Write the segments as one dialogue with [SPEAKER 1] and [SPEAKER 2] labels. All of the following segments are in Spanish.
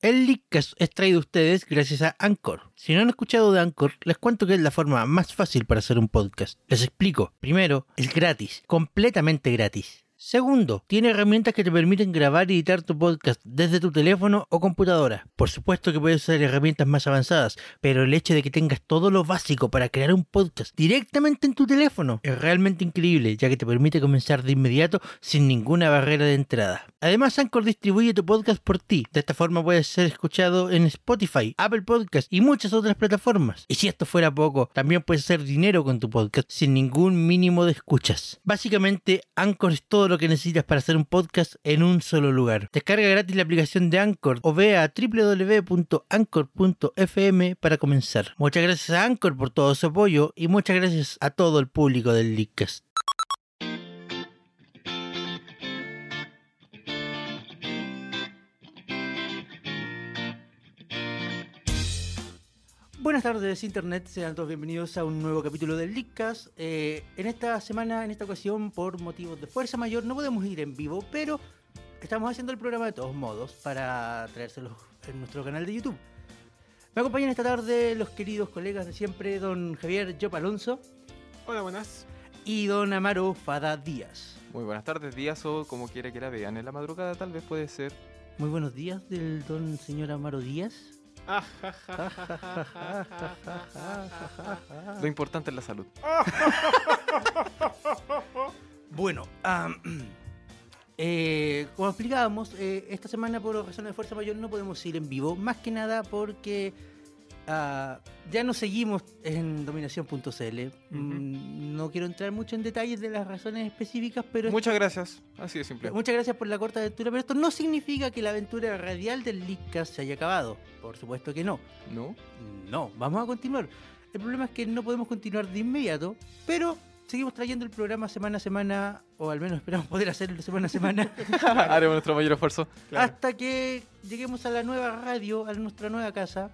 [SPEAKER 1] El link que es es traído a ustedes gracias a Anchor. Si no han escuchado de Anchor, les cuento que es la forma más fácil para hacer un podcast. Les explico. Primero, es gratis, completamente gratis. Segundo, tiene herramientas que te permiten grabar y editar tu podcast desde tu teléfono o computadora. Por supuesto que puedes usar herramientas más avanzadas, pero el hecho de que tengas todo lo básico para crear un podcast directamente en tu teléfono es realmente increíble, ya que te permite comenzar de inmediato sin ninguna barrera de entrada. Además, Anchor distribuye tu podcast por ti. De esta forma puedes ser escuchado en Spotify, Apple Podcast y muchas otras plataformas. Y si esto fuera poco, también puedes hacer dinero con tu podcast sin ningún mínimo de escuchas. Básicamente, Anchor es todo lo que necesitas para hacer un podcast en un solo lugar. Descarga gratis la aplicación de Anchor o ve a www.anchor.fm para comenzar. Muchas gracias a Anchor por todo su apoyo y muchas gracias a todo el público del Leadcast. Buenas tardes Internet, sean todos bienvenidos a un nuevo capítulo del Leadcast. Eh, en esta semana, en esta ocasión, por motivos de fuerza mayor, no podemos ir en vivo, pero estamos haciendo el programa de todos modos para traérselos en nuestro canal de YouTube. Me acompañan esta tarde los queridos colegas de siempre, don Javier Yop Alonso
[SPEAKER 2] Hola, buenas.
[SPEAKER 1] y don Amaro Fada Díaz.
[SPEAKER 2] Muy buenas tardes, días o como quiera que la vean. En la madrugada tal vez puede ser.
[SPEAKER 1] Muy buenos días del don señor Amaro Díaz. Ah.
[SPEAKER 2] Lo importante es la salud.
[SPEAKER 1] Bueno, ah, eh, como explicábamos, eh, esta semana por razones de fuerza mayor no podemos ir en vivo, más que nada porque ah, ya nos seguimos en dominación.cl. Mm, No quiero entrar mucho en detalles de las razones específicas, pero
[SPEAKER 2] Muchas gracias. Así de simple.
[SPEAKER 1] Muchas gracias por la corta aventura, pero esto no significa que la aventura radial del Leadcast se haya acabado. Por supuesto que no.
[SPEAKER 2] ¿No?
[SPEAKER 1] No, vamos a continuar. El problema es que no podemos continuar de inmediato, pero seguimos trayendo el programa semana a semana, o al menos esperamos poder hacerlo semana a semana,
[SPEAKER 2] Haremos nuestro mayor esfuerzo.
[SPEAKER 1] hasta que lleguemos a la nueva radio, a nuestra nueva casa.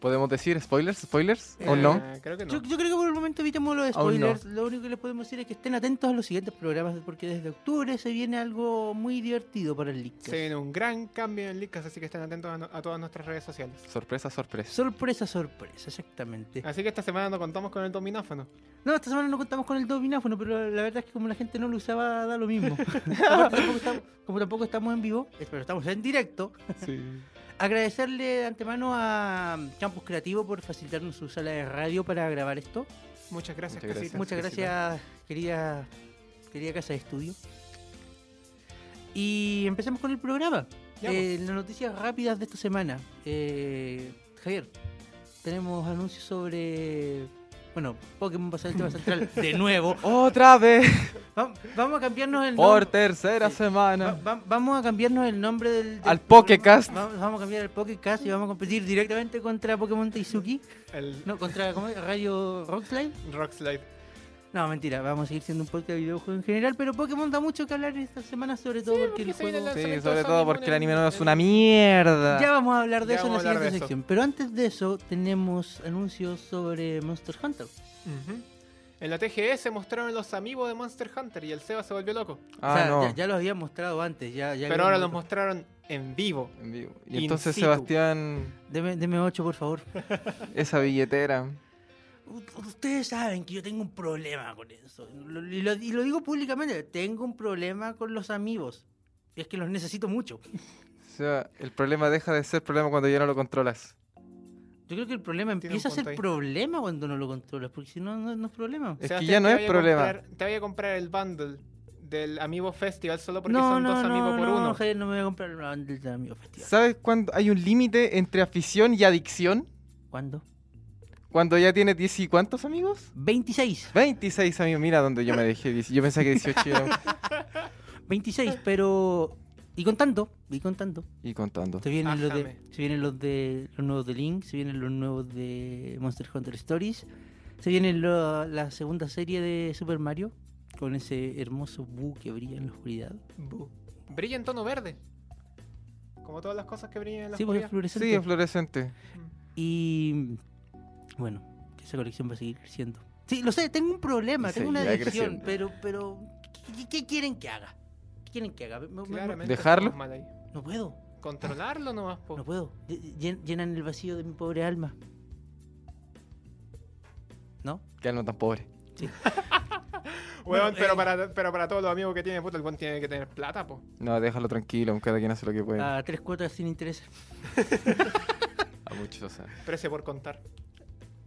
[SPEAKER 2] ¿Podemos decir spoilers? ¿Spoilers? ¿O
[SPEAKER 3] Eh,
[SPEAKER 2] no?
[SPEAKER 3] Creo que no.
[SPEAKER 1] Yo, yo creo que por el momento evitamos los
[SPEAKER 2] Aún no.
[SPEAKER 1] spoilers. Lo único que les podemos decir es que estén atentos a los siguientes programas, porque desde octubre se viene algo muy divertido para el Leadcast.
[SPEAKER 3] Se viene un gran cambio en Licas, así que estén atentos a, no- a todas nuestras redes sociales.
[SPEAKER 2] Sorpresa, sorpresa.
[SPEAKER 1] Sorpresa, sorpresa, exactamente.
[SPEAKER 3] Así que esta semana no contamos con el dominófono.
[SPEAKER 1] No, esta semana no contamos con el domináfono, pero la verdad es que como la gente no lo usaba, da lo mismo. Aparte, tampoco estamos- como tampoco estamos en vivo, eh, pero estamos en directo,
[SPEAKER 2] Sí.
[SPEAKER 1] agradecerle de antemano a Campus Creativo por facilitarnos su sala de radio para grabar esto.
[SPEAKER 3] Muchas gracias,
[SPEAKER 2] Muchas
[SPEAKER 3] Casita.
[SPEAKER 1] Muchas gracias, querida, querida casa de estudio. Y empecemos con el programa.
[SPEAKER 3] Ya, pues.
[SPEAKER 1] Eh, las noticias rápidas de esta semana. Eh, Javier, tenemos anuncios sobre... Bueno, Pokémon va a ser el tema central de nuevo.
[SPEAKER 2] ¡Otra vez!
[SPEAKER 1] Va- Vamos a cambiarnos el
[SPEAKER 2] Por
[SPEAKER 1] nombre.
[SPEAKER 2] tercera
[SPEAKER 1] Sí.
[SPEAKER 2] semana.
[SPEAKER 1] vamos a cambiarnos el nombre del. del
[SPEAKER 2] Al
[SPEAKER 1] programa.
[SPEAKER 2] Pokécast.
[SPEAKER 1] Vamos, vamos a cambiar al Pokécast y vamos a competir directamente contra Pokémon Taizuki.
[SPEAKER 3] El
[SPEAKER 1] No, contra ¿cómo es? Radio Rockslide.
[SPEAKER 3] Rock Slide.
[SPEAKER 1] No, mentira, vamos a seguir siendo un podcast de videojuegos en general, pero Pokémon da mucho que hablar esta semana, sobre todo porque el juego.
[SPEAKER 2] Sí, sobre todo porque el anime no es una mierda.
[SPEAKER 1] Ya vamos a hablar de
[SPEAKER 3] Ya
[SPEAKER 1] eso en la
[SPEAKER 3] vamos a
[SPEAKER 1] siguiente
[SPEAKER 3] hablar de eso.
[SPEAKER 1] sección. Pero antes de eso, tenemos anuncios sobre Monster Hunter.
[SPEAKER 3] Ujú. En la TGS mostraron los amigos de Monster Hunter y el Seba se volvió loco.
[SPEAKER 1] o
[SPEAKER 2] Ah,
[SPEAKER 1] sea,
[SPEAKER 2] no.
[SPEAKER 1] ya, ya los había mostrado antes, ya, ya habíamos
[SPEAKER 3] Pero ahora los
[SPEAKER 1] mostrado.
[SPEAKER 3] mostraron en vivo.
[SPEAKER 2] En vivo.
[SPEAKER 3] In
[SPEAKER 2] Y entonces
[SPEAKER 3] situ.
[SPEAKER 2] Sebastián,
[SPEAKER 1] Deme, deme 8, por favor.
[SPEAKER 2] esa billetera.
[SPEAKER 1] U- Pues Ustedes saben que yo tengo un problema con eso. Lo- Y lo, y lo digo públicamente, tengo un problema con los amigos. Y es que los necesito mucho.
[SPEAKER 2] O sea, el problema deja de ser problema cuando ya no lo controlas.
[SPEAKER 1] Yo creo que el problema
[SPEAKER 3] Tiene un
[SPEAKER 1] empieza a ser
[SPEAKER 3] punto ahí.
[SPEAKER 1] problema cuando no lo controlas, porque si no, no, no es problema.
[SPEAKER 2] Es que
[SPEAKER 3] Sebastián,
[SPEAKER 2] ya no
[SPEAKER 3] te
[SPEAKER 2] es
[SPEAKER 3] voy a
[SPEAKER 2] problema.
[SPEAKER 3] comprar- te voy a comprar el bundle del Amiibo Festival solo porque
[SPEAKER 1] no,
[SPEAKER 3] son
[SPEAKER 1] no,
[SPEAKER 3] dos
[SPEAKER 1] no,
[SPEAKER 3] amigos por
[SPEAKER 1] no,
[SPEAKER 3] uno.
[SPEAKER 1] Javier, no me voy a comprar una banda de amigos festival.
[SPEAKER 2] ¿Sabes cuándo hay un límite entre afición y adicción?
[SPEAKER 1] ¿Cuándo?
[SPEAKER 2] Cuando ya tienes 10 y cuántos amigos?
[SPEAKER 1] 26.
[SPEAKER 2] 26 amigos, mira donde yo me dejé. 10. Yo pensé que 18 era-
[SPEAKER 1] 26, pero. Y contando, y contando.
[SPEAKER 2] Y contando.
[SPEAKER 1] Se vienen, los de,
[SPEAKER 3] Ájame.
[SPEAKER 1] se vienen los de los nuevos de Link, se vienen los nuevos de Monster Hunter Stories, se viene lo- la segunda serie de Super Mario con ese hermoso bu que brilla en la oscuridad.
[SPEAKER 3] Bu. Brilla en tono verde. Como todas las cosas que brillan en la
[SPEAKER 1] Sí, pues, porque es
[SPEAKER 3] oscuridad.
[SPEAKER 1] fluorescente.
[SPEAKER 2] Sí, es fluorescente.
[SPEAKER 1] y bueno, que esa colección va a seguir creciendo. Sí, lo sé, tengo un problema,
[SPEAKER 2] Y
[SPEAKER 1] tengo una
[SPEAKER 2] seguirá
[SPEAKER 1] adicción,
[SPEAKER 2] creciendo.
[SPEAKER 1] pero pero ¿qué, qué- qué quieren que haga? ¿Qué quieren que haga? Me- me- me-
[SPEAKER 3] Claramente
[SPEAKER 2] ¿Dejarlo?
[SPEAKER 3] estamos mal ahí.
[SPEAKER 1] no puedo.
[SPEAKER 3] Controlarlo nomás, po.
[SPEAKER 1] No puedo. Ll- llen- Llenan el vacío de mi pobre alma. ¿No?
[SPEAKER 2] Ya no tan pobre.
[SPEAKER 3] Weón,
[SPEAKER 1] Bueno,
[SPEAKER 3] pero,
[SPEAKER 1] eh.
[SPEAKER 3] para, pero para todos los amigos que tiene, puta, el buen tiene que tener plata, po.
[SPEAKER 2] No, déjalo tranquilo, cada quien hace lo que puede.
[SPEAKER 1] A tres cuotas sin interés.
[SPEAKER 2] A muchos, o sea.
[SPEAKER 3] Precio por contar.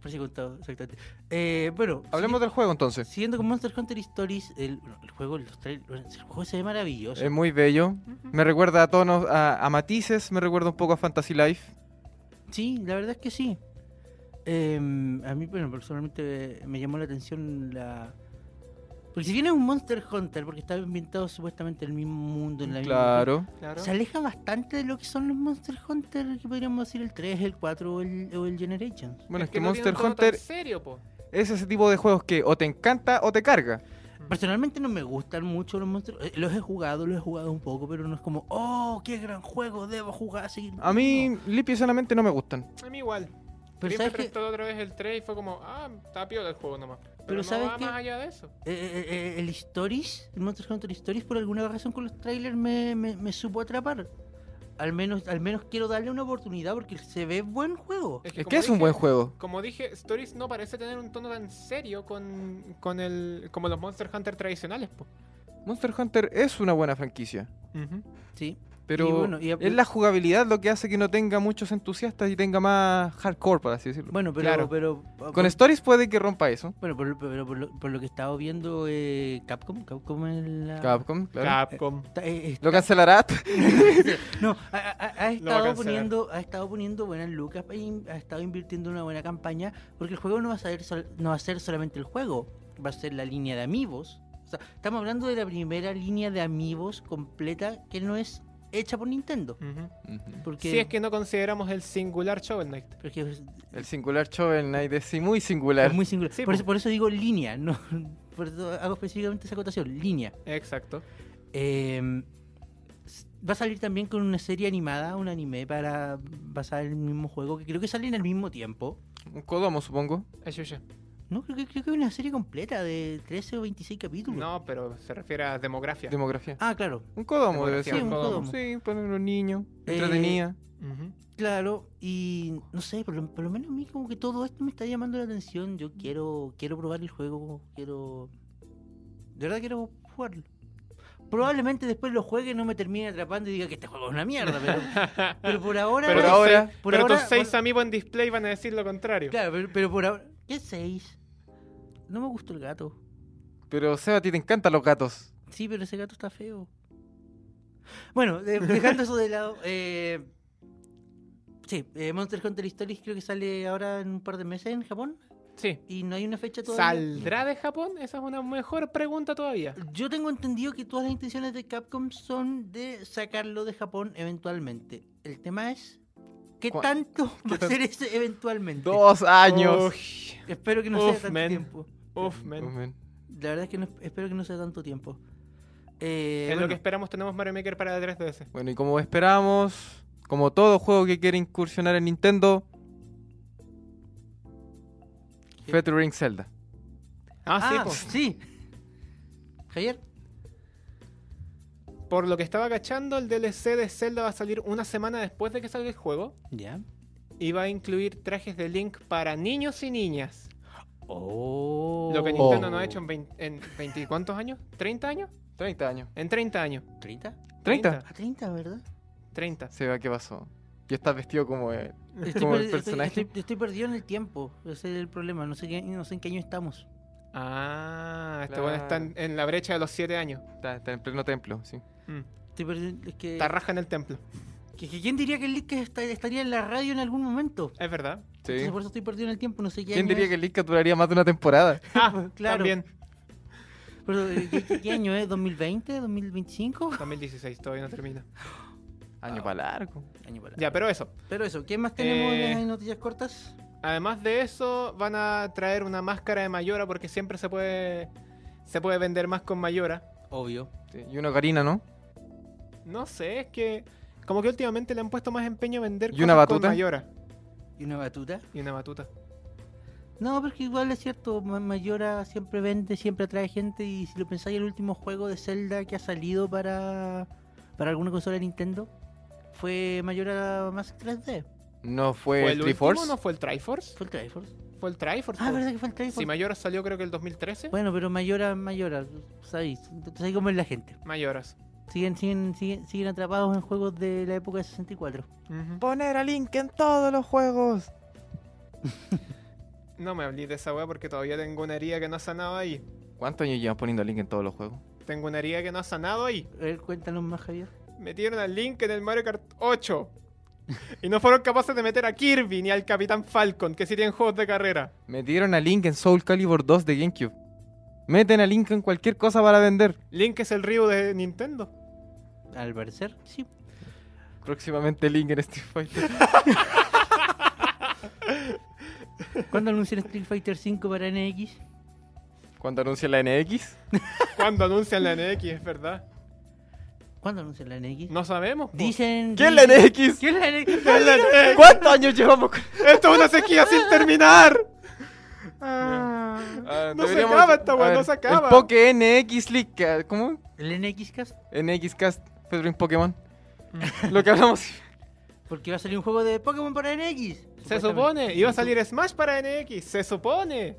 [SPEAKER 1] Por si contado, exactamente. Eh, bueno,
[SPEAKER 2] Hablemos del juego entonces.
[SPEAKER 1] Siguiendo con Monster Hunter Stories, el, el juego, los trail- el juego se ve maravilloso.
[SPEAKER 2] Es muy bello. Me recuerda a tonos, a, a matices, me recuerda un poco a Fantasy Life.
[SPEAKER 1] Sí, la verdad es que sí. Eh, a mí, bueno, personalmente me llamó la atención la. Porque si bien es un Monster Hunter, porque está ambientado supuestamente en el mismo mundo, en la misma.
[SPEAKER 2] Claro.
[SPEAKER 3] Claro.
[SPEAKER 1] Se aleja bastante de lo que son los Monster Hunter, que podríamos decir el 3, el 4 o el, o el Generations.
[SPEAKER 2] Bueno, es que,
[SPEAKER 3] no tiene
[SPEAKER 2] Monster
[SPEAKER 3] un tono
[SPEAKER 2] Hunter
[SPEAKER 3] tan serio, po.
[SPEAKER 2] es ese tipo de juegos que o te encanta o te carga.
[SPEAKER 1] Personalmente no me gustan mucho los Monster eh, Los he jugado, los he jugado un poco, pero no es como, oh, qué gran juego, debo jugar, seguir.
[SPEAKER 2] A mí, Lipi solamente no me gustan.
[SPEAKER 3] A mí igual.
[SPEAKER 1] No.
[SPEAKER 3] Pero
[SPEAKER 1] Pero sabes que
[SPEAKER 3] otra vez el 3 y fue como, ah, está piola el juego nomás. Pero,
[SPEAKER 1] Pero
[SPEAKER 3] no
[SPEAKER 1] ¿sabes
[SPEAKER 3] va
[SPEAKER 1] qué?
[SPEAKER 3] más allá de eso.
[SPEAKER 1] Eh, eh, eh, el Stories, el Monster Hunter Stories, por alguna razón con los trailers me, me- me supo atrapar. Al menos, al menos quiero darle una oportunidad porque se ve buen juego.
[SPEAKER 2] Es que
[SPEAKER 3] como
[SPEAKER 2] es un
[SPEAKER 3] dije-
[SPEAKER 2] buen juego.
[SPEAKER 3] Como dije, Stories no parece tener un tono tan serio con, con el, como los Monster Hunter tradicionales, po.
[SPEAKER 2] Monster Hunter es una buena franquicia.
[SPEAKER 1] Sí.
[SPEAKER 2] Pero
[SPEAKER 1] Y bueno, y a-
[SPEAKER 2] es la jugabilidad lo que hace que no tenga muchos entusiastas y tenga más hardcore, por así decirlo.
[SPEAKER 1] Bueno, pero,
[SPEAKER 3] Claro.
[SPEAKER 1] pero
[SPEAKER 2] Con Stories puede que rompa eso.
[SPEAKER 1] bueno, por, pero por lo, por lo que he estado viendo eh, Capcom, Capcom es la-
[SPEAKER 2] Capcom, claro.
[SPEAKER 3] Capcom.
[SPEAKER 1] Está- eh, eh,
[SPEAKER 2] Lo cancelará.
[SPEAKER 1] no, ha, ha- ha- ha
[SPEAKER 3] Lo va a
[SPEAKER 1] estado
[SPEAKER 3] cancelar.
[SPEAKER 1] poniendo, ha estado poniendo buenas lucas, ha in- ha estado invirtiendo en una buena campaña, porque el juego no va a ser, sol- no va a ser solamente el juego, va a ser la línea de amigos. O sea, estamos hablando de la primera línea de amigos completa que no es hecha por Nintendo.
[SPEAKER 3] Ujú.
[SPEAKER 1] Porque,
[SPEAKER 3] Si es que no consideramos el singular Shovel Knight.
[SPEAKER 1] porque es,
[SPEAKER 2] El singular Shovel Knight es sí, muy
[SPEAKER 1] es
[SPEAKER 2] singular.
[SPEAKER 1] muy singular.
[SPEAKER 3] Sí,
[SPEAKER 1] por,
[SPEAKER 3] po.
[SPEAKER 1] eso, por eso digo línea, no por eso hago específicamente esa acotación, línea.
[SPEAKER 3] Exacto.
[SPEAKER 1] Eh, s- va a salir también con una serie animada, un anime para basar el mismo juego, que creo que salen al mismo tiempo.
[SPEAKER 2] Un Kodomo, supongo.
[SPEAKER 3] Ayuya.
[SPEAKER 1] No, creo que, creo que es una serie completa de 13 o 26 capítulos.
[SPEAKER 3] No, pero se refiere a demografía.
[SPEAKER 2] Demografía.
[SPEAKER 1] Ah, claro,
[SPEAKER 2] Un Kodomo debe
[SPEAKER 3] Demografía,
[SPEAKER 2] ser.
[SPEAKER 1] Sí, un Kodomo. Kodomo.
[SPEAKER 2] Sí, poner un niño.
[SPEAKER 1] Eh,
[SPEAKER 2] Entretenida.
[SPEAKER 3] Ujú.
[SPEAKER 1] claro. Y no sé, por lo, por lo menos a mí como que todo esto me está llamando la atención. Yo quiero quiero probar el juego, quiero... De verdad quiero jugarlo. Probablemente después lo juegue, no me termine atrapando y diga que este juego es una mierda, pero, pero por ahora...
[SPEAKER 3] Pero
[SPEAKER 2] Por ahora,
[SPEAKER 1] por
[SPEAKER 3] pero
[SPEAKER 1] ahora-
[SPEAKER 3] tus seis
[SPEAKER 1] por-
[SPEAKER 3] amigos en display van a decir lo contrario.
[SPEAKER 1] Claro, pero, pero por ahora... ¿Qué 6? No me gustó el gato.
[SPEAKER 2] pero Seba, a ti te encantan los gatos.
[SPEAKER 1] Sí, pero ese gato está feo. Bueno, de- dejando eso de lado. eh, sí, eh, Monster Hunter Stories creo que sale ahora en un par de meses en Japón
[SPEAKER 3] Sí.
[SPEAKER 1] y no hay una fecha todavía.
[SPEAKER 3] ¿Saldrá de Japón? Esa es una mejor pregunta todavía.
[SPEAKER 1] Yo tengo entendido que todas las intenciones de Capcom son de sacarlo de Japón eventualmente. El tema es. ¿Qué
[SPEAKER 2] ¿Cuál?
[SPEAKER 1] tanto va a ser ese eventualmente?
[SPEAKER 2] Dos
[SPEAKER 1] Oh,
[SPEAKER 2] años.
[SPEAKER 3] Uy,
[SPEAKER 1] Espero que no sea
[SPEAKER 3] Uf,
[SPEAKER 1] tanto
[SPEAKER 3] man.
[SPEAKER 1] tiempo.
[SPEAKER 3] Uf, man.
[SPEAKER 2] Oh, man.
[SPEAKER 1] La verdad es que no, espero que no sea tanto tiempo. Eh,
[SPEAKER 3] Es lo
[SPEAKER 1] bueno,
[SPEAKER 3] que esperamos, tenemos Mario Maker para 3DS.
[SPEAKER 2] Bueno, y como esperamos, como todo juego que quiere incursionar en Nintendo,
[SPEAKER 1] ¿Qué?
[SPEAKER 2] Featuring Zelda.
[SPEAKER 3] Ah, sí,
[SPEAKER 1] Ah,
[SPEAKER 3] po.
[SPEAKER 1] sí. Javier.
[SPEAKER 3] Por lo que estaba cachando, el DLC de Zelda va a salir una semana después de que salga el juego.
[SPEAKER 1] Ya.
[SPEAKER 3] Y va a incluir trajes de Link para niños y niñas.
[SPEAKER 1] Oh.
[SPEAKER 3] Lo que Nintendo no ha hecho en 20, en 20 y ¿cuántos años? ¿30 años?
[SPEAKER 2] 30 años.
[SPEAKER 3] En 30 años.
[SPEAKER 1] ¿30?
[SPEAKER 2] 30.
[SPEAKER 1] A 30, ¿verdad?
[SPEAKER 3] 30.
[SPEAKER 2] Seba, ¿qué pasó? Y estás vestido como eh,
[SPEAKER 1] Estoy,
[SPEAKER 2] Como el
[SPEAKER 1] perdi- estoy-
[SPEAKER 2] personaje.
[SPEAKER 1] estoy- estoy perdido en el tiempo. Ese es el problema. No sé, qué- no sé en qué año estamos.
[SPEAKER 3] Ah, este
[SPEAKER 2] Claro.
[SPEAKER 3] bueno está en, en la brecha de los 7 años.
[SPEAKER 2] está, está en pleno templo, sí.
[SPEAKER 3] Mm.
[SPEAKER 1] Estoy perdido. Es que,
[SPEAKER 3] Está raja en el templo.
[SPEAKER 1] que- que ¿Quién diría que el Lick esta- estaría en la radio en algún momento?
[SPEAKER 3] Es verdad.
[SPEAKER 1] Entonces,
[SPEAKER 2] sí.
[SPEAKER 1] por eso estoy perdido en el tiempo. No sé qué
[SPEAKER 2] ¿Quién
[SPEAKER 1] año
[SPEAKER 2] diría
[SPEAKER 1] es.
[SPEAKER 2] que el Link duraría más de una temporada?
[SPEAKER 3] Ah,
[SPEAKER 1] Claro.
[SPEAKER 3] también.
[SPEAKER 1] Pero, eh, ¿qué- qué- ¿Qué año es? ¿2020? ¿2025?
[SPEAKER 3] 2016 todavía no termina.
[SPEAKER 2] Año para largo.
[SPEAKER 1] Año para-
[SPEAKER 3] Ya, pero eso.
[SPEAKER 1] Pero eso, ¿qué más tenemos en
[SPEAKER 3] Eh.
[SPEAKER 1] las noticias cortas?
[SPEAKER 3] Además de eso, van a traer una máscara de Mayora porque siempre se puede se puede vender más con Mayora.
[SPEAKER 1] Obvio.
[SPEAKER 2] Sí, Y una Karina, ¿no?
[SPEAKER 3] No sé, es que como que últimamente le han puesto más empeño a vender
[SPEAKER 2] ¿Y una
[SPEAKER 3] cosas con
[SPEAKER 2] batuta?
[SPEAKER 3] Mayora
[SPEAKER 1] ¿Y una batuta?
[SPEAKER 3] y una batuta.
[SPEAKER 1] No, porque igual es cierto, Ma- Mayora siempre vende, siempre atrae gente y si lo pensáis el último juego de Zelda que ha salido para para alguna consola de Nintendo fue mayor a Mask 3D.
[SPEAKER 2] ¿No
[SPEAKER 3] ¿Fue
[SPEAKER 2] fue, el
[SPEAKER 3] el último?
[SPEAKER 2] Triforce?
[SPEAKER 3] ¿No fue el Triforce?
[SPEAKER 1] Fue el Triforce.
[SPEAKER 3] Fue el Triforce. pues.
[SPEAKER 1] Ah,
[SPEAKER 3] po.
[SPEAKER 1] verdad que fue el Triforce.
[SPEAKER 3] Si Mayoras salió creo que el 2013.
[SPEAKER 1] Bueno, pero Mayora, Mayora, pues, sabéis, sabéis cómo es la gente.
[SPEAKER 3] Mayoras.
[SPEAKER 1] Siguen, siguen, siguen, siguen atrapados en juegos de la época de 64.
[SPEAKER 2] Poner a Link en todos los juegos.
[SPEAKER 3] No me hablé de esa weá porque todavía tengo una herida que no ha sanado ahí.
[SPEAKER 2] ¿Cuántos años llevan poniendo a Link en todos los juegos?
[SPEAKER 3] Tengo una herida que no ha sanado ahí.
[SPEAKER 1] A ver, cuéntanos más, Javier.
[SPEAKER 3] Metieron al Link en el Mario Kart 8. Y no fueron capaces de meter a Kirby ni al Capitán Falcon, que sí tienen juegos de carrera.
[SPEAKER 2] Metieron a Link en Soul Calibur 2 de GameCube. Meten a Link en cualquier cosa para vender.
[SPEAKER 3] Link es el río de Nintendo.
[SPEAKER 1] Al parecer, sí.
[SPEAKER 2] Próximamente Link en Street Fighter.
[SPEAKER 1] ¿Cuándo anuncian Street Fighter 5 para NX?
[SPEAKER 2] Cuando anuncia la NX.
[SPEAKER 3] Cuando anuncian la NX, es verdad.
[SPEAKER 1] ¿Cuándo anuncian la NX?
[SPEAKER 3] No sabemos. po.
[SPEAKER 1] Dicen.
[SPEAKER 2] ¿Quién la
[SPEAKER 1] dicen-
[SPEAKER 2] NX?
[SPEAKER 1] ¿Quién la NX?
[SPEAKER 2] ¿Cuántos años llevamos? con-
[SPEAKER 3] ¡Esto es una sequía sin terminar!
[SPEAKER 2] Ah,
[SPEAKER 3] No se acaba esta
[SPEAKER 2] a
[SPEAKER 3] weá,
[SPEAKER 2] ver,
[SPEAKER 3] no se acaba.
[SPEAKER 2] El Poké NX League. que- ¿Cómo?
[SPEAKER 1] ¿El NX Cast?
[SPEAKER 2] NX Cast Pedro en Pokémon. Lo que hablamos.
[SPEAKER 1] Porque va a salir un juego de Pokémon para NX.
[SPEAKER 3] Se
[SPEAKER 1] supuestamente.
[SPEAKER 3] supone, iba a salir Smash para NX, se supone.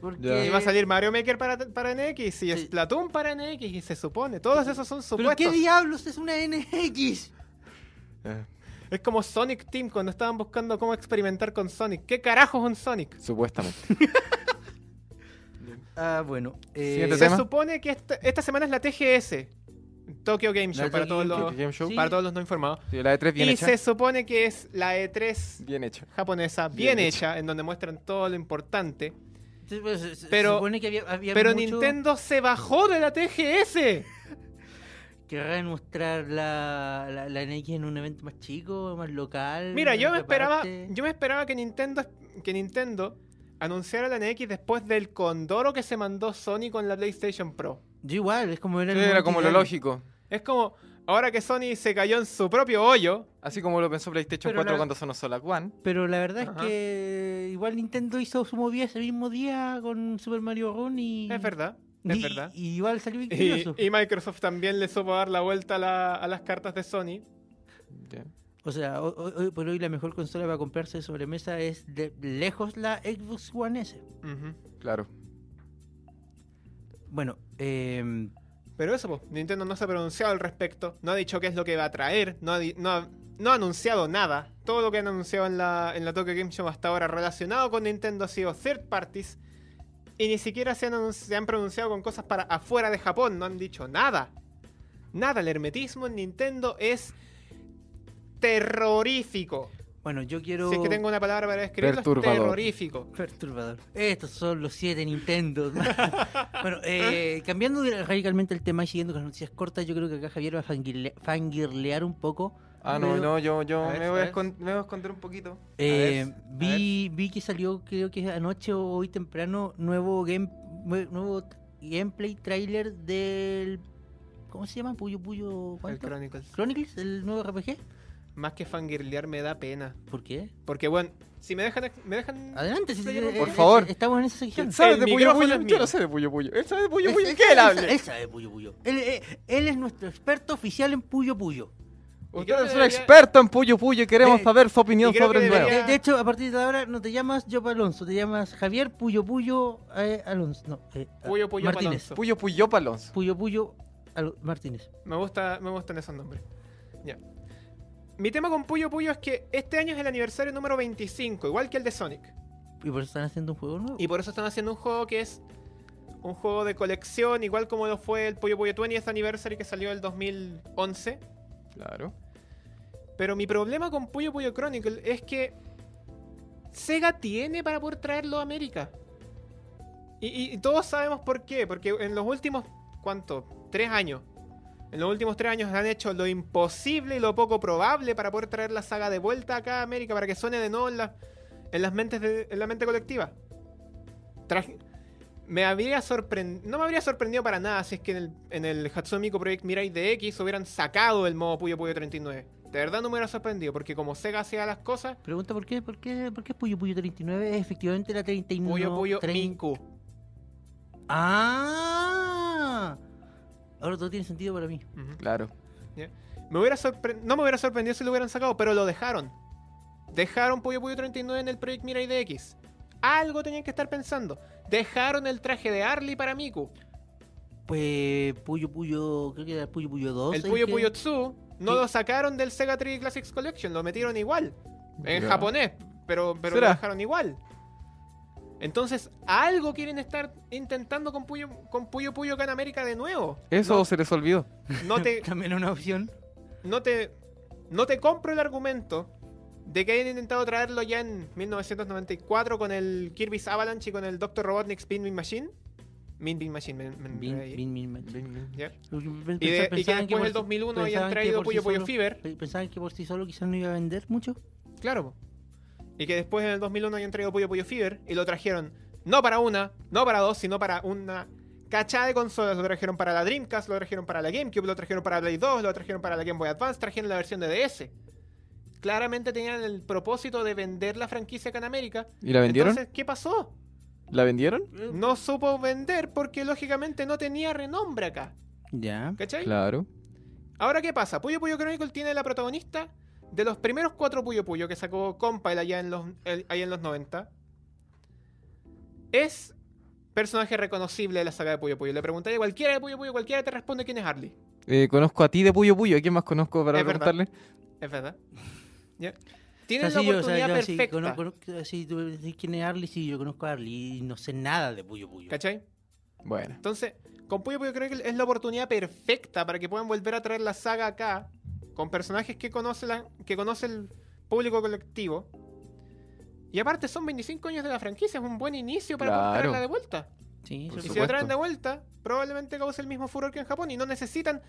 [SPEAKER 1] Porque...
[SPEAKER 3] Iba a salir Mario Maker para, para NX y
[SPEAKER 1] Sí.
[SPEAKER 3] Splatoon para NX, y se supone. Todos esos son
[SPEAKER 1] ¿Pero qué
[SPEAKER 3] supuestos.
[SPEAKER 1] diablos es una NX?
[SPEAKER 2] Eh,
[SPEAKER 3] Es como Sonic Team cuando estaban buscando cómo experimentar con Sonic. ¿Qué carajo es un Sonic?
[SPEAKER 2] Supuestamente.
[SPEAKER 1] Ah, bueno. eh,
[SPEAKER 2] Siguiente
[SPEAKER 3] Se
[SPEAKER 2] tema.
[SPEAKER 3] supone que esta, esta semana es la TGS. Tokyo Game Show
[SPEAKER 1] La
[SPEAKER 3] para,
[SPEAKER 1] Tokyo
[SPEAKER 3] todos los,
[SPEAKER 2] Tokyo Game Show.
[SPEAKER 1] Sí.
[SPEAKER 3] para todos los no informados.
[SPEAKER 2] Sí, la de 3 bien
[SPEAKER 3] y
[SPEAKER 2] hecha.
[SPEAKER 3] se supone que es la E3
[SPEAKER 2] Bien hecha.
[SPEAKER 3] japonesa, bien,
[SPEAKER 2] Bien
[SPEAKER 3] hecha, en donde muestran todo lo importante.
[SPEAKER 1] se- pues, se- se
[SPEAKER 3] Pero-
[SPEAKER 1] supone que había, había
[SPEAKER 3] Pero
[SPEAKER 1] mucho
[SPEAKER 3] Nintendo se bajó de la TGS.
[SPEAKER 1] Querrán mostrar la, la, la NX en un evento más chico, más local.
[SPEAKER 3] Mira,
[SPEAKER 1] en
[SPEAKER 3] yo me
[SPEAKER 1] otra
[SPEAKER 3] esperaba,
[SPEAKER 1] parte.
[SPEAKER 3] yo me esperaba que Nintendo, que Nintendo anunciara la NX después del condoro que se mandó Sony con la PlayStation Pro.
[SPEAKER 1] Yo igual, es como era, el
[SPEAKER 2] Era como lo
[SPEAKER 1] mundial.
[SPEAKER 2] lógico.
[SPEAKER 3] Es como ahora que Sony se cayó en su propio hoyo.
[SPEAKER 2] Así como lo pensó PlayStation
[SPEAKER 1] Pero
[SPEAKER 2] 4
[SPEAKER 1] la-
[SPEAKER 2] cuando sonó Solac One.
[SPEAKER 1] Pero la verdad
[SPEAKER 3] Ajá.
[SPEAKER 1] es que igual Nintendo hizo su movida ese mismo día con Super Mario Run y.
[SPEAKER 3] Es verdad, es
[SPEAKER 1] y-
[SPEAKER 3] verdad.
[SPEAKER 1] y igual salió victorioso.
[SPEAKER 3] Y, y Microsoft también le supo dar la vuelta a, la- a las cartas de Sony.
[SPEAKER 1] O sea, ho- ho- hoy por hoy la mejor consola para comprarse de sobremesa es de lejos la Xbox One S.
[SPEAKER 2] Claro.
[SPEAKER 1] Bueno, eh,
[SPEAKER 3] Pero eso, po, Nintendo no se ha pronunciado al respecto, no ha dicho qué es lo que va a traer, no ha, di- no ha- no ha anunciado nada. Todo lo que han anunciado en la, en la Tokyo Game Show hasta ahora relacionado con Nintendo ha sido third parties y ni siquiera se han, anun- se han pronunciado con cosas para afuera de Japón, no han dicho nada. Nada, el hermetismo en Nintendo es terrorífico.
[SPEAKER 1] bueno, yo quiero.
[SPEAKER 3] Si es que tengo una palabra para describirlo, es
[SPEAKER 2] Perturbador.
[SPEAKER 3] terrorífico.
[SPEAKER 1] Perturbador. Estos son los siete Nintendo. bueno, eh, cambiando de- radicalmente el tema y siguiendo con las noticias cortas, yo creo que acá Javier va a fangirle- fangirlear un poco.
[SPEAKER 2] Ah, no,
[SPEAKER 1] Pero-
[SPEAKER 2] no, yo, yo
[SPEAKER 3] A ver,
[SPEAKER 2] me,
[SPEAKER 3] a
[SPEAKER 2] voy a
[SPEAKER 3] ver.
[SPEAKER 2] escon- me voy a esconder un poquito.
[SPEAKER 1] Eh,
[SPEAKER 2] A ver, a
[SPEAKER 1] vi, vi que salió, creo que anoche o hoy temprano, nuevo game, nue- nuevo t- gameplay trailer del. ¿Cómo se llama? Puyo Puyo.
[SPEAKER 3] El
[SPEAKER 1] ¿cuánto?
[SPEAKER 3] Chronicles.
[SPEAKER 1] Chronicles, el nuevo RPG.
[SPEAKER 3] Más que fangirlear me da pena.
[SPEAKER 1] ¿Por qué?
[SPEAKER 3] Porque, bueno, si me dejan... Me
[SPEAKER 2] Mm.
[SPEAKER 3] dejan
[SPEAKER 1] Adelante, si
[SPEAKER 3] Sí,
[SPEAKER 1] te-
[SPEAKER 3] por
[SPEAKER 1] eh, eh,
[SPEAKER 2] favor.
[SPEAKER 1] Estamos en esa sección.
[SPEAKER 2] ¿Él sabe
[SPEAKER 3] El
[SPEAKER 2] de Puyo
[SPEAKER 3] micrófono
[SPEAKER 2] Puyo?
[SPEAKER 3] es
[SPEAKER 2] Yo
[SPEAKER 3] mío.
[SPEAKER 2] no sé de Puyo Puyo. Él sabe de Puyo
[SPEAKER 1] Él-
[SPEAKER 2] Puyo.
[SPEAKER 1] él-
[SPEAKER 2] ¿Qué
[SPEAKER 1] él-
[SPEAKER 2] él hable?
[SPEAKER 1] Él sabe Puyo Puyo. Él, él- él es nuestro experto oficial en Puyo Puyo.
[SPEAKER 3] creo
[SPEAKER 2] Usted
[SPEAKER 3] que
[SPEAKER 2] es un
[SPEAKER 3] debería-
[SPEAKER 2] experto en Puyo Puyo y queremos
[SPEAKER 1] Eh,
[SPEAKER 2] saber su opinión
[SPEAKER 3] y creo que
[SPEAKER 2] sobre el nuevo.
[SPEAKER 3] debería-
[SPEAKER 1] De, de hecho, a partir de ahora no te llamas Job Alonso, te llamas Javier Puyo Puyo eh, Alonso. No, eh,
[SPEAKER 3] Puyo Puyo
[SPEAKER 1] Martínez.
[SPEAKER 3] Alonso.
[SPEAKER 2] Puyo Puyo Palonso.
[SPEAKER 1] Puyo Puyo Al- Martínez.
[SPEAKER 3] Me, gusta, me gustan esos nombres. Ya. Mi tema con Puyo Puyo es que este año es el aniversario número 25, igual que el de Sonic.
[SPEAKER 1] Y por eso están haciendo un juego nuevo.
[SPEAKER 3] Y por eso están haciendo un juego que es un juego de colección, igual como lo fue el Puyo Puyo 20th Anniversary que salió el 2011.
[SPEAKER 2] Claro.
[SPEAKER 3] Pero mi problema con Puyo Puyo Chronicle es que Sega tiene para poder traerlo a América. Y, y- y todos sabemos por qué, porque en los últimos, ¿cuánto? Tres años. En los últimos tres años han hecho lo imposible y lo poco probable para poder traer la saga de vuelta acá a América, para que suene de nuevo en, la- en las mentes de- en la mente colectiva. Traje- me habría sorprendido, no me habría sorprendido para nada si es que en el, en el Hatsumiko Project Mirai DX hubieran sacado el modo Puyo Puyo 39. De verdad no me hubiera sorprendido, porque como Sega hacía las cosas,
[SPEAKER 1] Pregunta por qué, por qué, por qué Puyo Puyo 39 es efectivamente la 39.
[SPEAKER 3] Puyo Puyo
[SPEAKER 1] trein-
[SPEAKER 3] Minku.
[SPEAKER 1] Ah. Ahora todo tiene sentido para mí.
[SPEAKER 3] Ujú.
[SPEAKER 2] Claro.
[SPEAKER 3] ¿ya? Me hubiera sorpre- no me hubiera sorprendido si lo hubieran sacado, pero lo dejaron. Dejaron Puyo Puyo 39 en el Project Mirai DX. Algo tenían que estar pensando. Dejaron el traje de Arly para Miku.
[SPEAKER 1] Pues Puyo Puyo, creo que era Puyo Puyo 2.
[SPEAKER 3] El
[SPEAKER 1] ¿sabes
[SPEAKER 3] Puyo
[SPEAKER 1] qué?
[SPEAKER 3] Puyo Tsu no
[SPEAKER 1] Sí.
[SPEAKER 3] lo sacaron del Sega 3D Classics Collection, lo metieron igual. En
[SPEAKER 2] Ya.
[SPEAKER 3] japonés, pero, pero lo
[SPEAKER 2] ¿Será?
[SPEAKER 3] dejaron igual. Entonces, algo quieren estar intentando con Puyo, con Puyo Puyo acá en América de nuevo.
[SPEAKER 2] Eso
[SPEAKER 3] No-
[SPEAKER 2] se les olvidó.
[SPEAKER 3] no te,
[SPEAKER 1] También una opción.
[SPEAKER 3] no te, no te compro el argumento de que hayan intentado traerlo ya en 1994 con el Kirby's Avalanche y con el Dr. Robotnik's Pinbin Machine. Min Bin Machine, me- me- me-
[SPEAKER 1] Bien, bien, bien, bien.
[SPEAKER 3] ¿ya?
[SPEAKER 1] Pens-
[SPEAKER 3] Y, de- y que
[SPEAKER 1] pensaban
[SPEAKER 3] después
[SPEAKER 1] por
[SPEAKER 3] del
[SPEAKER 1] sí-
[SPEAKER 3] 2001 hayan
[SPEAKER 1] pensaban que por
[SPEAKER 3] traído
[SPEAKER 1] sí
[SPEAKER 3] Puyo Puyo
[SPEAKER 1] solo-
[SPEAKER 3] Fever.
[SPEAKER 1] pe- Pensaban que por sí solo quizás no iba a vender mucho.
[SPEAKER 3] Claro. po. Y que después en el 2001 hayan traído Puyo Puyo Fever y lo trajeron no para una, no para dos, sino para una cachada de consolas. Lo trajeron para la Dreamcast, lo trajeron para la GameCube, lo trajeron para Play 2, lo trajeron para la Game Boy Advance, trajeron la versión de DS. Claramente tenían el propósito de vender la franquicia acá en América.
[SPEAKER 2] ¿Y la vendieron?
[SPEAKER 3] Entonces, ¿qué pasó?
[SPEAKER 2] ¿La vendieron?
[SPEAKER 3] No supo vender porque lógicamente no tenía renombre acá.
[SPEAKER 1] Ya.
[SPEAKER 3] ¿Cachai?
[SPEAKER 2] Claro.
[SPEAKER 3] Ahora, ¿qué pasa? Puyo Puyo Chronicle tiene la protagonista de los primeros cuatro Puyo Puyo que sacó Compile allá en los, el- allá en los 90. Es personaje reconocible de la saga de Puyo Puyo. Le preguntáis a cualquiera de Puyo Puyo, cualquiera te responde quién es Harley.
[SPEAKER 2] Eh, conozco a ti de Puyo Puyo. ¿A quién más conozco para
[SPEAKER 3] Es verdad.
[SPEAKER 2] preguntarle?
[SPEAKER 3] Es verdad. ¿Ya?
[SPEAKER 1] O
[SPEAKER 3] Tienen
[SPEAKER 1] sea,
[SPEAKER 3] la
[SPEAKER 1] sí, yo, o sea,
[SPEAKER 3] oportunidad
[SPEAKER 1] yo así
[SPEAKER 3] perfecta.
[SPEAKER 1] conozco- conozco- sí, tú me decís quién es Arly, sí, yo conozco a Arly y no sé nada de Puyo Puyo.
[SPEAKER 3] ¿Cachai?
[SPEAKER 2] Bueno.
[SPEAKER 3] Entonces, con Puyo Puyo Chronicle es la oportunidad perfecta para que puedan volver a traer la saga acá, con personajes que conoce, la- que conoce el público colectivo. Y aparte son 25 años de la franquicia, es un buen inicio para poder
[SPEAKER 2] Claro.
[SPEAKER 3] traerla de vuelta.
[SPEAKER 1] Sí,
[SPEAKER 2] Por
[SPEAKER 1] eso-
[SPEAKER 3] Y si
[SPEAKER 2] supuesto.
[SPEAKER 3] la traen de vuelta, probablemente cause el mismo furor que en Japón y no necesitan...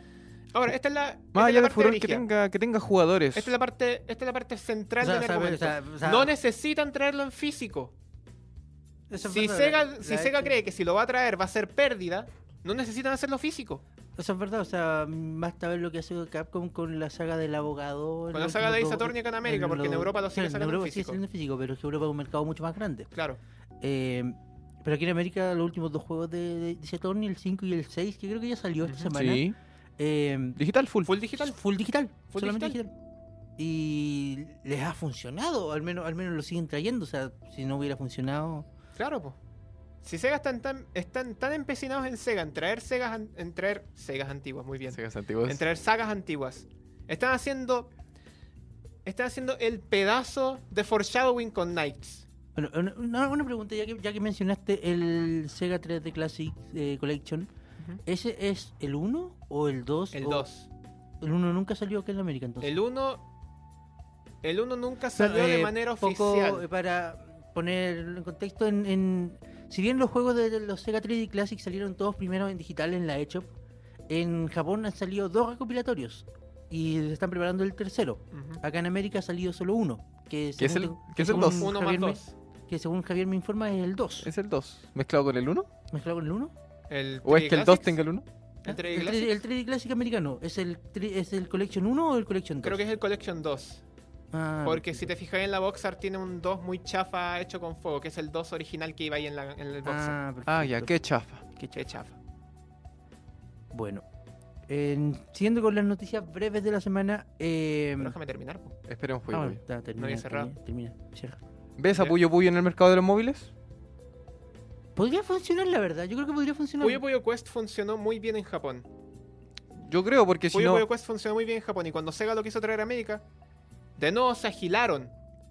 [SPEAKER 3] Ahora, esta es la... esta
[SPEAKER 2] Más
[SPEAKER 3] es la
[SPEAKER 2] allá del
[SPEAKER 3] parte
[SPEAKER 2] furor que
[SPEAKER 3] brígida.
[SPEAKER 2] tenga, pues. que tenga jugadores.
[SPEAKER 3] Esta es la parte, esta es la parte central
[SPEAKER 1] O sea,
[SPEAKER 3] del
[SPEAKER 1] sabe-
[SPEAKER 3] argumento.
[SPEAKER 1] o sea, o sea,
[SPEAKER 3] no necesitan traerlo en físico.
[SPEAKER 1] eso es
[SPEAKER 3] si
[SPEAKER 1] verdad,
[SPEAKER 3] Sega,
[SPEAKER 1] la-
[SPEAKER 3] si
[SPEAKER 1] la-
[SPEAKER 3] Sega cree que si lo va a traer va a ser pérdida, no necesitan hacerlo físico.
[SPEAKER 1] Eso es verdad, o sea, basta ver lo que hace Capcom con la saga del abogado.
[SPEAKER 3] Con la saga de Ace
[SPEAKER 1] Isatornia
[SPEAKER 3] Attorney acá en América, porque en Europa lo sigue
[SPEAKER 1] En
[SPEAKER 3] sacando en
[SPEAKER 1] Europa sigue
[SPEAKER 3] físico.
[SPEAKER 1] saliendo en físico, pero es que Europa es un mercado mucho más grande.
[SPEAKER 3] Claro.
[SPEAKER 1] Eh, pero aquí en América los últimos dos juegos de, de Ace Attorney, el 5 y el 6, que creo que ya salió esta
[SPEAKER 3] Ujú.
[SPEAKER 1] semana,
[SPEAKER 2] Sí.
[SPEAKER 1] eh,
[SPEAKER 2] Digital full.
[SPEAKER 3] Full digital.
[SPEAKER 1] full digital,
[SPEAKER 3] Full
[SPEAKER 1] solamente digital. Y les ha funcionado, al menos, al menos lo siguen trayendo, o sea, si no hubiera funcionado...
[SPEAKER 3] Claro, pues. Si Sega están tan, están tan empecinados en Sega, en traer Segas, an- en traer Segas antiguas, muy bien.
[SPEAKER 2] Segas antiguos.
[SPEAKER 3] En traer sagas antiguas. Están haciendo. Están haciendo el pedazo de foreshadowing con Knights.
[SPEAKER 1] Bueno, una- una, una pregunta, ya que, ya que mencionaste el Sega 3D Classic eh, Collection, ¿ese es el 1 o el 2?
[SPEAKER 3] El
[SPEAKER 1] O-
[SPEAKER 3] 2.
[SPEAKER 1] El 1 nunca salió acá en América entonces.
[SPEAKER 3] El 1. El 1 nunca
[SPEAKER 1] O sea,
[SPEAKER 3] salió de
[SPEAKER 1] eh,
[SPEAKER 3] manera
[SPEAKER 1] poco, eh,
[SPEAKER 3] oficial.
[SPEAKER 1] Para poner en contexto, en, en- si bien los juegos de de los Sega 3D Classic salieron todos primero en digital en la eShop, en Japón han salido dos recopilatorios y se están preparando el tercero.
[SPEAKER 3] Ujú.
[SPEAKER 1] Acá en América ha salido solo uno, que
[SPEAKER 2] ¿Qué es
[SPEAKER 1] según
[SPEAKER 2] el-
[SPEAKER 1] tengo-
[SPEAKER 2] qué es el
[SPEAKER 1] según
[SPEAKER 2] dos?
[SPEAKER 3] Uno más
[SPEAKER 1] Javier me-
[SPEAKER 3] dos.
[SPEAKER 1] Que según Javier me informa es el 2.
[SPEAKER 2] ¿Es el 2? ¿Mezclado con el 1?
[SPEAKER 1] ¿Mezclado con el 1?
[SPEAKER 3] El
[SPEAKER 2] ¿O es
[SPEAKER 3] 3D
[SPEAKER 2] que el 2
[SPEAKER 3] Classics,
[SPEAKER 2] tenga el 1?
[SPEAKER 3] El 3D
[SPEAKER 1] Ah, el, 3D,
[SPEAKER 3] Classics.
[SPEAKER 1] el 3D Classic americano, ¿es el, tri- ¿es el Collection 1 o el Collection 2?
[SPEAKER 3] Creo que es el Collection 2.
[SPEAKER 1] Ah,
[SPEAKER 3] Porque si te fijas en la Boxar tiene un 2 muy chafa hecho con fuego, que es el 2 original que iba ahí en, la, en el Boxar.
[SPEAKER 1] Ah, perfecto.
[SPEAKER 2] Ah, ya, qué chafa.
[SPEAKER 1] Qué ch-
[SPEAKER 3] Qué chafa.
[SPEAKER 1] Bueno, en- siguiendo con las noticias breves de la semana. eh,
[SPEAKER 3] Pero déjame terminar. po.
[SPEAKER 2] Esperemos,
[SPEAKER 1] ah,
[SPEAKER 2] Puyo Puyo.
[SPEAKER 1] está, termina,
[SPEAKER 3] había cerrado.
[SPEAKER 1] termina, termina, cierra.
[SPEAKER 2] ¿Ves a
[SPEAKER 3] Ya.
[SPEAKER 2] Puyo Puyo en el mercado de los móviles?
[SPEAKER 1] Podría funcionar, la verdad. Yo creo que podría funcionar.
[SPEAKER 3] Puyo Puyo Quest funcionó muy bien en Japón.
[SPEAKER 2] Yo creo, porque si
[SPEAKER 3] Puyo
[SPEAKER 2] no.
[SPEAKER 3] Puyo Quest funcionó muy bien en Japón. Y cuando Sega lo quiso traer a América, de nuevo se agilaron.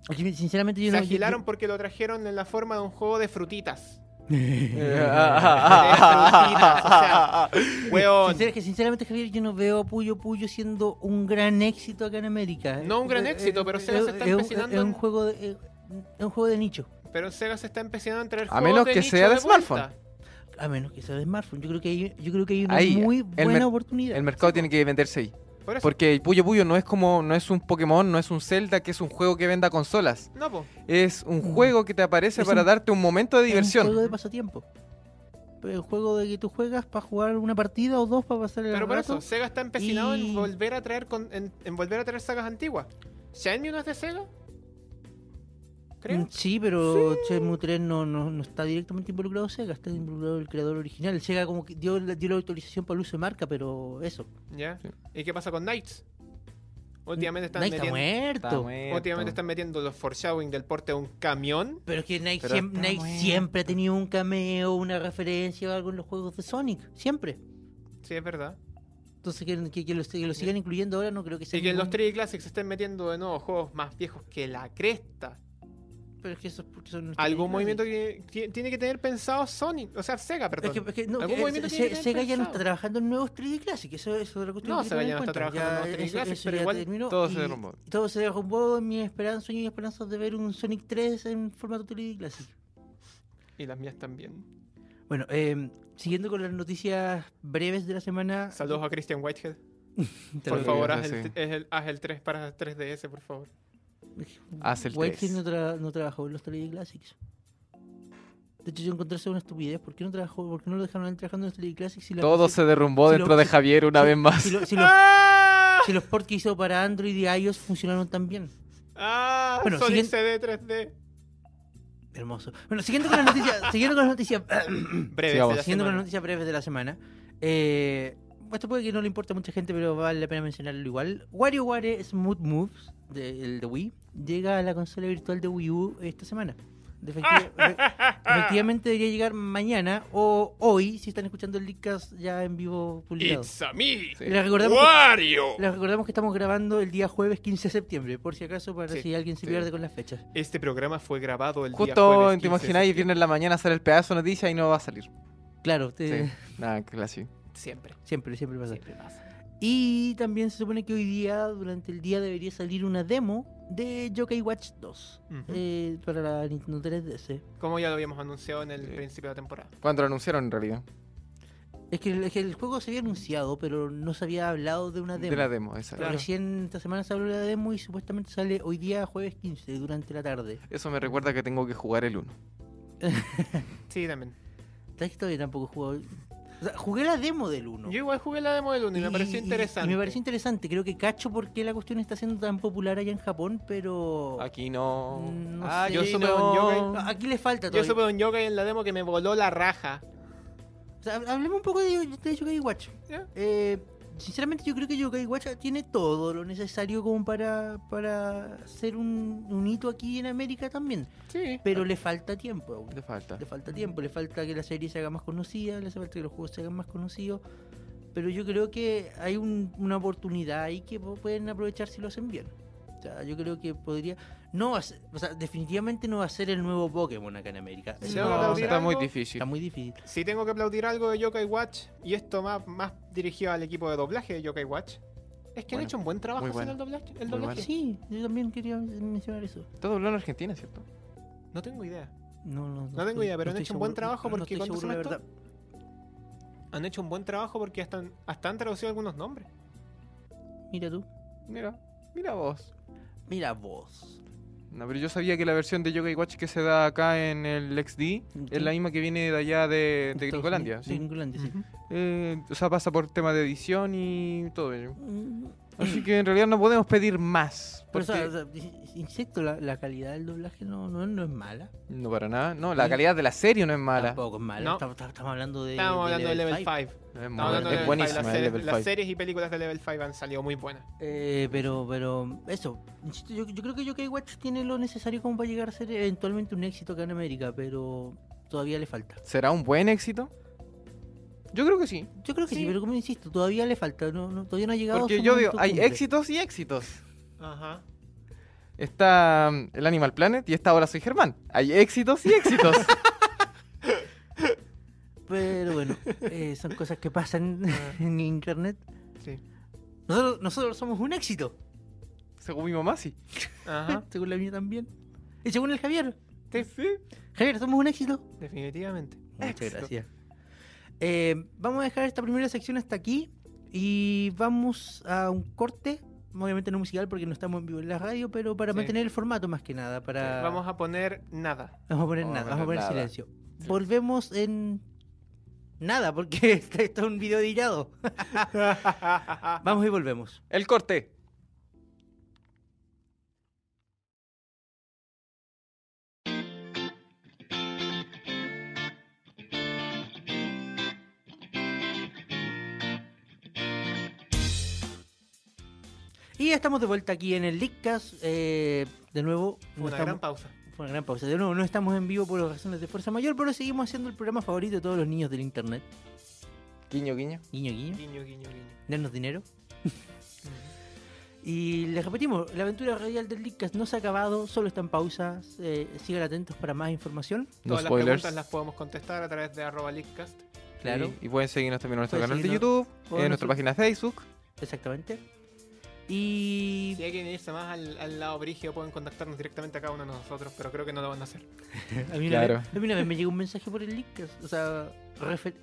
[SPEAKER 1] Es que, Sinceramente, yo
[SPEAKER 3] Se
[SPEAKER 1] no.
[SPEAKER 3] agilaron porque lo trajeron en la forma de un juego de frutitas.
[SPEAKER 2] Eh, ah, ah, ah, ah, ah, ah, ah, ah.
[SPEAKER 3] Weón.
[SPEAKER 1] Sincer- que sinceramente, Javier, yo no veo a Puyo Puyo siendo un gran éxito acá en América.
[SPEAKER 3] No un gran
[SPEAKER 1] Eh,
[SPEAKER 3] éxito,
[SPEAKER 1] eh,
[SPEAKER 3] pero
[SPEAKER 1] eh,
[SPEAKER 3] Sega se está
[SPEAKER 1] es un-
[SPEAKER 3] empecinando
[SPEAKER 1] Es un
[SPEAKER 3] en-
[SPEAKER 1] juego de, eh, es un juego de nicho.
[SPEAKER 3] Pero Sega se está empezando a traer
[SPEAKER 2] A
[SPEAKER 3] juegos
[SPEAKER 2] menos
[SPEAKER 3] de
[SPEAKER 2] que
[SPEAKER 3] nicho
[SPEAKER 2] sea de
[SPEAKER 3] vuelta.
[SPEAKER 2] smartphone.
[SPEAKER 1] A menos que sea de smartphone. Yo creo que hay, yo creo que hay una
[SPEAKER 2] Ahí,
[SPEAKER 1] muy
[SPEAKER 2] el
[SPEAKER 1] buena
[SPEAKER 2] mer-
[SPEAKER 1] oportunidad.
[SPEAKER 2] El mercado tiene que venderse ahí.
[SPEAKER 3] Por eso.
[SPEAKER 2] Porque Puyo Puyo no es como. No es un Pokémon, no es un Zelda, que es un juego que venda consolas.
[SPEAKER 3] No, po.
[SPEAKER 2] Es un
[SPEAKER 1] Mm.
[SPEAKER 2] juego que te aparece
[SPEAKER 1] Es
[SPEAKER 2] para
[SPEAKER 1] un-
[SPEAKER 2] darte un momento de
[SPEAKER 1] Es un
[SPEAKER 2] diversión.
[SPEAKER 1] juego de pasatiempo. Pero el juego de que tú juegas para jugar una partida o dos para pasar el
[SPEAKER 3] Pero por
[SPEAKER 1] rato.
[SPEAKER 3] eso, Sega está empecinado
[SPEAKER 1] Y-
[SPEAKER 3] en volver a traer con- en, en volver a traer sagas antiguas. ¿Shenmue no es de Sega? creo.
[SPEAKER 1] Mm, Sí, pero Shenmue 3 no, no, no está directamente involucrado Sega, está involucrado el creador original. Sega como que dio, la- dio la autorización para el uso de marca, pero eso.
[SPEAKER 3] ¿Ya?
[SPEAKER 2] Sí.
[SPEAKER 3] ¿Y qué pasa con Knights? Últimamente están,
[SPEAKER 1] Nike está
[SPEAKER 3] metiendo,
[SPEAKER 1] muerto.
[SPEAKER 2] Está muerto.
[SPEAKER 3] últimamente están metiendo los foreshadowing del porte de un camión.
[SPEAKER 1] Pero es que Nike,
[SPEAKER 2] Pero
[SPEAKER 1] siem-
[SPEAKER 2] está
[SPEAKER 1] Nike
[SPEAKER 2] muerto.
[SPEAKER 1] siempre ha tenido un cameo, una referencia o algo en los juegos de Sonic. Siempre.
[SPEAKER 3] Sí, es verdad.
[SPEAKER 1] Entonces que, que- que los- que lo sigan incluyendo ahora no creo que sea.
[SPEAKER 3] Y que en los
[SPEAKER 1] ningún-
[SPEAKER 3] 3D Classics se estén metiendo de nuevo juegos más viejos que la cresta.
[SPEAKER 1] Pero es que esos porque son los
[SPEAKER 3] Algún
[SPEAKER 1] 3D
[SPEAKER 3] movimiento que ti- tiene que tener pensado Sony, o sea, Sega,
[SPEAKER 1] Classics.
[SPEAKER 3] perdón.
[SPEAKER 1] Es que, es que no,
[SPEAKER 3] Algún
[SPEAKER 1] que-
[SPEAKER 3] movimiento
[SPEAKER 1] se-
[SPEAKER 3] tiene que tener
[SPEAKER 1] Sega ya no está
[SPEAKER 3] pensado.
[SPEAKER 1] trabajando en nuevos 3D Classics, eso, eso es otra cuestión.
[SPEAKER 3] No,
[SPEAKER 1] que
[SPEAKER 3] Sega
[SPEAKER 1] tener
[SPEAKER 3] ya no
[SPEAKER 1] en cuenta.
[SPEAKER 3] está trabajando en nuevos 3D
[SPEAKER 1] eso-
[SPEAKER 3] Classics,
[SPEAKER 1] eso
[SPEAKER 3] pero
[SPEAKER 1] ya
[SPEAKER 3] igual
[SPEAKER 1] terminó
[SPEAKER 2] todo se
[SPEAKER 1] y-
[SPEAKER 2] derrumbó.
[SPEAKER 1] y Todo se derrumbó en mis esperanzas, sueños y esperanzas de ver un Sonic 3 en formato 3D Classic.
[SPEAKER 3] Y las mías también.
[SPEAKER 1] Bueno, eh, siguiendo con las noticias breves de la semana. eh,
[SPEAKER 3] Saludos a Christian Whitehead.
[SPEAKER 1] Te
[SPEAKER 3] Por
[SPEAKER 1] lo-
[SPEAKER 3] favor,
[SPEAKER 2] Sí,
[SPEAKER 3] haz
[SPEAKER 2] sí.
[SPEAKER 3] el, es el- haz el 3 para 3DS, por favor.
[SPEAKER 2] Haz el
[SPEAKER 1] Whitehead
[SPEAKER 2] 3.
[SPEAKER 1] no, tra- no trabajó en los 3D Classics. De hecho, yo encontré eso una estupidez. ¿Por qué no, trabajó, por qué no lo dejaron a él trabajando en los 3D Classics? Si la-
[SPEAKER 2] Todo
[SPEAKER 1] si-
[SPEAKER 2] se derrumbó
[SPEAKER 1] si lo-
[SPEAKER 2] dentro de
[SPEAKER 1] si-
[SPEAKER 2] Javier una
[SPEAKER 1] si-
[SPEAKER 2] vez más.
[SPEAKER 1] Si, lo- si los-
[SPEAKER 3] ¡Ah!
[SPEAKER 1] si los ports que hizo para Android y iOS funcionaron tan bien.
[SPEAKER 3] ¡Ah!
[SPEAKER 1] Bueno,
[SPEAKER 3] Sonic
[SPEAKER 1] siguen-
[SPEAKER 3] CD 3D.
[SPEAKER 1] Hermoso. Bueno, siguiendo con las noticias, siguiendo con las noticias,
[SPEAKER 3] Breve.
[SPEAKER 2] Sigamos.
[SPEAKER 3] de
[SPEAKER 1] siguiendo con
[SPEAKER 3] la
[SPEAKER 1] las
[SPEAKER 3] semana.
[SPEAKER 1] noticias breves de la semana. eh, esto puede que no le importe a mucha gente, pero vale la pena mencionarlo igual. WarioWare Smooth Moves, de- el de Wii, llega a la consola virtual de Wii U esta semana. De efecti- efe- efectivamente debería llegar mañana o hoy, si están escuchando el Leadcast ya en vivo publicado.
[SPEAKER 3] It's a me,
[SPEAKER 2] Sí.
[SPEAKER 1] Les recordamos que-
[SPEAKER 3] Wario.
[SPEAKER 1] Les recordamos que estamos grabando el día jueves 15 de septiembre, por si acaso, para
[SPEAKER 3] Sí,
[SPEAKER 1] si alguien se
[SPEAKER 2] sí.
[SPEAKER 1] pierde con las fechas.
[SPEAKER 3] Este programa fue grabado el día
[SPEAKER 2] Justo
[SPEAKER 3] jueves. 15 de
[SPEAKER 2] te imagináis, viene en la mañana a hacer el pedazo de noticia y no va a salir.
[SPEAKER 1] Claro,
[SPEAKER 2] Sí.
[SPEAKER 1] te-
[SPEAKER 2] Nada, clásico.
[SPEAKER 3] septiembre. Siempre.
[SPEAKER 1] siempre, siempre pasa.
[SPEAKER 3] Siempre pasa.
[SPEAKER 1] Y también se supone que hoy día, durante el día, debería salir una demo de Jockey Watch 2
[SPEAKER 3] Ujú.
[SPEAKER 1] eh, para la Nintendo 3DS.
[SPEAKER 3] Como ya lo habíamos anunciado en el
[SPEAKER 2] Sí.
[SPEAKER 3] principio de la temporada.
[SPEAKER 2] Cuando lo anunciaron en realidad.
[SPEAKER 1] Es que, el, es que el juego se había anunciado, pero no se había hablado de una demo.
[SPEAKER 2] De la demo, exacto.
[SPEAKER 1] Pero
[SPEAKER 3] claro.
[SPEAKER 1] Recién esta semana se habló de la demo y supuestamente sale hoy día, jueves 15, durante la tarde.
[SPEAKER 2] Eso me recuerda que tengo que jugar el 1.
[SPEAKER 3] Sí, también.
[SPEAKER 1] ¿Sabes que todavía tampoco he jugado? O sea, jugué la demo del 1.
[SPEAKER 3] Yo igual jugué la demo del 1 y me pareció interesante.
[SPEAKER 1] y me pareció interesante. Creo que cacho por qué la cuestión está siendo tan popular allá en Japón, pero.
[SPEAKER 2] Aquí no.
[SPEAKER 1] Oh. Mm,
[SPEAKER 2] Ah,
[SPEAKER 1] No sé.
[SPEAKER 2] Aquí
[SPEAKER 1] Ah, Yo
[SPEAKER 3] supe con
[SPEAKER 1] No,
[SPEAKER 2] Ah,
[SPEAKER 3] Yokai.
[SPEAKER 1] ah, Aquí le falta
[SPEAKER 3] Yo
[SPEAKER 1] todavía.
[SPEAKER 3] supe de un yoga en la demo que me voló la raja.
[SPEAKER 1] O sea, hablemos un poco de, de Yokai Watch.
[SPEAKER 3] Ya.
[SPEAKER 1] Eh, sinceramente, yo creo que Yokai Watch tiene todo lo necesario como para, para ser un, un hito aquí en América también.
[SPEAKER 3] Sí.
[SPEAKER 1] Pero le falta tiempo aún.
[SPEAKER 2] Le ah. falta.
[SPEAKER 1] Le falta tiempo, le falta que la serie se haga más conocida, le hace falta que los juegos se hagan más conocidos. Pero yo creo que hay un- una oportunidad ahí que po- pueden aprovechar si lo hacen bien. O sea, yo creo que podría. No va a ser- o sea, definitivamente no va a ser el nuevo Pokémon acá en América.
[SPEAKER 3] Sí,
[SPEAKER 1] No,
[SPEAKER 3] va a
[SPEAKER 2] No,
[SPEAKER 3] aplaudir
[SPEAKER 2] está muy
[SPEAKER 3] algo.
[SPEAKER 2] difícil.
[SPEAKER 1] está muy difícil.
[SPEAKER 3] Si tengo que aplaudir algo de Yokai Watch, y esto más, más dirigido al equipo de doblaje de Yokai Watch, es que han
[SPEAKER 2] Bueno,
[SPEAKER 3] hecho un buen trabajo
[SPEAKER 2] muy
[SPEAKER 3] haciendo
[SPEAKER 2] bueno,
[SPEAKER 3] el doblaje. el
[SPEAKER 2] muy
[SPEAKER 3] doblaje.
[SPEAKER 2] bueno.
[SPEAKER 1] Sí, yo también quería mencionar eso.
[SPEAKER 2] Está doblado en Argentina, ¿cierto?
[SPEAKER 3] No tengo idea.
[SPEAKER 1] No, no,
[SPEAKER 3] No tengo idea, pero han
[SPEAKER 1] estoy
[SPEAKER 3] hecho un buen
[SPEAKER 1] seguro-
[SPEAKER 3] trabajo
[SPEAKER 1] no
[SPEAKER 3] porque
[SPEAKER 1] estoy
[SPEAKER 3] ¿cuánto se
[SPEAKER 1] seguro, la
[SPEAKER 3] gastó?
[SPEAKER 1] verdad.
[SPEAKER 3] Han hecho un buen trabajo porque hasta han, hasta han traducido algunos nombres.
[SPEAKER 1] Mira tú.
[SPEAKER 2] Mira, mira vos.
[SPEAKER 1] Mira vos.
[SPEAKER 2] No, pero yo sabía que la versión de Yokai Watch que se da acá en el XD es la misma que viene de allá de, de
[SPEAKER 1] Estados
[SPEAKER 2] Gringolandia.
[SPEAKER 1] Unidos-
[SPEAKER 2] sí.
[SPEAKER 1] de Gringolandia, sí.
[SPEAKER 2] Eh, o sea, pasa por tema de edición y todo ello.
[SPEAKER 1] Mm,
[SPEAKER 2] Así que en realidad no podemos pedir más.
[SPEAKER 1] Pero, o sea,
[SPEAKER 2] porque-
[SPEAKER 1] o sea, i- insisto, la, la calidad del doblaje no, no, no es mala.
[SPEAKER 2] No, para nada. No, la
[SPEAKER 1] Sí.
[SPEAKER 2] calidad de la serie no es mala.
[SPEAKER 1] ¿Mm? Tampoco es mala.
[SPEAKER 3] No.
[SPEAKER 1] Estamos, estamos- estamos hablando de.
[SPEAKER 3] Estamos hablando de Level
[SPEAKER 1] five.
[SPEAKER 3] 5.
[SPEAKER 2] No es
[SPEAKER 3] Estamos
[SPEAKER 2] mala.
[SPEAKER 3] hablando de Level 5.
[SPEAKER 2] es
[SPEAKER 3] Las,
[SPEAKER 2] buenísima el
[SPEAKER 3] series-
[SPEAKER 2] Level
[SPEAKER 3] las
[SPEAKER 2] 5.
[SPEAKER 3] series y películas de Level 5 han salido muy buenas.
[SPEAKER 1] Eh, pero, pero, eso. Insisto, yo, yo creo que Yokai Watch tiene lo necesario como para llegar a ser eventualmente un éxito acá en América, pero todavía le falta.
[SPEAKER 2] ¿Será un buen éxito? Yo creo que sí.
[SPEAKER 1] Yo creo que sí,
[SPEAKER 2] Sí.
[SPEAKER 1] pero como insisto, todavía le falta. No, no- todavía no ha llegado. a
[SPEAKER 2] Porque
[SPEAKER 1] su
[SPEAKER 2] yo digo,
[SPEAKER 1] momento
[SPEAKER 2] hay
[SPEAKER 1] cumbre.
[SPEAKER 2] éxitos y éxitos.
[SPEAKER 3] Ajá.
[SPEAKER 2] Está mm, el Animal Planet y está Ahora Soy Germán. Hay éxitos y éxitos.
[SPEAKER 1] Pero bueno, eh, son cosas que pasan
[SPEAKER 2] Ah.
[SPEAKER 1] en internet.
[SPEAKER 3] Sí.
[SPEAKER 1] Nosotros, nosotros somos un éxito,
[SPEAKER 2] Según mi mamá, sí.
[SPEAKER 3] Ajá.
[SPEAKER 1] según la mía también. Y según el Javier.
[SPEAKER 2] Sí.
[SPEAKER 1] Javier, somos un éxito.
[SPEAKER 3] Definitivamente.
[SPEAKER 1] Muchas
[SPEAKER 2] Éxito.
[SPEAKER 1] gracias. Eh, vamos a dejar esta primera sección hasta aquí y vamos a un corte, obviamente no musical porque no estamos en vivo en la radio, pero para
[SPEAKER 3] Sí.
[SPEAKER 1] mantener el formato más que nada, para
[SPEAKER 3] Vamos a poner nada.
[SPEAKER 1] vamos a poner
[SPEAKER 2] Vamos a
[SPEAKER 1] nada, vamos a poner
[SPEAKER 2] poner nada.
[SPEAKER 1] silencio. Volvemos en nada porque esto es un video de hilado. Vamos y volvemos.
[SPEAKER 2] El corte.
[SPEAKER 1] Y ya estamos de vuelta aquí en el Leakcast. eh, de nuevo, no
[SPEAKER 3] Fue una gran
[SPEAKER 1] estamos-
[SPEAKER 3] pausa.
[SPEAKER 1] fue una gran pausa. De nuevo, no estamos en vivo por razones de fuerza mayor, pero seguimos haciendo el programa favorito de todos los niños del internet.
[SPEAKER 2] Guiño, guiño.
[SPEAKER 1] Guiño, guiño.
[SPEAKER 3] Guiño, guiño, guiño.
[SPEAKER 1] Denos dinero. Y les repetimos, la aventura radial del Leakcast no se ha acabado, solo está en pausa. eh, sigan atentos para más información.
[SPEAKER 2] No
[SPEAKER 3] Todas las
[SPEAKER 2] spoilers.
[SPEAKER 3] preguntas las podemos contestar a través de arroba leakcast.
[SPEAKER 1] Claro.
[SPEAKER 2] Y, y pueden seguirnos también en nuestro
[SPEAKER 1] Pueden
[SPEAKER 2] canal de
[SPEAKER 1] seguirnos
[SPEAKER 2] YouTube,
[SPEAKER 1] por nuestro-
[SPEAKER 2] en nuestra página de Facebook.
[SPEAKER 1] Exactamente. Y
[SPEAKER 3] Si hay que irse más al, al lado brigio, pueden contactarnos directamente a cada uno de nosotros, pero creo que no lo van a hacer.
[SPEAKER 1] a mí, una
[SPEAKER 2] Claro.
[SPEAKER 1] vez, a mí una vez me llegó un mensaje por el Leakcast. O sea, refer-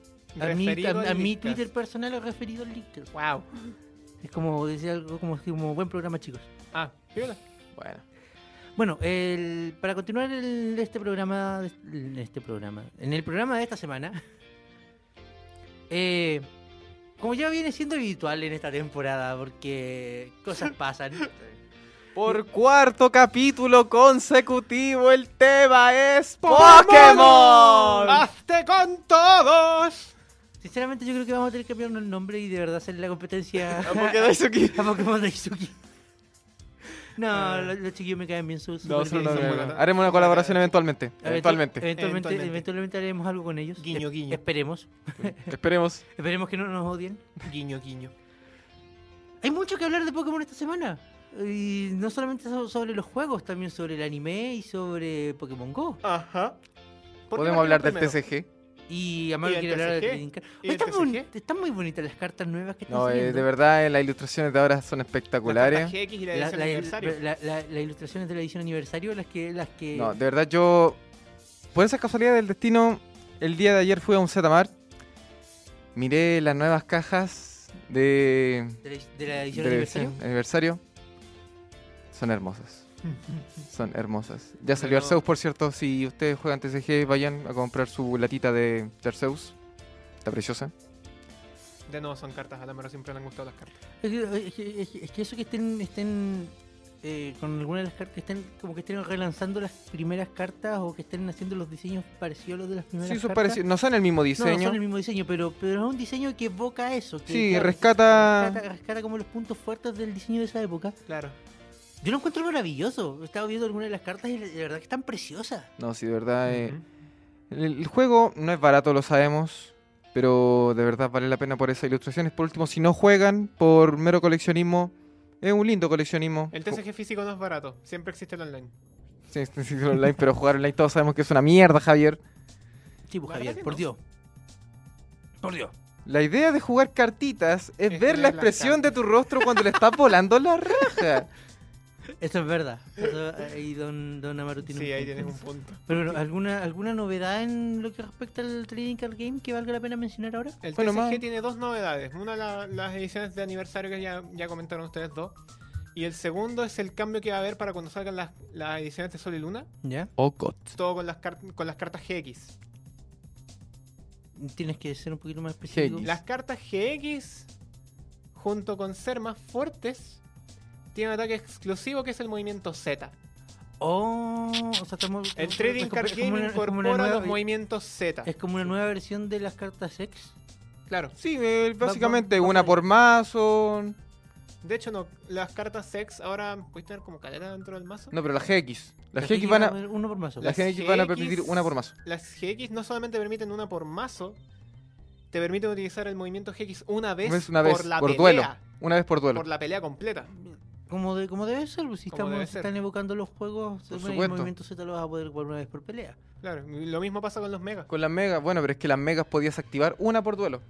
[SPEAKER 1] a, mi,
[SPEAKER 3] Referido
[SPEAKER 1] a, a
[SPEAKER 3] al
[SPEAKER 1] mi
[SPEAKER 3] Leakcast.
[SPEAKER 1] Twitter personal es referido al Leakcast.
[SPEAKER 3] Wow.
[SPEAKER 1] Es como decía algo como, como buen programa, chicos.
[SPEAKER 3] Ah, piola.
[SPEAKER 2] Bueno,
[SPEAKER 1] Bueno, el- para continuar el- este programa, en este programa, en el programa de esta semana, eh, como ya viene siendo habitual en esta temporada, porque cosas pasan,
[SPEAKER 2] por cuarto capítulo consecutivo, el tema es
[SPEAKER 3] ¡Hazte con todos!
[SPEAKER 1] sinceramente yo creo que vamos a tener que cambiarnos el nombre y de verdad hacer la competencia
[SPEAKER 2] ¿A poco Ah, de eso aquí?
[SPEAKER 1] a Pokémon Daisuke. No, los, los chiquillos me caen bien sus.
[SPEAKER 2] Ah. No,
[SPEAKER 1] súper
[SPEAKER 2] solo
[SPEAKER 1] bien,
[SPEAKER 2] no,
[SPEAKER 1] son
[SPEAKER 2] no,
[SPEAKER 1] buenos.
[SPEAKER 2] no, no. Haremos una colaboración eventualmente.
[SPEAKER 1] Eventual-
[SPEAKER 2] Eventualmente.
[SPEAKER 1] Eventualmente,
[SPEAKER 3] Eventualmente.
[SPEAKER 1] eventualmente haremos algo con ellos.
[SPEAKER 3] Guiño,
[SPEAKER 1] Es-
[SPEAKER 3] guiño.
[SPEAKER 1] Esperemos.
[SPEAKER 2] Esperemos.
[SPEAKER 1] Esperemos que no nos odien.
[SPEAKER 3] Guiño, guiño.
[SPEAKER 1] Hay mucho que hablar de Pokémon esta semana. Y no solamente so- sobre los juegos, también sobre el anime y sobre Pokémon Go.
[SPEAKER 3] Ajá.
[SPEAKER 2] Podemos hablar del TCG.
[SPEAKER 1] Y Amaro
[SPEAKER 3] ¿Y el
[SPEAKER 1] quiere hablar de
[SPEAKER 3] TCG?
[SPEAKER 1] Trading Card.
[SPEAKER 3] ¿Y
[SPEAKER 1] Oye,
[SPEAKER 3] el
[SPEAKER 1] están, muy,
[SPEAKER 3] TCG?
[SPEAKER 1] están muy bonitas las cartas nuevas que están
[SPEAKER 2] No, eh,
[SPEAKER 1] saliendo.
[SPEAKER 2] de verdad eh, las ilustraciones de ahora son
[SPEAKER 3] La
[SPEAKER 2] espectaculares.
[SPEAKER 3] GX y la
[SPEAKER 1] La-
[SPEAKER 3] edición
[SPEAKER 1] la-
[SPEAKER 3] aniversario.
[SPEAKER 1] la- la- Las ilustraciones de la edición aniversario, las que... Las que
[SPEAKER 2] No, de verdad yo... Por esa casualidad del destino, el día de ayer fui a un Zetamar. Miré las nuevas cajas de...
[SPEAKER 1] de, la, de la edición
[SPEAKER 2] de-
[SPEAKER 1] aniversario.
[SPEAKER 2] aniversario. Son hermosas. Son hermosas. Ya salió
[SPEAKER 3] Pero-
[SPEAKER 2] Arceus, por cierto. Si ustedes juegan TCG, vayan a comprar su latita de de Arceus. Está preciosa.
[SPEAKER 3] De nuevo son cartas, a la mero siempre le han gustado las cartas.
[SPEAKER 1] Es que, es que- es que- es que eso que estén... estén eh, con alguna de las cartas que estén como que estén relanzando las primeras cartas o que estén haciendo los diseños parecidos a los de las primeras
[SPEAKER 2] Sí, son
[SPEAKER 1] cartas.
[SPEAKER 2] parecidos. No son el mismo
[SPEAKER 1] No, no
[SPEAKER 2] diseño.
[SPEAKER 1] son el mismo diseño, pero, pero es un diseño que evoca eso. Que,
[SPEAKER 2] Sí,
[SPEAKER 1] claro,
[SPEAKER 2] rescata...
[SPEAKER 1] rescata, rescata como los puntos fuertes del diseño de esa época.
[SPEAKER 3] Claro.
[SPEAKER 1] Yo lo encuentro maravilloso. He estado viendo algunas de las cartas y de verdad que están preciosas.
[SPEAKER 2] No, sí, de verdad. eh,
[SPEAKER 3] Ujú.
[SPEAKER 2] el, el juego no es barato, lo sabemos. Pero de verdad vale la pena por esas ilustraciones. Por último, si no juegan por mero coleccionismo, es un lindo coleccionismo.
[SPEAKER 3] El TCG físico no es barato, siempre existe el online.
[SPEAKER 2] Sí, sí, sí, online, pero jugar online todos sabemos que es una mierda, Javier.
[SPEAKER 1] Sí, pues,
[SPEAKER 3] La verdad
[SPEAKER 1] Javier,
[SPEAKER 3] que
[SPEAKER 1] por
[SPEAKER 3] no.
[SPEAKER 1] Dios. Por Dios.
[SPEAKER 2] La idea de jugar cartitas es,
[SPEAKER 3] Es
[SPEAKER 2] ver la
[SPEAKER 3] tener las
[SPEAKER 2] expresión de tu rostro cuando le estás volando la raja.
[SPEAKER 1] Eso es verdad. Eso, ahí don, don Amaru tiene
[SPEAKER 3] Sí,
[SPEAKER 1] un
[SPEAKER 3] ahí
[SPEAKER 1] punto.
[SPEAKER 3] tienes un punto.
[SPEAKER 1] Pero bueno, ¿alguna, ¿alguna novedad en lo que respecta al Trading Card Game que valga la pena mencionar ahora?
[SPEAKER 3] El
[SPEAKER 2] Bueno,
[SPEAKER 3] TCG
[SPEAKER 2] más-
[SPEAKER 3] tiene dos novedades. Una, la- las ediciones de aniversario que ya, ya comentaron ustedes dos. Y el segundo es el cambio que va a haber para cuando salgan las, las ediciones de Sol y Luna.
[SPEAKER 1] ¿Ya?
[SPEAKER 2] Oh, God.
[SPEAKER 3] Todo con las, car- con las cartas GX.
[SPEAKER 1] Tienes que ser un poquito más específico.
[SPEAKER 2] Genius.
[SPEAKER 3] Las cartas GX, junto con ser más fuertes, tienen un ataque exclusivo que es el movimiento Z.
[SPEAKER 1] Oh, o sea, estamos...
[SPEAKER 3] El Trading
[SPEAKER 1] es como-
[SPEAKER 3] Card
[SPEAKER 1] es como
[SPEAKER 3] Game
[SPEAKER 1] una- es como una
[SPEAKER 3] incorpora
[SPEAKER 1] nueva-
[SPEAKER 3] los movimientos Z.
[SPEAKER 1] Es como una nueva versión de las cartas X.
[SPEAKER 3] Claro.
[SPEAKER 2] Sí, eh,
[SPEAKER 1] Va-
[SPEAKER 2] básicamente
[SPEAKER 1] va- va
[SPEAKER 2] una
[SPEAKER 1] por-
[SPEAKER 2] por mazo.
[SPEAKER 3] De hecho, no, las cartas sex ahora puedes tener como caleta dentro del mazo.
[SPEAKER 2] No, pero las GX. Las
[SPEAKER 1] Aquí
[SPEAKER 2] GX van a,
[SPEAKER 1] va Uno por mazo.
[SPEAKER 2] las
[SPEAKER 3] Las
[SPEAKER 2] GX van a permitir
[SPEAKER 3] GX.
[SPEAKER 2] una por mazo.
[SPEAKER 3] Las GX no solamente permiten una por mazo, te permiten utilizar el movimiento GX una vez,
[SPEAKER 2] Es una vez
[SPEAKER 3] por la
[SPEAKER 2] por
[SPEAKER 3] pelea.
[SPEAKER 2] duelo. Una vez por duelo.
[SPEAKER 3] Por la pelea completa.
[SPEAKER 1] Como, de, como debe ser, pues, si
[SPEAKER 3] Como
[SPEAKER 1] estamos,
[SPEAKER 3] debe
[SPEAKER 1] se
[SPEAKER 3] ser.
[SPEAKER 1] están evocando los juegos,
[SPEAKER 2] Por
[SPEAKER 1] el
[SPEAKER 2] supuesto.
[SPEAKER 1] movimiento Z lo vas a poder jugar una vez por pelea.
[SPEAKER 3] Claro, lo mismo pasa con los megas.
[SPEAKER 2] Con las megas, bueno, pero es que las megas podías activar una por duelo.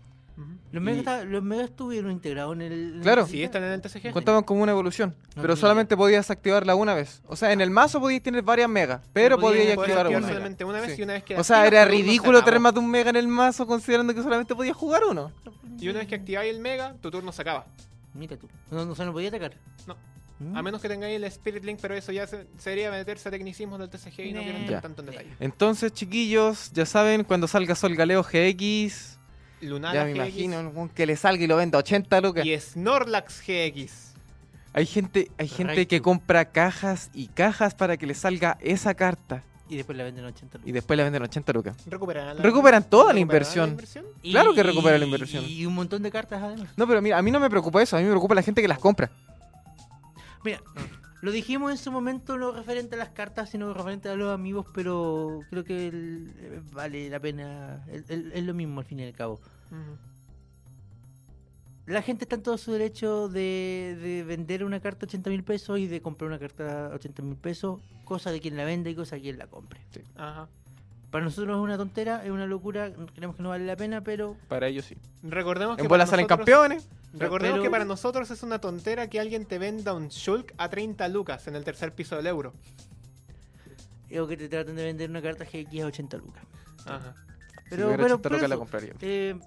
[SPEAKER 1] Los
[SPEAKER 2] Y-
[SPEAKER 1] megas, está- los megas estuvieron integrados en el. en el
[SPEAKER 2] Claro.
[SPEAKER 1] Z.
[SPEAKER 3] Sí, están en el TCG.
[SPEAKER 2] Contaban como una evolución, pero
[SPEAKER 1] tenía
[SPEAKER 2] solamente podías activarla una vez. O sea, en el mazo podías tener varias megas,
[SPEAKER 1] Pero
[SPEAKER 2] pero
[SPEAKER 1] podías
[SPEAKER 2] podías
[SPEAKER 3] Puedes
[SPEAKER 2] activar
[SPEAKER 3] activar
[SPEAKER 2] una.
[SPEAKER 3] solamente una vez
[SPEAKER 2] Sí.
[SPEAKER 3] y una vez que
[SPEAKER 2] O sea, era
[SPEAKER 3] activas, por uno se
[SPEAKER 2] ridículo tener
[SPEAKER 3] acabó.
[SPEAKER 2] más de un mega en el mazo considerando que solamente podías jugar uno.
[SPEAKER 3] Y una vez que activáis el mega, tu turno se acaba.
[SPEAKER 1] Mira tú. No, no, o sea, no podía atacar.
[SPEAKER 3] No.
[SPEAKER 1] Mm.
[SPEAKER 3] A menos que tengáis el Spirit Link, pero eso ya se- sería meterse a tecnicismos del TCG y no
[SPEAKER 1] Nah.
[SPEAKER 3] quiero
[SPEAKER 2] Ya.
[SPEAKER 3] entrar tanto en detalle.
[SPEAKER 2] Entonces, chiquillos, ya saben, cuando salga Sol Galeo GX,
[SPEAKER 3] Lunala
[SPEAKER 2] ya me
[SPEAKER 3] GX
[SPEAKER 2] imagino un que le salga y lo venda a 80 lucas.
[SPEAKER 3] y Snorlax GX.
[SPEAKER 2] Hay gente, hay gente que
[SPEAKER 1] Raichu.
[SPEAKER 2] compra cajas y cajas para que le salga esa carta
[SPEAKER 1] Y después la venden a 80 lucas.
[SPEAKER 2] y después la venden a 80 lucas.
[SPEAKER 3] Recuperan,
[SPEAKER 2] Recuperan toda la inversión.
[SPEAKER 1] Y-
[SPEAKER 2] claro que recupera la
[SPEAKER 1] y-
[SPEAKER 2] inversión.
[SPEAKER 1] Y un montón de cartas además.
[SPEAKER 2] No, pero mira, a mí no me preocupa eso, a mí me preocupa la gente que las compra.
[SPEAKER 1] Mira,
[SPEAKER 3] Mm.
[SPEAKER 1] lo dijimos en su momento no referente a las cartas, sino referente a los amigos, pero creo que el- eh, vale la pena. el- el- Es lo mismo al fin y al cabo. La gente está en todo su derecho de, de vender una carta a 80 mil pesos y de comprar una carta a 80 mil pesos, cosa de quien la venda y cosa de quien la compre.
[SPEAKER 3] Ajá.
[SPEAKER 1] Para nosotros es una tontera, es una locura, creemos que no vale la pena, pero
[SPEAKER 2] Para ellos sí.
[SPEAKER 3] Recordemos que
[SPEAKER 2] En bola
[SPEAKER 3] para
[SPEAKER 2] salen
[SPEAKER 3] nosotros-
[SPEAKER 2] campeones.
[SPEAKER 3] Recordemos
[SPEAKER 1] Pero-
[SPEAKER 3] que para nosotros es una tontera que alguien te venda un Shulk a 30 lucas en el tercer piso del euro.
[SPEAKER 1] creo que te traten de vender una carta GX a 80 lucas.
[SPEAKER 3] Ajá.
[SPEAKER 2] si
[SPEAKER 1] Pero,
[SPEAKER 2] tuviera
[SPEAKER 1] pero
[SPEAKER 2] 80
[SPEAKER 1] por
[SPEAKER 2] lucas, la
[SPEAKER 1] eso,
[SPEAKER 2] compraría.
[SPEAKER 1] eh,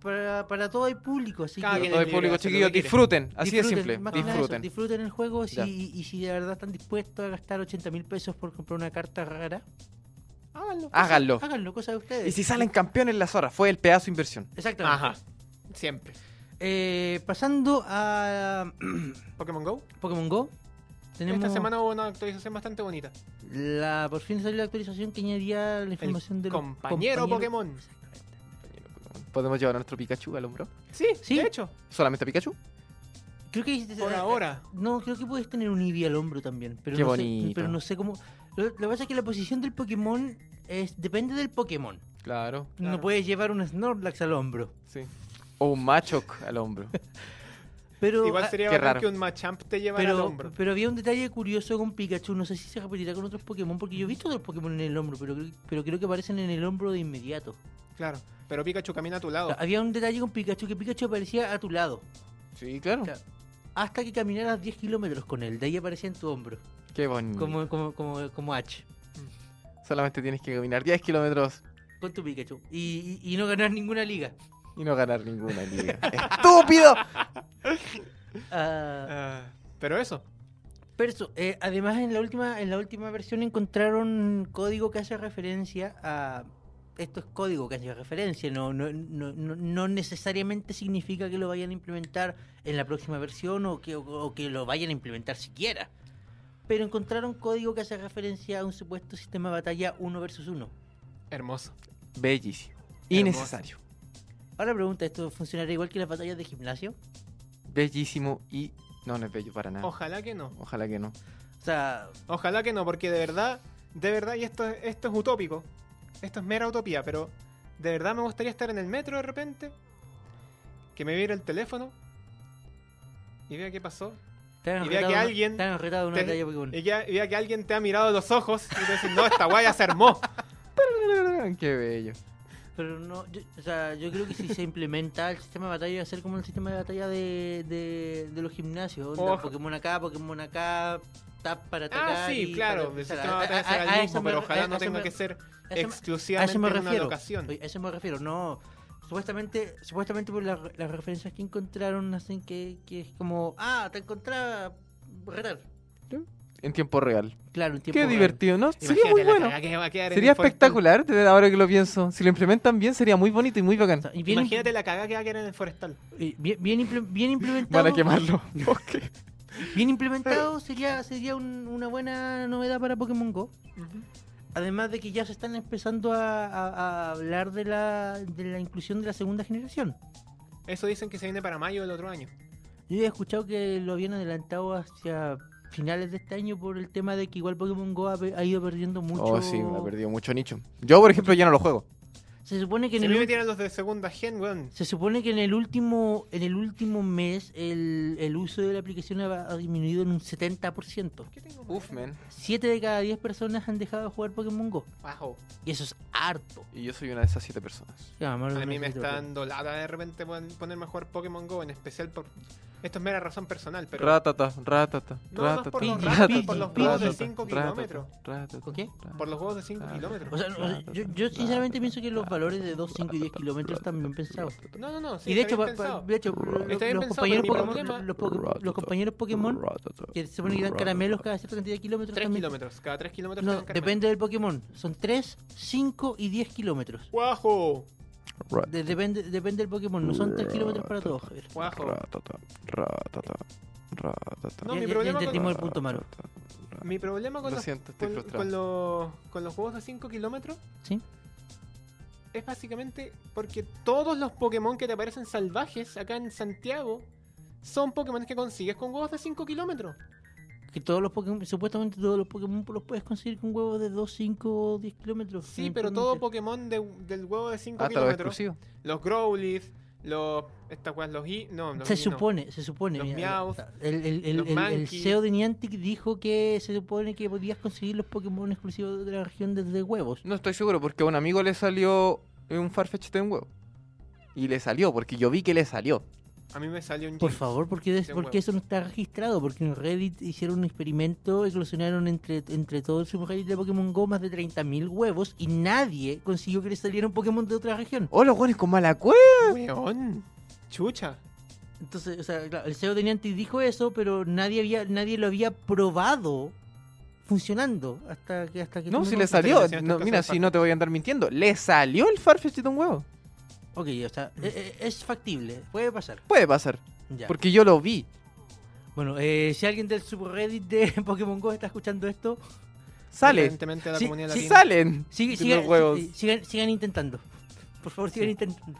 [SPEAKER 1] para, para todo hay público, así
[SPEAKER 3] Cada
[SPEAKER 1] que...
[SPEAKER 3] quien
[SPEAKER 2] Todo el
[SPEAKER 3] libre,
[SPEAKER 2] público,
[SPEAKER 3] hace lo
[SPEAKER 2] chiquillos,
[SPEAKER 3] que quiere.
[SPEAKER 2] disfruten. Así de
[SPEAKER 1] disfruten,
[SPEAKER 2] simple.
[SPEAKER 1] más que nada eso,
[SPEAKER 2] Disfruten.
[SPEAKER 1] disfruten el juego si,
[SPEAKER 2] Ya.
[SPEAKER 1] y si de verdad están dispuestos a gastar 80 mil pesos por comprar una carta rara,
[SPEAKER 3] Háganlo.
[SPEAKER 2] Háganlo.
[SPEAKER 1] háganlo, cosa de ustedes.
[SPEAKER 2] Y si salen campeones la zorra, fue el pedazo de inversión.
[SPEAKER 1] Exactamente.
[SPEAKER 3] Ajá. Siempre.
[SPEAKER 1] Eh, pasando a
[SPEAKER 3] Pokémon Go.
[SPEAKER 1] Pokémon Go, tenemos
[SPEAKER 3] Esta semana hubo una actualización bastante bonita.
[SPEAKER 1] la por fin salió la actualización que añadía la información del
[SPEAKER 3] compañero Pokémon.
[SPEAKER 1] Exactamente.
[SPEAKER 2] ¿Podemos llevar a nuestro Pikachu al hombro?
[SPEAKER 3] Sí,
[SPEAKER 1] Sí.
[SPEAKER 3] de hecho.
[SPEAKER 2] ¿Solamente a Pikachu?
[SPEAKER 1] Creo que
[SPEAKER 3] Por ahora.
[SPEAKER 2] eh,
[SPEAKER 1] No, creo que puedes tener un Eevee al hombro también, pero
[SPEAKER 2] Qué
[SPEAKER 1] no sé,
[SPEAKER 2] bonito.
[SPEAKER 1] pero no sé cómo. Lo, lo que pasa es que la posición del Pokémon es depende del Pokémon.
[SPEAKER 2] Claro,
[SPEAKER 1] No
[SPEAKER 3] Claro.
[SPEAKER 1] puedes llevar un Snorlax al hombro,
[SPEAKER 2] sí. O un Machoc al hombro.
[SPEAKER 1] pero
[SPEAKER 3] Igual
[SPEAKER 1] ah,
[SPEAKER 3] sería
[SPEAKER 2] qué
[SPEAKER 3] bacán
[SPEAKER 2] raro.
[SPEAKER 3] que un Machamp te llevara al
[SPEAKER 1] pero,
[SPEAKER 3] hombro.
[SPEAKER 1] pero había un detalle curioso con Pikachu, no sé si se repetirá con otros Pokémon, porque yo he visto otros Pokémon en el hombro, pero, creo- pero creo que aparecen en el hombro de inmediato.
[SPEAKER 3] Claro. Pero Pikachu camina a tu lado.
[SPEAKER 1] Había un detalle con Pikachu, que Pikachu aparecía a tu lado,
[SPEAKER 2] Sí, claro.
[SPEAKER 1] Claro. hasta que caminaras 10 kilómetros con él, de ahí aparecía en tu hombro,
[SPEAKER 2] Qué bonito.
[SPEAKER 1] como, como, como, como H,
[SPEAKER 2] Solamente tienes que caminar 10 kilómetros
[SPEAKER 1] con tu Pikachu, y, y- y no ganar ninguna liga.
[SPEAKER 2] y no ganar ninguna liga. ¡Estúpido!
[SPEAKER 1] Ah,
[SPEAKER 3] Ah, pero eso.
[SPEAKER 1] Pero eso, eh, además en la última en la última versión encontraron código que hace referencia a esto es código que hace referencia, no no, no, no, no necesariamente significa que lo vayan a implementar en la próxima versión o que, o, o que lo vayan a implementar siquiera. Pero encontraron código que hace referencia a un supuesto sistema de batalla 1 versus 1.
[SPEAKER 3] Hermoso.
[SPEAKER 2] Bellísimo.
[SPEAKER 3] Hermoso.
[SPEAKER 2] Innecesario.
[SPEAKER 1] Ahora pregunta, ¿esto funcionará igual que las batallas de gimnasio?
[SPEAKER 2] Bellísimo y... No, no es bello para nada.
[SPEAKER 3] Ojalá que no.
[SPEAKER 2] Ojalá que no.
[SPEAKER 1] O sea,
[SPEAKER 3] Ojalá que no, porque de verdad, de verdad, y esto, esto es utópico. Esto es mera utopía, pero de verdad me gustaría estar en el metro de repente. Que me viera el teléfono. Y vea qué pasó.
[SPEAKER 1] te han
[SPEAKER 3] Y vea
[SPEAKER 1] retado
[SPEAKER 3] que
[SPEAKER 1] una-
[SPEAKER 3] alguien
[SPEAKER 1] te han retado una
[SPEAKER 3] te-
[SPEAKER 1] batalla Pokémon.
[SPEAKER 3] Y que, y vea que alguien te ha mirado a los ojos y te dice, no, esta guaya se armó.
[SPEAKER 2] Qué bello.
[SPEAKER 1] Pero no, yo, o sea, yo creo que si se implementa el sistema de batalla, va a ser como el sistema de batalla de, de, de los gimnasios. onda,
[SPEAKER 3] Ojo.
[SPEAKER 1] Pokémon acá, Pokémon acá, tap para atacar.
[SPEAKER 3] Ah, sí,
[SPEAKER 1] y
[SPEAKER 3] claro.
[SPEAKER 1] para
[SPEAKER 3] El
[SPEAKER 1] empezar.
[SPEAKER 3] sistema de
[SPEAKER 1] A-
[SPEAKER 3] batalla
[SPEAKER 1] a-
[SPEAKER 3] será
[SPEAKER 1] a- a eso
[SPEAKER 3] el mismo,
[SPEAKER 1] me
[SPEAKER 3] pero
[SPEAKER 1] re-
[SPEAKER 3] ojalá
[SPEAKER 1] a
[SPEAKER 3] no
[SPEAKER 1] eso
[SPEAKER 3] tenga
[SPEAKER 1] me-
[SPEAKER 3] que ser
[SPEAKER 1] a eso me- a
[SPEAKER 3] exclusivamente
[SPEAKER 1] eso me
[SPEAKER 3] en una
[SPEAKER 1] refiero.
[SPEAKER 3] locación.
[SPEAKER 1] Oye, A eso me refiero, no. Supuestamente, supuestamente por la- las referencias que encontraron hacen que, que es como, ah, te encontraba retar.
[SPEAKER 2] En tiempo real.
[SPEAKER 1] Claro, en tiempo
[SPEAKER 2] Qué
[SPEAKER 1] real.
[SPEAKER 2] divertido, ¿no? Sería
[SPEAKER 3] Imagínate
[SPEAKER 2] muy
[SPEAKER 3] la
[SPEAKER 2] bueno.
[SPEAKER 3] cagada que va a quedar en
[SPEAKER 2] Sería
[SPEAKER 3] el Forest Tal.
[SPEAKER 2] espectacular, de- ahora que lo pienso. Si lo implementan bien, sería muy bonito y muy bacán.
[SPEAKER 1] O sea, y bien,
[SPEAKER 3] Imagínate la cagada que va a quedar en el forestal.
[SPEAKER 1] eh, bien, bien imple- bien implementado.
[SPEAKER 2] Van a quemarlo. Bosque.
[SPEAKER 1] Bien implementado sería, sería un- una buena novedad para Pokémon Go. Además de que ya se están empezando a, a- a hablar de la, de la inclusión de la segunda generación.
[SPEAKER 3] Eso dicen que se viene para mayo del otro año.
[SPEAKER 1] Yo he escuchado que lo habían adelantado hacia finales de este año por el tema de que igual Pokémon Go ha, pe- ha ido perdiendo mucho.
[SPEAKER 2] Oh, sí, ha perdido mucho nicho. Yo, por ejemplo, ya no lo juego.
[SPEAKER 1] Se supone que
[SPEAKER 3] Si
[SPEAKER 1] en
[SPEAKER 3] me
[SPEAKER 1] el, ul-
[SPEAKER 3] metieran los de segunda gen, weón.
[SPEAKER 1] se supone que en el último en el último mes el, el uso de la aplicación ha, ha disminuido en un 70%.
[SPEAKER 3] ¿Qué tengo?
[SPEAKER 2] Uf, man.
[SPEAKER 1] 7 de cada 10 personas han dejado de jugar Pokémon Go.
[SPEAKER 3] Wow.
[SPEAKER 1] Y eso es harto.
[SPEAKER 2] Y yo soy una de esas siete personas.
[SPEAKER 1] Ya, más o
[SPEAKER 3] A
[SPEAKER 1] menos
[SPEAKER 3] mí me
[SPEAKER 1] eso
[SPEAKER 3] está
[SPEAKER 1] creo.
[SPEAKER 3] dando lata de repente pon- ponerme a jugar Pokémon Go, en especial por. Esto es mera razón personal, pero.
[SPEAKER 2] Ratata, ratata,
[SPEAKER 3] No, más
[SPEAKER 2] ratata.
[SPEAKER 3] por los
[SPEAKER 1] ratata,
[SPEAKER 3] ratos, por los
[SPEAKER 1] Pidgey,
[SPEAKER 3] juegos de
[SPEAKER 1] Pidgey.
[SPEAKER 3] 5
[SPEAKER 2] ratata,
[SPEAKER 3] kilómetros.
[SPEAKER 2] ratata,
[SPEAKER 1] ¿Por qué?
[SPEAKER 2] ratata.
[SPEAKER 3] Por los juegos de 5
[SPEAKER 2] Ratata.
[SPEAKER 1] O
[SPEAKER 3] kilómetros.
[SPEAKER 1] sea, o sea, yo,
[SPEAKER 3] Ah,
[SPEAKER 1] yo sinceramente pienso que los valores de 2, 5 y 10 kilómetros están bien pensados.
[SPEAKER 3] No, no, no. Sí,
[SPEAKER 1] y de
[SPEAKER 3] está
[SPEAKER 1] hecho, pa-
[SPEAKER 3] bien
[SPEAKER 1] pa-
[SPEAKER 3] pensado.
[SPEAKER 1] de hecho, lo-
[SPEAKER 3] Está bien
[SPEAKER 1] los,
[SPEAKER 3] pensado,
[SPEAKER 1] compañeros
[SPEAKER 3] pero mi
[SPEAKER 1] Pokémon,
[SPEAKER 3] problema-
[SPEAKER 1] los, po- los compañeros Pokémon que se supone que dan caramelos cada cierta cantidad de kilómetros
[SPEAKER 3] 3
[SPEAKER 1] también.
[SPEAKER 3] kilómetros. Cada 3 kilómetros.
[SPEAKER 1] No,
[SPEAKER 3] te dan caramelo.
[SPEAKER 1] depende del Pokémon. Son 3, 5 y 10 kilómetros.
[SPEAKER 3] ¡Guajo!
[SPEAKER 1] De- depende, depende del Pokémon. No son 3 kilómetros para todos, Javier.
[SPEAKER 3] ¡Guajo!
[SPEAKER 2] ratata, ratata.
[SPEAKER 3] No,
[SPEAKER 1] Ya-
[SPEAKER 3] mi
[SPEAKER 1] ya-
[SPEAKER 3] problema
[SPEAKER 1] ya
[SPEAKER 3] con-
[SPEAKER 1] entendimos el punto malo.
[SPEAKER 3] Mi problema con
[SPEAKER 2] Lo
[SPEAKER 3] los,
[SPEAKER 2] siento, estoy
[SPEAKER 3] con, con
[SPEAKER 2] frustrado.
[SPEAKER 3] los, con los juegos de 5 kilómetros
[SPEAKER 1] ¿Sí?
[SPEAKER 3] es básicamente porque todos los Pokémon que te aparecen salvajes acá en Santiago son Pokémon que consigues con juegos de 5 kilómetros.
[SPEAKER 1] Que todos los Pokémon, supuestamente todos los Pokémon los puedes conseguir con huevos de 2, 5 o 10 kilómetros.
[SPEAKER 3] Sí, pero todo Pokémon de- del huevo de 5
[SPEAKER 2] Hasta los
[SPEAKER 3] kilómetros.
[SPEAKER 2] exclusivos.
[SPEAKER 3] Los Growlithe, los. Estas weas, los I. No, los
[SPEAKER 1] Se
[SPEAKER 3] I no.
[SPEAKER 1] supone, se supone.
[SPEAKER 3] Los Meowth,
[SPEAKER 1] el, el, el,
[SPEAKER 3] los
[SPEAKER 1] el- el
[SPEAKER 3] Mankey.
[SPEAKER 1] CEO de Niantic dijo que se supone que podías conseguir los Pokémon exclusivos de la región desde huevos.
[SPEAKER 2] No estoy seguro, porque a un amigo le salió un Farfetch de un huevo. Y le salió, porque yo vi que le salió.
[SPEAKER 3] A mí me salió un
[SPEAKER 1] Por
[SPEAKER 3] James.
[SPEAKER 1] favor, porque, des-
[SPEAKER 3] de
[SPEAKER 1] porque
[SPEAKER 3] huevos.
[SPEAKER 1] eso no está registrado, porque en Reddit hicieron un experimento, eclosionaron entre, entre todo el subreddit de Pokémon Go más de 30.000 huevos y nadie consiguió que le saliera un Pokémon de otra región.
[SPEAKER 2] ¡Oh, los guanes con mala cueva!
[SPEAKER 3] Weón. Chucha.
[SPEAKER 1] Entonces, o sea, claro, el CEO de Niantic dijo eso, pero nadie había, nadie lo había probado funcionando hasta que hasta que
[SPEAKER 2] No,
[SPEAKER 1] tú
[SPEAKER 2] si
[SPEAKER 1] me
[SPEAKER 2] le
[SPEAKER 1] contaste.
[SPEAKER 2] salió.
[SPEAKER 3] Felicitaciones,
[SPEAKER 2] No,
[SPEAKER 3] te
[SPEAKER 2] mira,
[SPEAKER 3] pasó el
[SPEAKER 2] si no te voy a andar mintiendo. Le salió el Farfetch de un huevo.
[SPEAKER 1] Ok, o sea, e- e- es factible, puede pasar.
[SPEAKER 2] Puede pasar,
[SPEAKER 1] Ya.
[SPEAKER 2] porque yo lo vi.
[SPEAKER 1] Bueno, eh, si alguien del subreddit de Pokémon Go está escuchando esto,
[SPEAKER 2] Sale.
[SPEAKER 3] Evidentemente la
[SPEAKER 1] Sí,
[SPEAKER 3] comunidad
[SPEAKER 1] sí,
[SPEAKER 2] Sí,
[SPEAKER 3] latina.
[SPEAKER 2] salen.
[SPEAKER 1] sigue-
[SPEAKER 2] de
[SPEAKER 1] siga-
[SPEAKER 2] los huevos.
[SPEAKER 1] si- sigan, sigan intentando. Por favor, sigan
[SPEAKER 3] Sí.
[SPEAKER 1] intentando.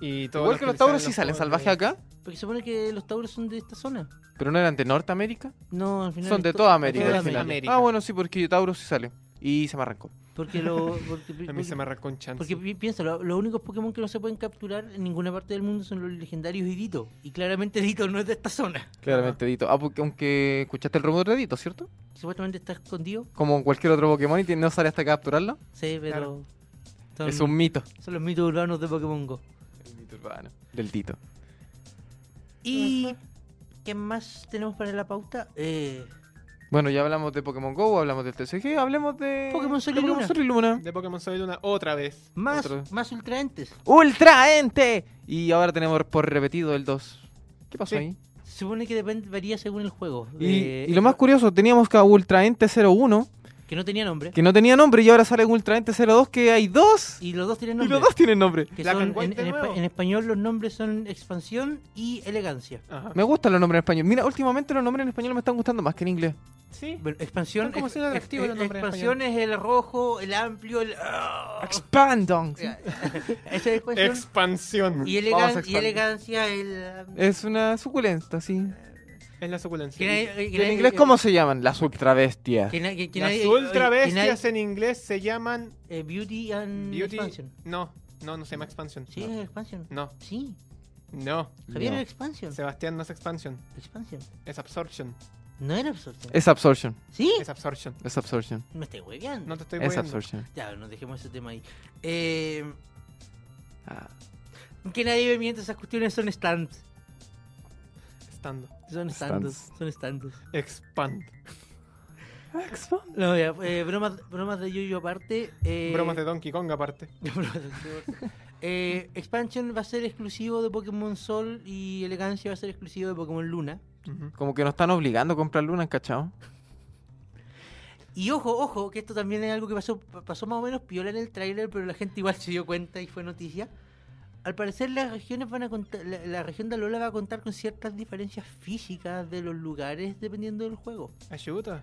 [SPEAKER 3] Y todos
[SPEAKER 2] Igual que los
[SPEAKER 3] le
[SPEAKER 2] tauros sí salen
[SPEAKER 3] los
[SPEAKER 2] salvajes
[SPEAKER 3] juegos de-
[SPEAKER 2] acá.
[SPEAKER 1] Porque supone que los Tauros son de esta zona.
[SPEAKER 2] Pero no eran de Norteamérica.
[SPEAKER 1] No, al final.
[SPEAKER 2] Son
[SPEAKER 1] es
[SPEAKER 2] de
[SPEAKER 1] to-
[SPEAKER 2] toda
[SPEAKER 3] de
[SPEAKER 2] América.
[SPEAKER 1] toda
[SPEAKER 2] al final.
[SPEAKER 1] América.
[SPEAKER 3] América.
[SPEAKER 2] Ah, bueno, sí, porque Taurus sí sale. Y se me arrancó.
[SPEAKER 1] Porque lo. Porque,
[SPEAKER 3] A mí se me arrancó un chance.
[SPEAKER 1] Porque pi- piensa, lo- los únicos Pokémon que no se pueden capturar en ninguna parte del mundo son los legendarios y Dito. Y claramente Dito no es de esta zona.
[SPEAKER 2] Claramente, Dito. Ah, porque, aunque escuchaste el rumor de Dito, ¿cierto?
[SPEAKER 1] Supuestamente está escondido.
[SPEAKER 2] Como cualquier otro Pokémon y tiene- no sale hasta capturarlo.
[SPEAKER 1] Sí, pero.
[SPEAKER 3] Claro.
[SPEAKER 1] Son,
[SPEAKER 2] Es un mito.
[SPEAKER 1] son los mitos urbanos de Pokémon Go.
[SPEAKER 2] El mito urbano. Del Dito.
[SPEAKER 1] ¿Y qué más tenemos para la pauta? Eh,
[SPEAKER 2] Bueno, ya hablamos de Pokémon GO, hablamos del TCG, hablemos de...
[SPEAKER 1] Pokémon Sol y
[SPEAKER 2] de Pokémon
[SPEAKER 1] Luna.
[SPEAKER 2] Sol y Luna.
[SPEAKER 3] De Pokémon Sol y Luna otra vez.
[SPEAKER 1] más,
[SPEAKER 2] Otro.
[SPEAKER 1] más ultraentes.
[SPEAKER 2] ¡Ultraente! Y ahora tenemos por repetido el 2. ¿Qué pasó
[SPEAKER 3] Sí.
[SPEAKER 2] ahí?
[SPEAKER 1] Se supone que depende, varía según el juego.
[SPEAKER 2] Y,
[SPEAKER 1] Eh,
[SPEAKER 2] y lo más curioso, teníamos a Ultraente 01,
[SPEAKER 1] Que no tenía nombre.
[SPEAKER 2] que no tenía nombre, y ahora sale Ultraente 02, que hay dos.
[SPEAKER 1] Y los dos tienen
[SPEAKER 2] Y
[SPEAKER 1] nombre.
[SPEAKER 2] los dos tienen nombre.
[SPEAKER 1] Que
[SPEAKER 3] Black
[SPEAKER 1] son-
[SPEAKER 3] and
[SPEAKER 1] en,
[SPEAKER 3] White de
[SPEAKER 1] en espa-
[SPEAKER 3] nuevo.
[SPEAKER 1] en español los nombres son expansión y elegancia.
[SPEAKER 3] Ajá.
[SPEAKER 2] Me gustan los nombres en español. Mira, últimamente los nombres en español me están gustando más que en inglés.
[SPEAKER 3] Sí.
[SPEAKER 1] Bueno, expansión.
[SPEAKER 3] Son como siendo atractivos los nombres en
[SPEAKER 1] expansión es el rojo, el amplio, el. oh.
[SPEAKER 2] Expandons.
[SPEAKER 1] Ya, Esa es expansión.
[SPEAKER 3] Expansión.
[SPEAKER 1] y, elegan-
[SPEAKER 2] Vamos a
[SPEAKER 1] y
[SPEAKER 2] expandir.
[SPEAKER 1] elegancia, el.
[SPEAKER 2] Es una suculenta, sí.
[SPEAKER 3] Es la suculencia.
[SPEAKER 1] ¿Quién hay-
[SPEAKER 2] ¿Y
[SPEAKER 1] quién
[SPEAKER 2] en
[SPEAKER 1] hay-
[SPEAKER 2] inglés cómo se llaman? Las ultrabestias.
[SPEAKER 1] quién hay- quién
[SPEAKER 3] Las
[SPEAKER 1] hay-
[SPEAKER 3] ultra
[SPEAKER 1] quién hay-
[SPEAKER 3] bestias en inglés se llaman
[SPEAKER 1] eh, Beauty and
[SPEAKER 3] Beauty.
[SPEAKER 1] Expansion.
[SPEAKER 3] No, no, no se llama expansión.
[SPEAKER 1] Sí, es expansion.
[SPEAKER 3] No,
[SPEAKER 1] Sí,
[SPEAKER 3] no.
[SPEAKER 1] Javier
[SPEAKER 2] No.
[SPEAKER 1] era expansion.
[SPEAKER 3] Sebastián no es expansión.
[SPEAKER 1] Expansion.
[SPEAKER 3] Es absorption.
[SPEAKER 1] No era absorción.
[SPEAKER 2] Es absorption.
[SPEAKER 1] ¿Sí?
[SPEAKER 3] Es absorption.
[SPEAKER 2] Es absorption.
[SPEAKER 1] Me estoy hueveando.
[SPEAKER 3] No te estoy
[SPEAKER 2] Es
[SPEAKER 3] moviendo.
[SPEAKER 2] absorption.
[SPEAKER 1] Ya, no dejemos ese tema ahí. Eh,
[SPEAKER 2] Ah,
[SPEAKER 1] que nadie me miente, esas cuestiones son stands.
[SPEAKER 3] Estando.
[SPEAKER 1] Son stands. Son stands.
[SPEAKER 3] Expand.
[SPEAKER 1] No, ya, eh, bromas, bromas de Yuyo aparte. Eh,
[SPEAKER 3] Bromas de Donkey Kong aparte.
[SPEAKER 1] bromas de Yuyo aparte. Eh, Expansion va a ser exclusivo de Pokémon Sol y Elegancia va a ser exclusivo de Pokémon Luna.
[SPEAKER 3] Ujú.
[SPEAKER 2] Como que nos están obligando a comprar lunas, ¿cachao?
[SPEAKER 1] Y ojo, ojo, que esto también es algo que pasó, pasó más o menos piola en el tráiler, pero la gente igual se dio cuenta y fue noticia. Al parecer las regiones van a contar, la, la región de Alola va a contar con ciertas diferencias físicas de los lugares dependiendo del juego.
[SPEAKER 3] Ayuda.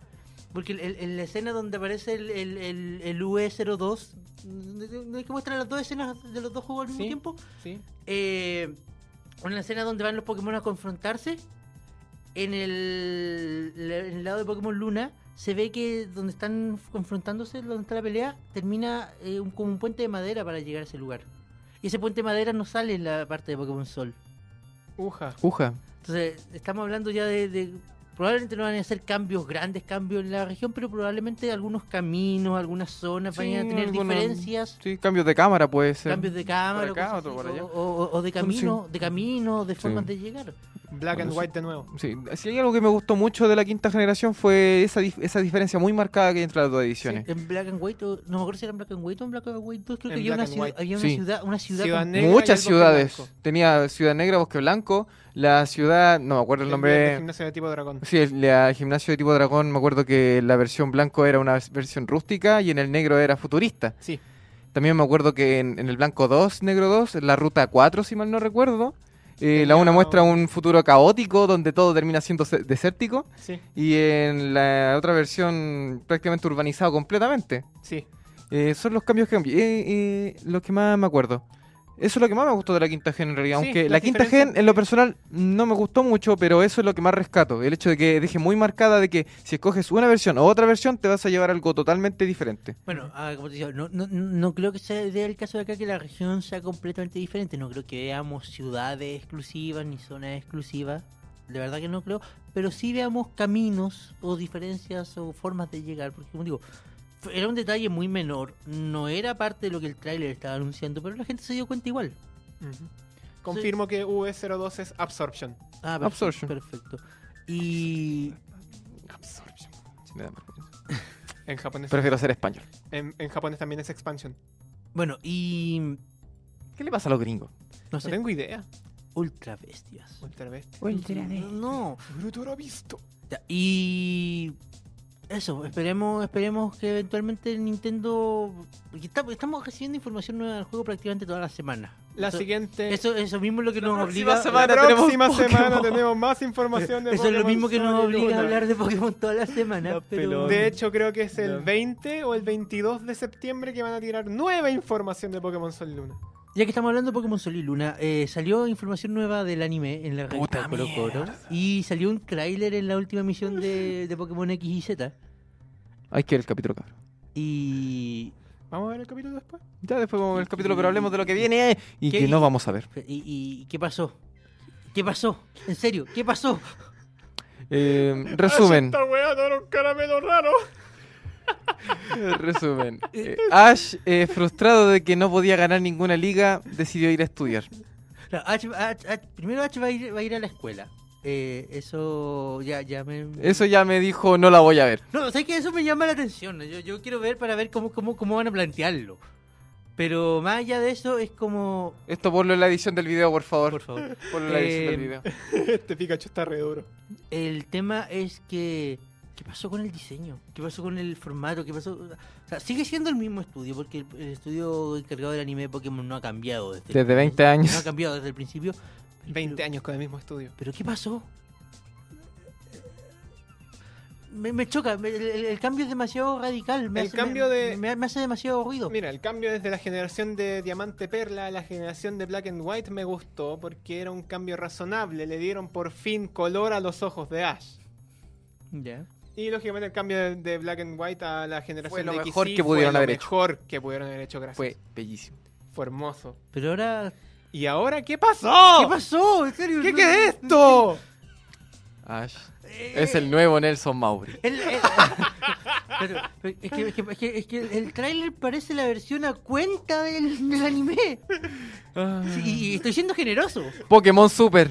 [SPEAKER 1] Porque el- el- en la escena donde aparece el, el, el, el E UE02, donde- que muestran las dos escenas de los dos juegos al mismo
[SPEAKER 3] Sí.
[SPEAKER 1] tiempo,
[SPEAKER 3] Sí.
[SPEAKER 1] eh, una escena donde van los Pokémon a confrontarse. En el, la- en el lado de Pokémon Luna se ve que donde están confrontándose, donde está la pelea, termina eh, un- como un puente de madera para llegar a ese lugar. Y ese puente de madera no sale en la parte de Pokémon Sol.
[SPEAKER 3] Uja.
[SPEAKER 2] Uja.
[SPEAKER 1] Entonces, estamos hablando ya de, de- Probablemente no van a hacer cambios, grandes cambios en la región, pero probablemente algunos caminos, algunas zonas
[SPEAKER 2] Sí,
[SPEAKER 1] van a tener
[SPEAKER 2] algunos-
[SPEAKER 1] diferencias.
[SPEAKER 2] Sí, cambios de cámara puede ser.
[SPEAKER 1] Cambios de cámara,
[SPEAKER 2] acá,
[SPEAKER 1] cosas
[SPEAKER 2] otro
[SPEAKER 1] así,
[SPEAKER 2] por
[SPEAKER 1] o-
[SPEAKER 2] allá.
[SPEAKER 1] O, o de
[SPEAKER 2] Son
[SPEAKER 1] camino, de camino, de formas
[SPEAKER 2] Sí.
[SPEAKER 1] de llegar.
[SPEAKER 3] Black
[SPEAKER 2] Bueno,
[SPEAKER 3] and
[SPEAKER 2] sí.
[SPEAKER 3] white de nuevo.
[SPEAKER 2] Sí, si hay algo que me gustó mucho de la quinta generación fue esa, dif- esa diferencia muy marcada que hay entre las dos ediciones.
[SPEAKER 1] En Black and White, o- no me acuerdo si era en Black and White o en Black and White 2, creo
[SPEAKER 3] En
[SPEAKER 1] que había
[SPEAKER 3] Black
[SPEAKER 1] una,
[SPEAKER 3] and
[SPEAKER 1] ciudad,
[SPEAKER 3] White.
[SPEAKER 1] había una
[SPEAKER 2] Sí.
[SPEAKER 1] ciudad, una ciudad,
[SPEAKER 3] Ciudad
[SPEAKER 1] con-
[SPEAKER 3] Negra y el
[SPEAKER 2] Muchas
[SPEAKER 3] Bosque
[SPEAKER 2] ciudades.
[SPEAKER 3] Blanco.
[SPEAKER 2] Tenía Ciudad Negra, Bosque Blanco, la ciudad... No me acuerdo el
[SPEAKER 3] del
[SPEAKER 2] nombre...
[SPEAKER 3] gimnasio de tipo dragón.
[SPEAKER 2] Sí, el, la- el gimnasio de tipo dragón, me acuerdo que la versión blanco era una vers- versión rústica y en el negro era futurista.
[SPEAKER 3] Sí.
[SPEAKER 2] También me acuerdo que en, en el blanco 2, negro 2, en la ruta 4, si mal no recuerdo, eh, la
[SPEAKER 3] Tenía-
[SPEAKER 2] una muestra un futuro caótico donde todo termina siendo se- desértico
[SPEAKER 3] Sí.
[SPEAKER 2] y en la otra versión prácticamente urbanizado completamente.
[SPEAKER 3] Sí.
[SPEAKER 2] Eh, son los cambios que eh, eh, los que más me acuerdo. Eso es lo que más me gustó de la quinta gen en realidad.
[SPEAKER 3] Sí,
[SPEAKER 2] Aunque
[SPEAKER 3] las
[SPEAKER 2] la quinta gen
[SPEAKER 3] diferencias-
[SPEAKER 2] en lo personal no me gustó mucho, pero eso es lo que más rescato. El hecho de que deje muy marcada de que si escoges una versión o otra versión te vas a llevar algo totalmente diferente.
[SPEAKER 1] Bueno, ah, como te decía, no, no, no creo que sea sea el caso de acá que la región sea completamente diferente. No creo que veamos ciudades exclusivas ni zonas exclusivas. De verdad que no creo. Pero sí veamos caminos o diferencias o formas de llegar. Porque como digo, fue- era un detalle muy menor. No era parte de lo que el tráiler estaba anunciando, pero la gente se dio cuenta igual.
[SPEAKER 3] Ujú. Confirmo que V02 es
[SPEAKER 1] Ah,
[SPEAKER 3] Absorption. pues
[SPEAKER 1] perfecto.
[SPEAKER 2] Absorption.
[SPEAKER 1] perfecto. Y
[SPEAKER 3] Absorption.
[SPEAKER 2] Sí, me da vergüenza.
[SPEAKER 3] En japonés,
[SPEAKER 2] Prefiero ser español.
[SPEAKER 3] en, en japonés también es Expansion.
[SPEAKER 1] bueno, y
[SPEAKER 2] ¿Qué le pasa a los gringos?
[SPEAKER 1] no
[SPEAKER 3] No
[SPEAKER 1] sé,
[SPEAKER 3] tengo idea.
[SPEAKER 1] ultra bestias.
[SPEAKER 3] Ultra Beast.
[SPEAKER 4] Ultra B.
[SPEAKER 1] No,
[SPEAKER 3] Bruto lo visto.
[SPEAKER 1] Ya, Y eso, esperemos, esperemos que eventualmente Nintendo. porque está- Estamos recibiendo información nueva del juego prácticamente todas las semanas.
[SPEAKER 3] La
[SPEAKER 1] eso,
[SPEAKER 3] siguiente.
[SPEAKER 1] eso, eso mismo es lo que
[SPEAKER 2] La
[SPEAKER 1] nos
[SPEAKER 2] próxima
[SPEAKER 1] obliga.
[SPEAKER 2] semana
[SPEAKER 3] la
[SPEAKER 2] tenemos
[SPEAKER 3] próxima semana
[SPEAKER 2] Pokémon.
[SPEAKER 3] tenemos más información de
[SPEAKER 1] Eso es lo
[SPEAKER 3] Pokémon
[SPEAKER 1] mismo que nos
[SPEAKER 3] Sol y
[SPEAKER 1] obliga a
[SPEAKER 3] Luna.
[SPEAKER 1] hablar de Pokémon todas las semanas.
[SPEAKER 2] La
[SPEAKER 1] pero...
[SPEAKER 2] pelota.
[SPEAKER 3] De hecho, creo que es el
[SPEAKER 2] Ya.
[SPEAKER 3] 20 o el 22 de septiembre que van a tirar nueva información de Pokémon Sol y Luna.
[SPEAKER 1] Ya que estamos hablando de Pokémon Sol y Luna, eh, salió información nueva del anime en la
[SPEAKER 2] Puta
[SPEAKER 1] revista Coro Coro. Y salió un tráiler en la última misión de, de Pokémon X y Z.
[SPEAKER 2] Hay que ver el capítulo, cabrón.
[SPEAKER 1] Y
[SPEAKER 3] Vamos a ver el capítulo después.
[SPEAKER 1] Ah,
[SPEAKER 2] Ya después vamos a ver el capítulo, pero hablemos de lo que viene eh, y
[SPEAKER 1] ¿Qué?
[SPEAKER 2] que no vamos a ver.
[SPEAKER 1] ¿Y, y qué pasó? ¿Qué pasó? En serio, ¿qué pasó?
[SPEAKER 2] Eh, resumen.
[SPEAKER 3] Esta weá no era un caramelo raro.
[SPEAKER 2] Resumen. Eh, Ash, eh, frustrado de que no podía ganar ninguna liga, decidió ir a estudiar.
[SPEAKER 1] Claro, Ash- Ash- Ash- primero H va a ir, va a ir a la escuela. Eh, eso ya, ya me...
[SPEAKER 2] Eso ya me dijo, no la voy a ver.
[SPEAKER 1] No, sé que eso me llama la atención. Yo, yo quiero ver para ver cómo, cómo, cómo van a plantearlo. Pero más allá de eso es como...
[SPEAKER 2] Esto ponlo en la edición del video, por favor.
[SPEAKER 1] Por favor.
[SPEAKER 2] Ponlo en la edición del
[SPEAKER 1] Eh,
[SPEAKER 2] video.
[SPEAKER 3] Este Pikachu está re duro.
[SPEAKER 1] El tema es que... ¿Qué pasó con el diseño? ¿Qué pasó con el formato? ¿Qué pasó? O sea, sigue siendo el mismo estudio porque el, el estudio encargado del anime de Pokémon no ha cambiado desde, el
[SPEAKER 2] Desde 20
[SPEAKER 1] principio. No ha
[SPEAKER 2] años.
[SPEAKER 1] cambiado desde el principio.
[SPEAKER 3] 20 años con el mismo estudio.
[SPEAKER 1] ¿Pero qué pasó? Me, me choca, me- el, el- el cambio es demasiado radical. Me
[SPEAKER 3] El
[SPEAKER 1] hace,
[SPEAKER 3] cambio
[SPEAKER 1] me-
[SPEAKER 3] de-
[SPEAKER 1] Me, me hace demasiado ruido.
[SPEAKER 3] Mira, el cambio desde la generación de Diamante Perla a la generación de Black and White me gustó porque era un cambio razonable. Le dieron por fin color a los ojos de Ash.
[SPEAKER 1] Ya.
[SPEAKER 3] Y lógicamente el cambio de, de Black and White a la generación
[SPEAKER 2] Fue lo
[SPEAKER 3] de
[SPEAKER 2] mejor
[SPEAKER 3] XY
[SPEAKER 2] que pudieron
[SPEAKER 3] fue lo
[SPEAKER 2] haber hecho.
[SPEAKER 3] mejor que pudieron haber hecho, gracias.
[SPEAKER 2] Fue bellísimo.
[SPEAKER 3] Fue hermoso.
[SPEAKER 1] Pero ahora.
[SPEAKER 3] ¿Y ahora qué pasó?
[SPEAKER 1] ¿Qué pasó? ¿En serio?
[SPEAKER 3] ¿Qué,
[SPEAKER 1] No-
[SPEAKER 3] qué es esto?
[SPEAKER 2] Ash
[SPEAKER 1] Eh,
[SPEAKER 2] es el nuevo Nelson Mauri.
[SPEAKER 1] el- el- Pero, pero es, que, es, que, es que- es que el tráiler parece la versión a cuenta del, del anime.
[SPEAKER 2] Ah.
[SPEAKER 1] Sí, y, y estoy siendo generoso.
[SPEAKER 2] Pokémon Super.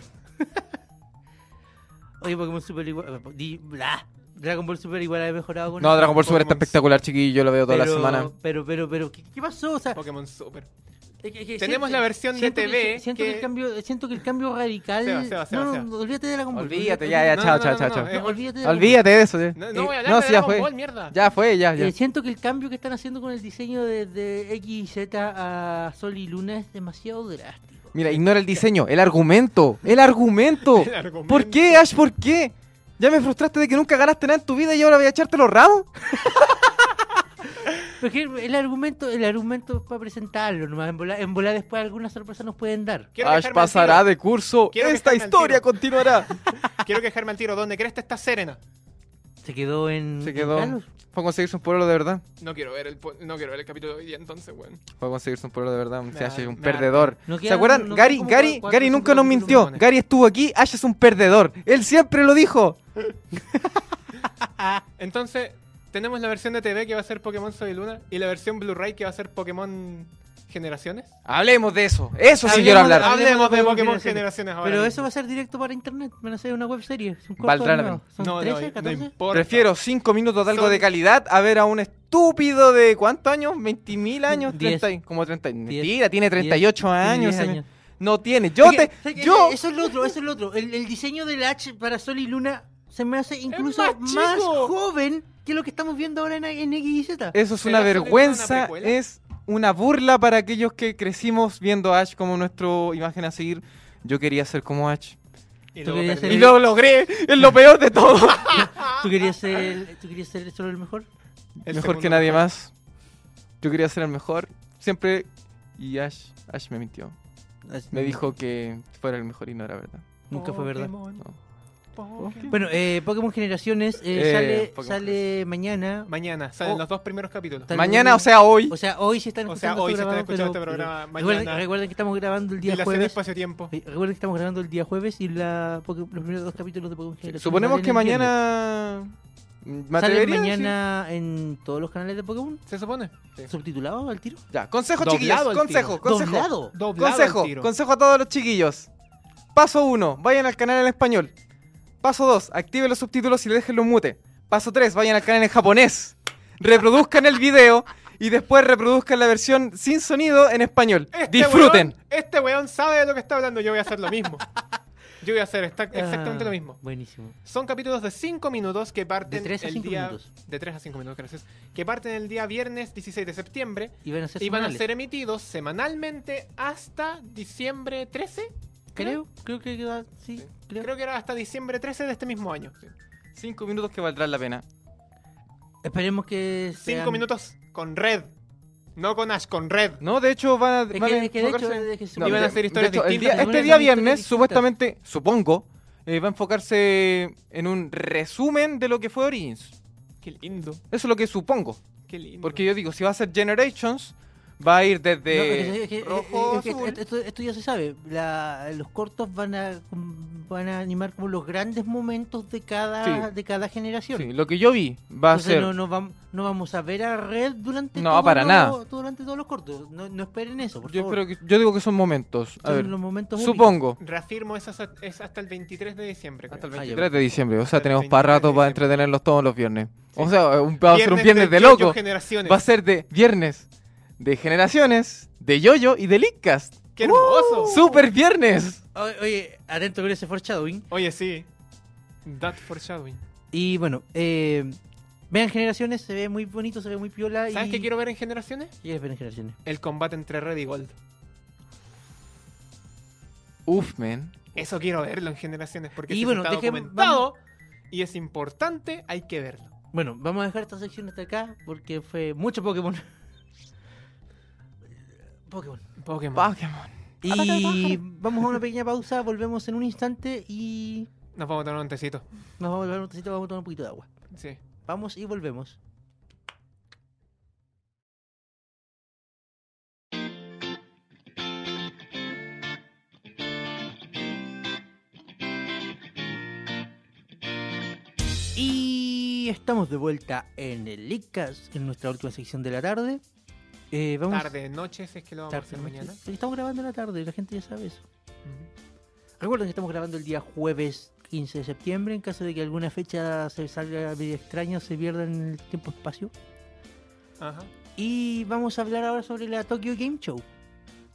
[SPEAKER 1] Oye, Pokémon Super igual. eh, di- bla. Dragon Ball Super igual ha mejorado con
[SPEAKER 2] No, Dragon Ball Super está
[SPEAKER 3] Pokémon.
[SPEAKER 2] espectacular, chiquillo. Yo lo veo toda la
[SPEAKER 1] Pero-
[SPEAKER 2] semana.
[SPEAKER 1] Pero, pero, pero, ¿qué, qué pasó? O sea,
[SPEAKER 3] Pokémon Super.
[SPEAKER 1] Es que- es que
[SPEAKER 3] Tenemos la versión de
[SPEAKER 1] siento que-
[SPEAKER 3] TV
[SPEAKER 1] siento, que... el
[SPEAKER 3] que-
[SPEAKER 1] cambio, siento que el cambio radical.
[SPEAKER 3] Seba, Seba, Seba,
[SPEAKER 1] no, no,
[SPEAKER 3] Seba.
[SPEAKER 1] no, olvídate de la convulsión.
[SPEAKER 2] Olvídate, ya, ya,
[SPEAKER 3] No,
[SPEAKER 2] chao,
[SPEAKER 3] no,
[SPEAKER 2] chao,
[SPEAKER 3] no,
[SPEAKER 2] chao.
[SPEAKER 3] no,
[SPEAKER 2] chao.
[SPEAKER 3] es-
[SPEAKER 1] olvídate de la
[SPEAKER 2] Olvídate de eso. ya.
[SPEAKER 3] No, no voy a
[SPEAKER 2] Eh,
[SPEAKER 3] hablar de
[SPEAKER 2] sí, ya
[SPEAKER 3] Dragon
[SPEAKER 2] fue.
[SPEAKER 3] Ball, mierda.
[SPEAKER 2] Ya fue, ya, ya.
[SPEAKER 1] Eh, siento que el cambio que están haciendo con el diseño de, de X y Z a Sol y Luna es demasiado drástico.
[SPEAKER 2] Mira, ignora el diseño, el argumento, el argumento.
[SPEAKER 3] El argumento.
[SPEAKER 2] ¿Por qué, Ash? ¿Por qué? Ya me frustraste de que nunca ganaste nada en tu vida y ahora voy a echarte los ramos.
[SPEAKER 1] Porque el argumento, el argumento es para presentarlo, nomás en volar, en volar después algunas sorpresas nos pueden dar.
[SPEAKER 3] Quiero
[SPEAKER 2] Ash
[SPEAKER 3] dejarme al
[SPEAKER 2] pasará
[SPEAKER 3] tiro.
[SPEAKER 2] de curso.
[SPEAKER 3] Quiero
[SPEAKER 2] Esta
[SPEAKER 3] dejarme al
[SPEAKER 2] historia
[SPEAKER 3] tiro.
[SPEAKER 2] continuará.
[SPEAKER 3] Quiero quejarme al tiro. ¿Dónde cresta está Serena?
[SPEAKER 1] Se quedó en.
[SPEAKER 2] Se
[SPEAKER 1] en
[SPEAKER 2] quedó.
[SPEAKER 1] Galos.
[SPEAKER 2] Fue a conseguirse un pueblo de verdad.
[SPEAKER 3] No quiero ver el, po- no quiero ver el capítulo de hoy día entonces, weón.
[SPEAKER 2] Fue a conseguirse un pueblo de verdad.
[SPEAKER 3] Me
[SPEAKER 2] Se Ash es un
[SPEAKER 3] me
[SPEAKER 2] perdedor.
[SPEAKER 1] No
[SPEAKER 2] ¿Se
[SPEAKER 1] quedan-
[SPEAKER 2] acuerdan?
[SPEAKER 1] no
[SPEAKER 2] Gary,
[SPEAKER 1] quedan como
[SPEAKER 2] Gary,
[SPEAKER 1] cuatro,
[SPEAKER 2] Gary
[SPEAKER 1] cinco
[SPEAKER 2] nunca nos
[SPEAKER 1] capítulos
[SPEAKER 2] mintió.
[SPEAKER 1] más.
[SPEAKER 2] Gary estuvo aquí. Ash es un perdedor. Él siempre lo dijo.
[SPEAKER 3] Entonces, tenemos la versión de TV que va a ser Pokémon Sol y Luna y la versión Blu-ray que va a ser Pokémon Generaciones.
[SPEAKER 2] Hablemos de eso. Eso sí
[SPEAKER 1] Hablemos
[SPEAKER 2] quiero
[SPEAKER 1] de-
[SPEAKER 2] hablar.
[SPEAKER 3] Hablemos de Pokémon
[SPEAKER 1] Generaciones.
[SPEAKER 3] Generaciones ahora.
[SPEAKER 1] Pero
[SPEAKER 3] mismo.
[SPEAKER 1] eso va a ser directo para internet, van a ser una web serie. Son cortos
[SPEAKER 2] Valdrá la
[SPEAKER 1] animados. Son ¿eh?
[SPEAKER 3] no, no,
[SPEAKER 1] 13,
[SPEAKER 3] no
[SPEAKER 1] 14.
[SPEAKER 3] importa.
[SPEAKER 2] Prefiero cinco minutos de algo
[SPEAKER 3] Son-
[SPEAKER 2] de calidad a ver a un estúpido de ¿cuántos años? ¿20.000 años?
[SPEAKER 1] Diez.
[SPEAKER 2] 30, y- como 30. y-
[SPEAKER 1] Diez.
[SPEAKER 2] Mentira, tiene 38 años.
[SPEAKER 1] 10
[SPEAKER 2] señor. No tiene. Yo
[SPEAKER 1] Es que-
[SPEAKER 2] te.
[SPEAKER 1] es que-
[SPEAKER 2] yo.
[SPEAKER 1] Eso es lo otro, eso es lo otro. El, el diseño del H para Sol y Luna se me hace incluso
[SPEAKER 3] más
[SPEAKER 1] más,
[SPEAKER 3] chico.
[SPEAKER 1] joven que lo que estamos viendo ahora en, en X y Z.
[SPEAKER 2] Eso es
[SPEAKER 3] ¿Pero
[SPEAKER 2] una
[SPEAKER 3] eso le suena una
[SPEAKER 2] vergüenza.
[SPEAKER 3] precuela?
[SPEAKER 2] es una burla para aquellos que crecimos viendo a Ash como nuestro imagen a seguir. Yo quería ser como Ash.
[SPEAKER 3] Y
[SPEAKER 1] Tú
[SPEAKER 3] luego
[SPEAKER 1] querías
[SPEAKER 3] perdí.
[SPEAKER 2] Y lo logré. Es lo peor de todo.
[SPEAKER 3] Ah,
[SPEAKER 1] ¿Tú querías ser, el- tú querías ser solo el mejor?
[SPEAKER 3] El
[SPEAKER 2] mejor que
[SPEAKER 3] segundo
[SPEAKER 2] nadie
[SPEAKER 3] mejor.
[SPEAKER 2] más. Yo quería ser el mejor. Siempre. Y Ash, Ash me mintió.
[SPEAKER 1] Así-
[SPEAKER 2] Me dijo que fuera el mejor y no era verdad.
[SPEAKER 1] Nunca fue verdad.
[SPEAKER 3] Pokémon,
[SPEAKER 2] No.
[SPEAKER 3] Pokémon.
[SPEAKER 1] Bueno, eh, Pokémon Generaciones eh,
[SPEAKER 2] Eh,
[SPEAKER 1] sale,
[SPEAKER 2] Pokémon
[SPEAKER 1] sale mañana.
[SPEAKER 3] Mañana salen
[SPEAKER 2] Oh.
[SPEAKER 3] los dos primeros capítulos.
[SPEAKER 1] Tal-
[SPEAKER 2] Mañana, o sea, hoy.
[SPEAKER 1] O sea, hoy se están
[SPEAKER 3] O sea,
[SPEAKER 1] escuchando.
[SPEAKER 3] hoy
[SPEAKER 1] esto
[SPEAKER 3] se están
[SPEAKER 1] grabado,
[SPEAKER 3] escuchando
[SPEAKER 1] pero-
[SPEAKER 3] este programa,
[SPEAKER 1] pero Recuerden,
[SPEAKER 3] mañana.
[SPEAKER 1] recuerden que estamos grabando el día
[SPEAKER 3] Dilación de
[SPEAKER 1] jueves.
[SPEAKER 3] espacio-tiempo.
[SPEAKER 1] Eh, Recuerden que estamos grabando el día jueves y la, Poké- los primeros dos capítulos de Pokémon Generaciones.
[SPEAKER 2] Suponemos
[SPEAKER 1] salen
[SPEAKER 2] que
[SPEAKER 1] el viernes.
[SPEAKER 2] mañana. ¿Me
[SPEAKER 1] ¿Sale
[SPEAKER 2] atrevería a
[SPEAKER 1] mañana en todos los canales de Pokémon?
[SPEAKER 3] ¿Se supone?
[SPEAKER 2] Sí.
[SPEAKER 1] ¿Subtitulado al tiro?
[SPEAKER 2] decir? Ya, consejo,
[SPEAKER 3] Doblado
[SPEAKER 2] chiquillos.
[SPEAKER 3] al
[SPEAKER 2] Consejo,
[SPEAKER 3] tiro.
[SPEAKER 2] Oh, consejo.
[SPEAKER 1] ¿Doblado?
[SPEAKER 3] Doblado el
[SPEAKER 2] Consejo,
[SPEAKER 3] tiro.
[SPEAKER 2] consejo a todos los chiquillos. Paso 1, vayan al canal en español. Paso 2, activen los subtítulos y déjenlo en mute. Paso 3, vayan al canal en japonés. Reproduzcan el video y después reproduzcan la versión sin sonido en español.
[SPEAKER 3] Este
[SPEAKER 2] Disfruten.
[SPEAKER 3] weón- este weón sabe de lo que está hablando. Yo voy a hacer lo mismo. Yo voy a hacer esta- exactamente
[SPEAKER 1] Ah,
[SPEAKER 3] lo mismo.
[SPEAKER 1] Buenísimo.
[SPEAKER 3] Son capítulos de 5 minutos que parten
[SPEAKER 1] De 3 a
[SPEAKER 3] el
[SPEAKER 1] 5
[SPEAKER 3] día
[SPEAKER 1] minutos.
[SPEAKER 3] de 3 a 5 minutos, gracias. Que parten el día viernes 16 de septiembre
[SPEAKER 1] Y van a ser
[SPEAKER 3] y van a
[SPEAKER 1] semanales.
[SPEAKER 3] ser emitidos semanalmente hasta diciembre 13.
[SPEAKER 1] Creo, creo que va- sí, creo.
[SPEAKER 3] Creo que era hasta diciembre 13 de este mismo año.
[SPEAKER 2] 5 minutos que valdrán la pena.
[SPEAKER 1] Esperemos que
[SPEAKER 3] 5
[SPEAKER 1] sean-
[SPEAKER 3] minutos con red. No con Ash, con red.
[SPEAKER 2] No, de hecho van a...
[SPEAKER 1] Es
[SPEAKER 2] van
[SPEAKER 1] que,
[SPEAKER 2] a
[SPEAKER 1] es que de hecho,
[SPEAKER 2] enfocarse-
[SPEAKER 1] es que se-
[SPEAKER 2] No,
[SPEAKER 3] Iban
[SPEAKER 2] de-
[SPEAKER 3] a ser historias
[SPEAKER 2] de hecho, el
[SPEAKER 3] distintas.
[SPEAKER 2] día-
[SPEAKER 1] Iban a
[SPEAKER 2] este
[SPEAKER 1] ser
[SPEAKER 2] día
[SPEAKER 1] historias
[SPEAKER 2] viernes,
[SPEAKER 1] distintas.
[SPEAKER 2] supuestamente, supongo, eh, va a enfocarse en un resumen de lo que fue Origins.
[SPEAKER 3] Qué lindo,
[SPEAKER 2] Eso es lo que supongo.
[SPEAKER 3] qué lindo.
[SPEAKER 2] Porque yo digo, si va a ser Generations, va a ir
[SPEAKER 1] No, es que-
[SPEAKER 2] desde
[SPEAKER 1] es que- es que-
[SPEAKER 2] Este, rojo
[SPEAKER 1] es que
[SPEAKER 2] azul.
[SPEAKER 1] esto, esto ya se sabe. La- los cortos van a van a animar como los grandes momentos de cada
[SPEAKER 2] Sí.
[SPEAKER 1] de cada generación.
[SPEAKER 2] Sí, lo que yo vi va a
[SPEAKER 1] Entonces
[SPEAKER 2] ser.
[SPEAKER 1] no, no, vam- no vamos a ver a Red durante
[SPEAKER 2] No,
[SPEAKER 1] todos
[SPEAKER 2] para
[SPEAKER 1] los-
[SPEAKER 2] nada.
[SPEAKER 1] durante todos los cortos. No, no esperen eso, por
[SPEAKER 2] yo
[SPEAKER 1] favor.
[SPEAKER 2] creo que, yo digo que son momentos. A
[SPEAKER 1] Son
[SPEAKER 2] ver,
[SPEAKER 1] los momentos únicos.
[SPEAKER 2] supongo.
[SPEAKER 3] Reafirmo, es hasta, es hasta el 23 de diciembre. creo.
[SPEAKER 2] Hasta el
[SPEAKER 1] Ah, ya.
[SPEAKER 2] 23 de diciembre. O sea,
[SPEAKER 3] Hasta el
[SPEAKER 2] tenemos
[SPEAKER 3] 23
[SPEAKER 2] para
[SPEAKER 3] de
[SPEAKER 2] rato para
[SPEAKER 3] diciembre.
[SPEAKER 2] entretenerlos todos los viernes. O sea, un- va a ser un viernes de
[SPEAKER 3] Yo-Yo
[SPEAKER 2] loco.
[SPEAKER 3] Generaciones.
[SPEAKER 2] Va a ser de viernes, de generaciones, de yoyo y de Lickcast.
[SPEAKER 3] ¡Qué hermoso!
[SPEAKER 2] ¡Super viernes!
[SPEAKER 1] O- Oye, atento con ese foreshadowing.
[SPEAKER 3] Oye, sí. That foreshadowing.
[SPEAKER 1] Y bueno, eh, vean generaciones, se ve muy bonito, se ve muy piola.
[SPEAKER 3] ¿Sabes
[SPEAKER 1] y...
[SPEAKER 3] qué quiero ver en generaciones?
[SPEAKER 1] ¿Qué quieres ver en generaciones?
[SPEAKER 3] El combate entre Red y Gold.
[SPEAKER 2] Uf, man.
[SPEAKER 3] Eso quiero verlo en generaciones porque
[SPEAKER 1] Y
[SPEAKER 3] si
[SPEAKER 1] bueno,
[SPEAKER 3] está
[SPEAKER 1] dejen-
[SPEAKER 3] documentado y es importante, hay que verlo.
[SPEAKER 1] Bueno, vamos a dejar esta sección hasta acá porque fue mucho Pokémon. Pokémon.
[SPEAKER 3] Pokémon.
[SPEAKER 2] Pokémon.
[SPEAKER 1] Y vamos a una pequeña pausa, volvemos en un instante y
[SPEAKER 3] Nos vamos a tomar un tecito.
[SPEAKER 1] nos vamos a volver un tecito, vamos a tomar un poquito de agua.
[SPEAKER 3] Sí.
[SPEAKER 1] Vamos y volvemos. Y estamos de vuelta en el Leadcast, en nuestra última sección de la tarde. Eh, vamos
[SPEAKER 3] Tarde, noche, si es que lo vamos a
[SPEAKER 1] tarde,
[SPEAKER 3] hacer
[SPEAKER 1] ¿no?
[SPEAKER 3] mañana.
[SPEAKER 1] Porque Estamos grabando en la tarde, la gente ya sabe eso.
[SPEAKER 3] Ujú.
[SPEAKER 1] Recuerden que estamos grabando el día jueves 15 de septiembre. En caso de que alguna fecha se salga medio extraña, se pierda en el tiempo-espacio.
[SPEAKER 3] Ajá.
[SPEAKER 1] Y vamos a hablar ahora sobre la Tokyo Game Show.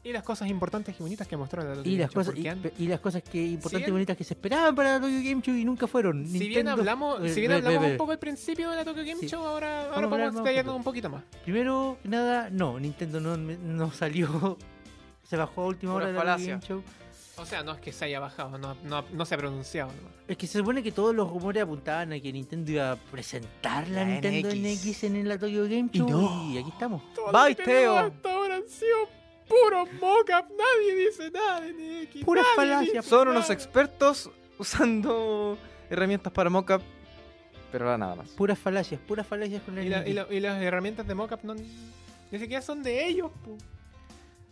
[SPEAKER 3] Y las cosas importantes y bonitas que mostró la
[SPEAKER 1] Y las,
[SPEAKER 3] Tokyo Game Show,
[SPEAKER 1] cosas,
[SPEAKER 3] porque
[SPEAKER 1] y,
[SPEAKER 3] han-
[SPEAKER 1] y las cosas que importantes
[SPEAKER 3] bien-
[SPEAKER 1] y bonitas que se esperaban para la Tokyo Game Show y nunca fueron.
[SPEAKER 3] Si bien
[SPEAKER 1] Nintendo-
[SPEAKER 3] hablamos,
[SPEAKER 1] Eh,
[SPEAKER 3] si bien
[SPEAKER 1] ve- ve-
[SPEAKER 3] hablamos
[SPEAKER 1] ve.
[SPEAKER 3] un poco al principio de la Tokyo Game
[SPEAKER 1] Sí.
[SPEAKER 3] Show, ahora, ahora
[SPEAKER 1] Vamos a
[SPEAKER 3] vamos,
[SPEAKER 1] hablar
[SPEAKER 3] a
[SPEAKER 1] más
[SPEAKER 3] detallarnos
[SPEAKER 1] un
[SPEAKER 3] un poquito más.
[SPEAKER 1] Primero que nada, no, Nintendo no, no salió. Se bajó a última
[SPEAKER 2] Pura
[SPEAKER 1] hora de la Tokyo
[SPEAKER 2] falacia.
[SPEAKER 1] Game Show.
[SPEAKER 3] O sea, no es que se haya bajado, no, no, no se ha pronunciado. ¿no?
[SPEAKER 1] Es que se supone que todos los rumores apuntaban a que Nintendo iba a presentar la,
[SPEAKER 2] La
[SPEAKER 1] Nintendo
[SPEAKER 2] NX.
[SPEAKER 1] NX en la Tokyo Game
[SPEAKER 2] Y
[SPEAKER 1] Show.
[SPEAKER 2] no.
[SPEAKER 1] y aquí estamos.
[SPEAKER 3] Todo
[SPEAKER 2] Bye,
[SPEAKER 3] lo que tenemos
[SPEAKER 2] Teo.
[SPEAKER 3] Hasta ahora han sido puros mockup. Nadie dice nada de NX.
[SPEAKER 1] Puras
[SPEAKER 3] nadie
[SPEAKER 1] falacias,
[SPEAKER 3] dice
[SPEAKER 2] Son unos
[SPEAKER 3] nada.
[SPEAKER 2] expertos usando herramientas para mockup, pero nada más.
[SPEAKER 1] Puras falacias, puras falacias con la
[SPEAKER 3] Y, la-
[SPEAKER 1] NX.
[SPEAKER 3] y la- y las herramientas de mockup no, ni siquiera son de ellos. po.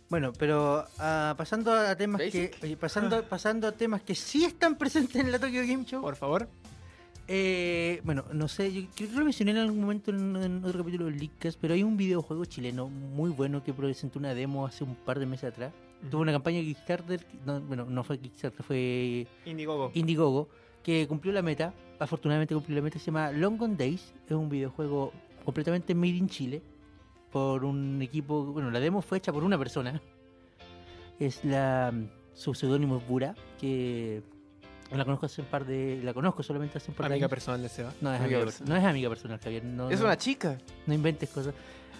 [SPEAKER 1] Bueno, pero ah, pasando a temas
[SPEAKER 2] Basic.
[SPEAKER 1] que oye, pasando, pasando a temas que sí están presentes en la Tokyo Game Show.
[SPEAKER 3] Por favor.
[SPEAKER 1] eh, bueno, no sé, yo creo que lo mencioné en algún momento en, en otro capítulo del Leadcast, pero hay un videojuego chileno muy bueno que presentó una demo hace un par de meses atrás. Tuvo una campaña Kickstarter, no, bueno, no fue Kickstarter, fue
[SPEAKER 3] Indiegogo.
[SPEAKER 1] Indiegogo, que cumplió la meta, afortunadamente cumplió la meta, se llama Long Gone Days, es un videojuego completamente made in Chile, por un equipo, bueno, la demo fue hecha por una persona, es la, mm, su seudónimo es Bura, que la conozco hace un par de, la conozco solamente hace un par de
[SPEAKER 3] Amiga
[SPEAKER 1] años.
[SPEAKER 3] personal de Seba.
[SPEAKER 1] No es
[SPEAKER 2] Amiga
[SPEAKER 1] amiga,
[SPEAKER 2] personal.
[SPEAKER 1] no es amiga personal, Javier, no,
[SPEAKER 2] Es
[SPEAKER 1] no-
[SPEAKER 2] una chica.
[SPEAKER 1] no inventes cosas.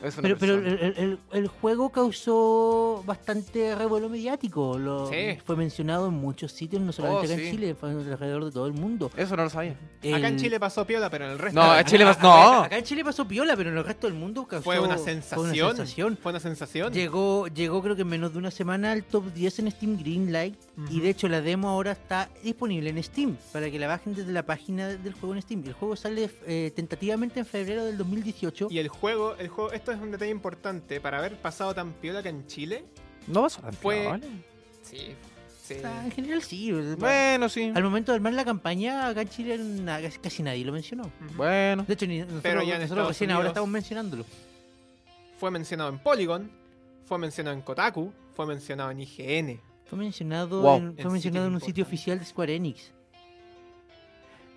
[SPEAKER 2] Es una
[SPEAKER 1] Pero, pero el,
[SPEAKER 2] persona.
[SPEAKER 1] el- el juego causó bastante revuelo mediático. Lo,
[SPEAKER 3] Sí.
[SPEAKER 1] Fue mencionado en muchos sitios, no solamente
[SPEAKER 2] Oh,
[SPEAKER 1] acá
[SPEAKER 2] sí.
[SPEAKER 1] en Chile, fue alrededor de todo el mundo.
[SPEAKER 2] Eso no lo sabía.
[SPEAKER 3] Acá en
[SPEAKER 1] El-
[SPEAKER 3] Chile pasó piola, pero en el resto.
[SPEAKER 2] No,
[SPEAKER 1] Ah,
[SPEAKER 2] en Chile
[SPEAKER 1] ah,
[SPEAKER 2] pasó- no.
[SPEAKER 1] Acá en Chile pasó piola, pero en el resto del mundo causó
[SPEAKER 3] fue una
[SPEAKER 1] Fue una
[SPEAKER 3] sensación.
[SPEAKER 1] sensación.
[SPEAKER 3] Fue una sensación.
[SPEAKER 1] Llegó, llegó creo que en menos de una semana al top 10 en Steam Greenlight. Y
[SPEAKER 3] Ujú.
[SPEAKER 1] de hecho la demo ahora está disponible en Steam para que la bajen desde la página del juego en Steam. El juego sale eh, tentativamente en febrero del 2018.
[SPEAKER 3] Y el juego, el juego, esto es un detalle importante. Para haber pasado tan piola acá en Chile.
[SPEAKER 2] No pasó tan
[SPEAKER 3] Fue-
[SPEAKER 2] piola.
[SPEAKER 3] Sí. Sí.
[SPEAKER 1] O sea, en general sí. el-
[SPEAKER 2] Bueno, sí.
[SPEAKER 1] Al momento de armar la campaña, acá en Chile na- casi nadie lo mencionó.
[SPEAKER 3] Ujú.
[SPEAKER 2] Bueno.
[SPEAKER 1] De hecho, ni nosotros,
[SPEAKER 3] Pero ya en
[SPEAKER 1] nosotros
[SPEAKER 3] Estados
[SPEAKER 1] recién
[SPEAKER 3] Unidos-
[SPEAKER 1] ahora estamos mencionándolo.
[SPEAKER 3] Fue mencionado en Polygon. Fue mencionado en Kotaku. Fue mencionado en IGN.
[SPEAKER 1] Fue mencionado,
[SPEAKER 2] Wow.
[SPEAKER 1] en, fue
[SPEAKER 3] En
[SPEAKER 1] mencionado en un
[SPEAKER 3] sitios
[SPEAKER 1] sitio
[SPEAKER 3] importantes.
[SPEAKER 1] oficial de Square Enix.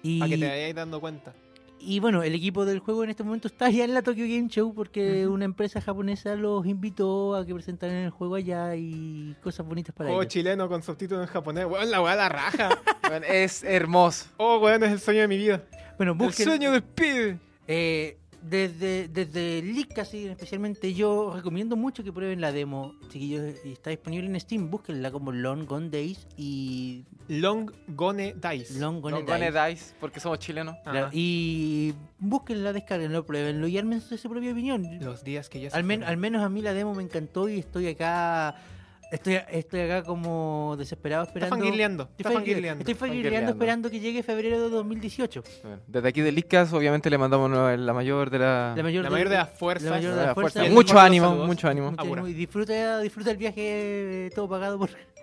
[SPEAKER 1] Y,
[SPEAKER 3] Para que te vayáis dando cuenta.
[SPEAKER 1] y bueno, el equipo del juego en este momento está ya en la Tokyo Game Show porque
[SPEAKER 3] Ujú.
[SPEAKER 1] una empresa japonesa los invitó a que presentaran el juego allá y cosas bonitas para
[SPEAKER 3] Juego
[SPEAKER 1] ellos.
[SPEAKER 3] Oh, chileno con subtítulos en japonés. Weón, la weá la raja.
[SPEAKER 2] Bueno, es hermoso.
[SPEAKER 3] oh, weón, es el sueño de mi vida.
[SPEAKER 1] Bueno, busquen,
[SPEAKER 2] El sueño del pibe.
[SPEAKER 1] Eh, desde, desde Leak, así, especialmente, yo recomiendo mucho que prueben la demo. Chiquillos, y está disponible en Steam. Búsquenla como Long Gone Days y
[SPEAKER 3] Long Gone Ah, Dice.
[SPEAKER 1] Long Gone
[SPEAKER 2] No
[SPEAKER 1] Days.
[SPEAKER 2] gone dice, porque somos chilenos.
[SPEAKER 1] Claro, Y búsquenla, descarguenlo, pruébenlo y ármense su propia opinión.
[SPEAKER 3] Los días que ya se
[SPEAKER 1] Al, men-
[SPEAKER 3] fueron.
[SPEAKER 1] al menos a mí la demo me encantó y estoy acá. Estoy, estoy acá como desesperado
[SPEAKER 3] Está
[SPEAKER 1] esperando.
[SPEAKER 3] fangirleando. Está
[SPEAKER 1] Estoy fangirle-
[SPEAKER 3] fangirleando.
[SPEAKER 1] Estoy
[SPEAKER 2] fangirleando.
[SPEAKER 1] fangirleando esperando que llegue febrero de 2018.
[SPEAKER 2] Bueno, Desde aquí de Licas, obviamente le mandamos la la mayor de la.
[SPEAKER 1] mayor, de-
[SPEAKER 3] La mayor de las fuerzas.
[SPEAKER 1] la mayor de las fuerzas.
[SPEAKER 3] fuerzas.
[SPEAKER 2] Mucho
[SPEAKER 3] Los
[SPEAKER 2] ánimo,
[SPEAKER 3] saludos.
[SPEAKER 2] mucho ánimo.
[SPEAKER 1] Mucho
[SPEAKER 3] Ahora.
[SPEAKER 1] ánimo y disfruta, disfruta el viaje eh, todo pagado por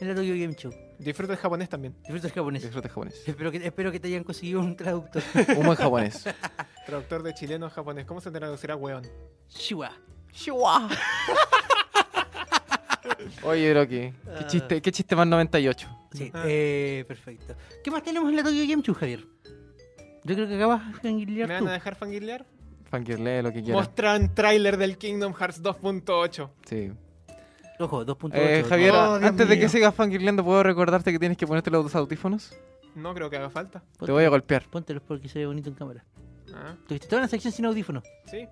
[SPEAKER 1] en la Tokyo Game Show.
[SPEAKER 3] Disfruta el japonés también.
[SPEAKER 1] Disfruta el japonés.
[SPEAKER 2] Disfrute japonés.
[SPEAKER 1] Espero que, espero que te hayan conseguido un traductor.
[SPEAKER 2] Un buen japonés.
[SPEAKER 3] Traductor de chileno a japonés. ¿Cómo se traducirá, weón?
[SPEAKER 1] Chihuahua.
[SPEAKER 2] Chihuahua. Oye, Rocky, qué
[SPEAKER 1] Ah.
[SPEAKER 2] chiste, qué chiste más 98.
[SPEAKER 1] Sí,
[SPEAKER 3] Ah.
[SPEAKER 1] eh, perfecto. ¿Qué más tenemos en la Tokyo Game Show, Javier? Yo creo que acabas de
[SPEAKER 3] ¿Me
[SPEAKER 1] fangirlear
[SPEAKER 3] van
[SPEAKER 1] tú.
[SPEAKER 3] a dejar fangirlear?
[SPEAKER 2] Fangirle, lo que quieras.
[SPEAKER 3] Mostran tráiler del Kingdom Hearts 2.8.
[SPEAKER 2] Sí.
[SPEAKER 1] Ojo, 2.8.
[SPEAKER 2] Eh, Javier,
[SPEAKER 3] Oh, Dios
[SPEAKER 2] antes de
[SPEAKER 3] mío.
[SPEAKER 2] que sigas fangirleando, ¿puedo recordarte que tienes que ponerte los audífonos?
[SPEAKER 3] No creo que haga falta.
[SPEAKER 1] ponte-
[SPEAKER 2] Te voy a golpear.
[SPEAKER 1] Póntelos porque se ve bonito en cámara.
[SPEAKER 3] Ah,
[SPEAKER 1] Tuviste toda una sección sin audífono.
[SPEAKER 3] sí.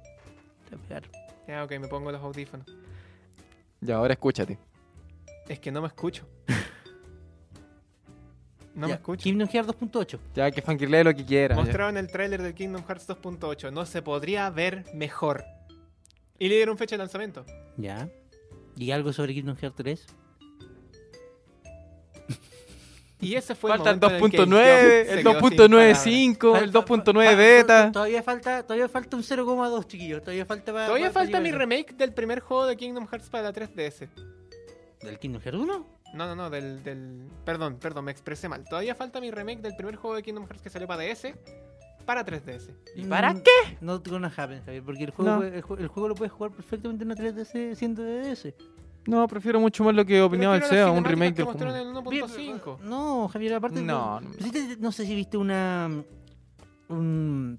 [SPEAKER 1] Te voy a pegar.
[SPEAKER 3] Ya, ok, me pongo los audífonos.
[SPEAKER 2] Ya, ahora escúchate.
[SPEAKER 3] Es que no me escucho. No me
[SPEAKER 1] Ya,
[SPEAKER 3] escucho.
[SPEAKER 1] Kingdom Hearts 2.8.
[SPEAKER 2] Ya, que fangirle lo que quieras. ya.
[SPEAKER 3] Mostraron el tráiler del Kingdom Hearts 2.8. No se podría ver mejor. Y le dieron fecha de lanzamiento.
[SPEAKER 1] Ya. ¿Y algo sobre Kingdom Hearts 3?
[SPEAKER 3] Y ese fue
[SPEAKER 2] Falta el
[SPEAKER 3] el momento en
[SPEAKER 2] 2.9,
[SPEAKER 3] el que
[SPEAKER 2] el
[SPEAKER 3] yo se quedó sin palabras.
[SPEAKER 2] 2.95,
[SPEAKER 1] Fal-
[SPEAKER 2] el
[SPEAKER 1] fal-
[SPEAKER 2] 2.9
[SPEAKER 1] to-
[SPEAKER 2] beta.
[SPEAKER 1] Todavía falta, todavía falta un 0,2, chiquillos. Todavía falta para-
[SPEAKER 3] Todavía
[SPEAKER 1] para-
[SPEAKER 3] falta mi
[SPEAKER 1] para-
[SPEAKER 3] remake del primer juego de Kingdom Hearts para la 3DS.
[SPEAKER 1] ¿Del Kingdom Hearts 1?
[SPEAKER 3] No, no, no, del, del... Perdón, perdón, me expresé mal. Todavía falta mi remake del primer juego de Kingdom Hearts que salió para DS para 3DS.
[SPEAKER 2] ¿Y para
[SPEAKER 1] qué? Mm, No te gonna happen, Javier, porque el juego,
[SPEAKER 2] No.
[SPEAKER 1] puede- el, ju- el juego lo puedes jugar perfectamente en una 3DS siendo DS.
[SPEAKER 2] No, prefiero mucho más lo que opinaba el
[SPEAKER 3] Prefiero
[SPEAKER 2] SEA,
[SPEAKER 3] las
[SPEAKER 2] un remake
[SPEAKER 3] cinemáticas que
[SPEAKER 2] del común.
[SPEAKER 3] mostraron en el 1.5.
[SPEAKER 1] No, Javier, aparte.
[SPEAKER 2] No,
[SPEAKER 1] no,
[SPEAKER 2] no.
[SPEAKER 1] no. sé si viste una. Un.